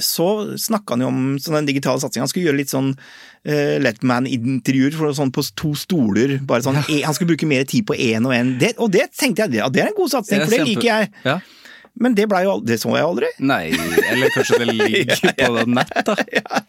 Speaker 2: så snakka han jo om sånn den digitale satsinga. Han skulle gjøre litt sånn uh, Letman-intervjuer for sånn på to stoler. bare sånn, e- Han skulle bruke mer tid på én og én. Det- Og det tenkte jeg, ja, det er en god satsing,
Speaker 1: er
Speaker 2: for det
Speaker 1: kjempe-
Speaker 2: liker jeg.
Speaker 1: Ja.
Speaker 2: Men det, ble jo, al- det så jeg aldri.
Speaker 1: Nei, eller kanskje det ligger på det nett, da.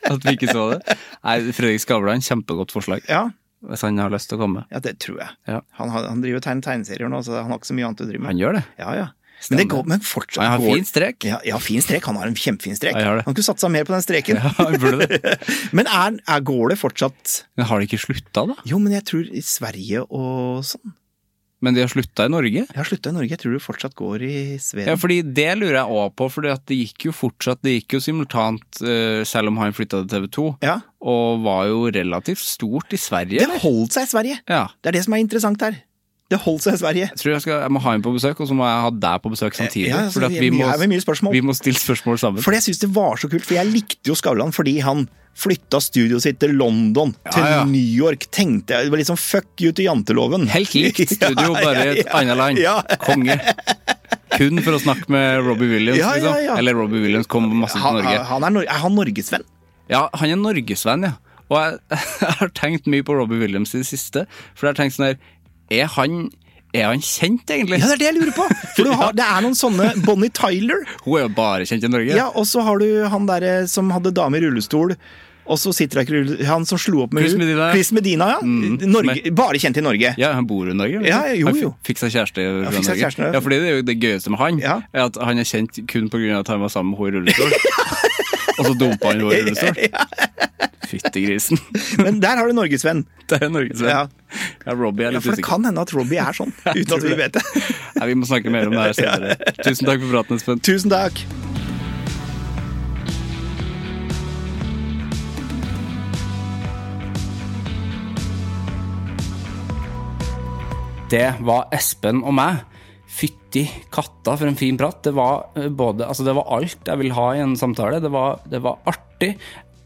Speaker 1: At vi ikke så det. Nei, Fredrik Skavlan, kjempegodt forslag.
Speaker 2: Ja,
Speaker 1: Hvis han har lyst til å komme.
Speaker 2: ja det tror jeg.
Speaker 1: Ja.
Speaker 2: Han, har- han driver og tegner tegneserier nå, så han har ikke så mye annet å drive med.
Speaker 1: Han gjør det.
Speaker 2: Ja, ja. Men, det går, men fortsatt
Speaker 1: Han har
Speaker 2: går
Speaker 1: fin strek.
Speaker 2: Ja, ja, fin strek. Han har en kjempefin strek.
Speaker 1: Ja, jeg har det.
Speaker 2: han kunne satsa mer på den streken.
Speaker 1: Ja, han burde det.
Speaker 2: men er, er, går det fortsatt
Speaker 1: Men har de ikke slutta, da?
Speaker 2: Jo, men jeg tror i Sverige og sånn
Speaker 1: Men de har slutta i Norge?
Speaker 2: Jeg har slutta i Norge, jeg tror det fortsatt går i Sverige.
Speaker 1: Ja, fordi Det lurer jeg òg på, for det gikk jo fortsatt, det gikk jo simultant, eh, selv om han flytta til TV 2,
Speaker 2: Ja.
Speaker 1: og var jo relativt stort i Sverige.
Speaker 2: Det
Speaker 1: eller?
Speaker 2: holdt seg i Sverige!
Speaker 1: Ja.
Speaker 2: Det er det som er interessant her. Det holdt seg i Sverige.
Speaker 1: Jeg tror jeg, skal, jeg må ha ham på besøk, og så må jeg ha deg på besøk samtidig.
Speaker 2: Ja, altså,
Speaker 1: for at
Speaker 2: vi-
Speaker 1: vi,
Speaker 2: vi
Speaker 1: må,
Speaker 2: er ved mye spørsmål.
Speaker 1: vi må stille spørsmål sammen.
Speaker 2: For jeg syns det var så kult, for jeg likte jo Skavlan fordi han flytta studioet sitt til London, til
Speaker 1: ja.
Speaker 2: New York, tenkte jeg. Det var liksom fuck you til janteloven.
Speaker 1: Helt likt studio, bare i et annet land.
Speaker 2: Ja.
Speaker 1: Konge. Kun for å snakke med Robbie Williams,
Speaker 2: Ja, ja,
Speaker 1: liksom.
Speaker 2: ja.
Speaker 1: Eller Robbie Williams kom masse til
Speaker 2: Han,
Speaker 1: Norge.
Speaker 2: han er, Nor- er han norgesvenn?
Speaker 1: Ja, han er norgesvenn, ja. Og jeg, jeg har tenkt mye på Robbie Williams i det siste. For jeg har tenkt sånn her Er han, er han kjent, egentlig?
Speaker 2: Ja, det er det jeg lurer på! For du har, det er noen sånne Bonnie Tyler.
Speaker 1: Hun er jo bare kjent i Norge.
Speaker 2: Ja, og så har du han derre som hadde dame i rullestol. Og så sitter jeg ikke i rulle- Han som slo opp med
Speaker 1: Chris
Speaker 2: hun.
Speaker 1: Medina. Mm.
Speaker 2: Chris Medina, ja. Norge, bare kjent i Norge.
Speaker 1: Ja, han bor i Norge. vet du.
Speaker 2: Ja, ja, jo,
Speaker 1: Han
Speaker 2: jo.
Speaker 1: fi- Fikk seg kjæreste fra
Speaker 2: fikk seg
Speaker 1: Norge.
Speaker 2: kjæreste, ja.
Speaker 1: ja, fordi det er jo det gøyeste med han,
Speaker 2: Ja.
Speaker 1: er at han er kjent kun på grunn av at han var sammen med henne i rullestol. Og så dumpa han henne i rullestol. Fytti grisen.
Speaker 2: Men der har du norgesvenn.
Speaker 1: Det er Norges
Speaker 2: Ja.
Speaker 1: venn. Ja, Robbie er
Speaker 2: Ja,
Speaker 1: litt
Speaker 2: for det
Speaker 1: usikker.
Speaker 2: kan hende at Robbie er sånn, uten at vi vet det.
Speaker 1: Nei, vi må snakke mer om det her senere. Tusen takk for praten, Espen.
Speaker 2: Tusen takk.
Speaker 4: Det var Espen og meg. Fytti katta for en fin prat. Det var, eh, både, altså det var alt jeg vil ha i en samtale. Det var, det var artig,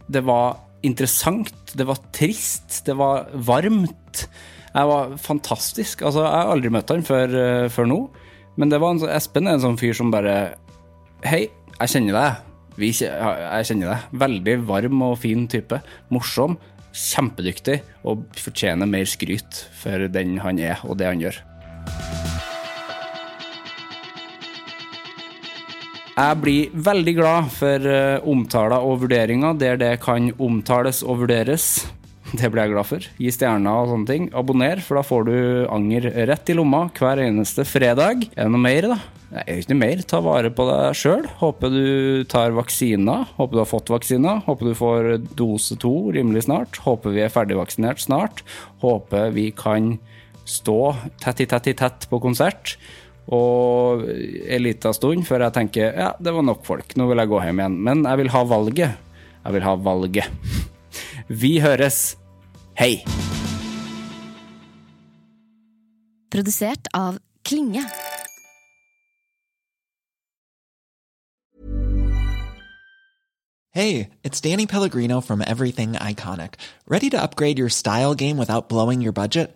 Speaker 4: det var interessant, det var trist, det var varmt. Jeg var fantastisk. Altså, jeg har aldri møtt han før, eh, før nå. Men det var en, sånn- Espen er en sånn fyr som bare Hei, jeg kjenner deg. Vi, kje- jeg kjenner deg. Veldig varm og fin type. Morsom. Kjempedyktig. Og fortjener mer skryt for den han er, og det han gjør.
Speaker 1: Jeg blir veldig glad for eh, omtaler og vurderinger der det kan omtales og vurderes. Det blir jeg glad for. Gi stjerner og sånne ting. Abonner, for da får du anger rett i lomma hver eneste fredag. Er det noe mer, da? Nei, det er ikke noe mer. Ta vare på deg sjøl. Håper du tar vaksiner. Håper du har fått vaksiner. Håper du får dose to rimelig snart. Håper vi er ferdigvaksinert snart. Håper vi kan stå tett i tett i tett på konsert. Og en liten stund før jeg tenker ja, det var nok folk, nå vil jeg gå hjem igjen. Men jeg vil ha valget. Jeg vil ha valget. Vi høres. Hei!
Speaker 5: Produsert av Klinge.
Speaker 6: Hey, it's Danny Pellegrino from Everything Iconic. Ready to upgrade your style game without blowing your budget?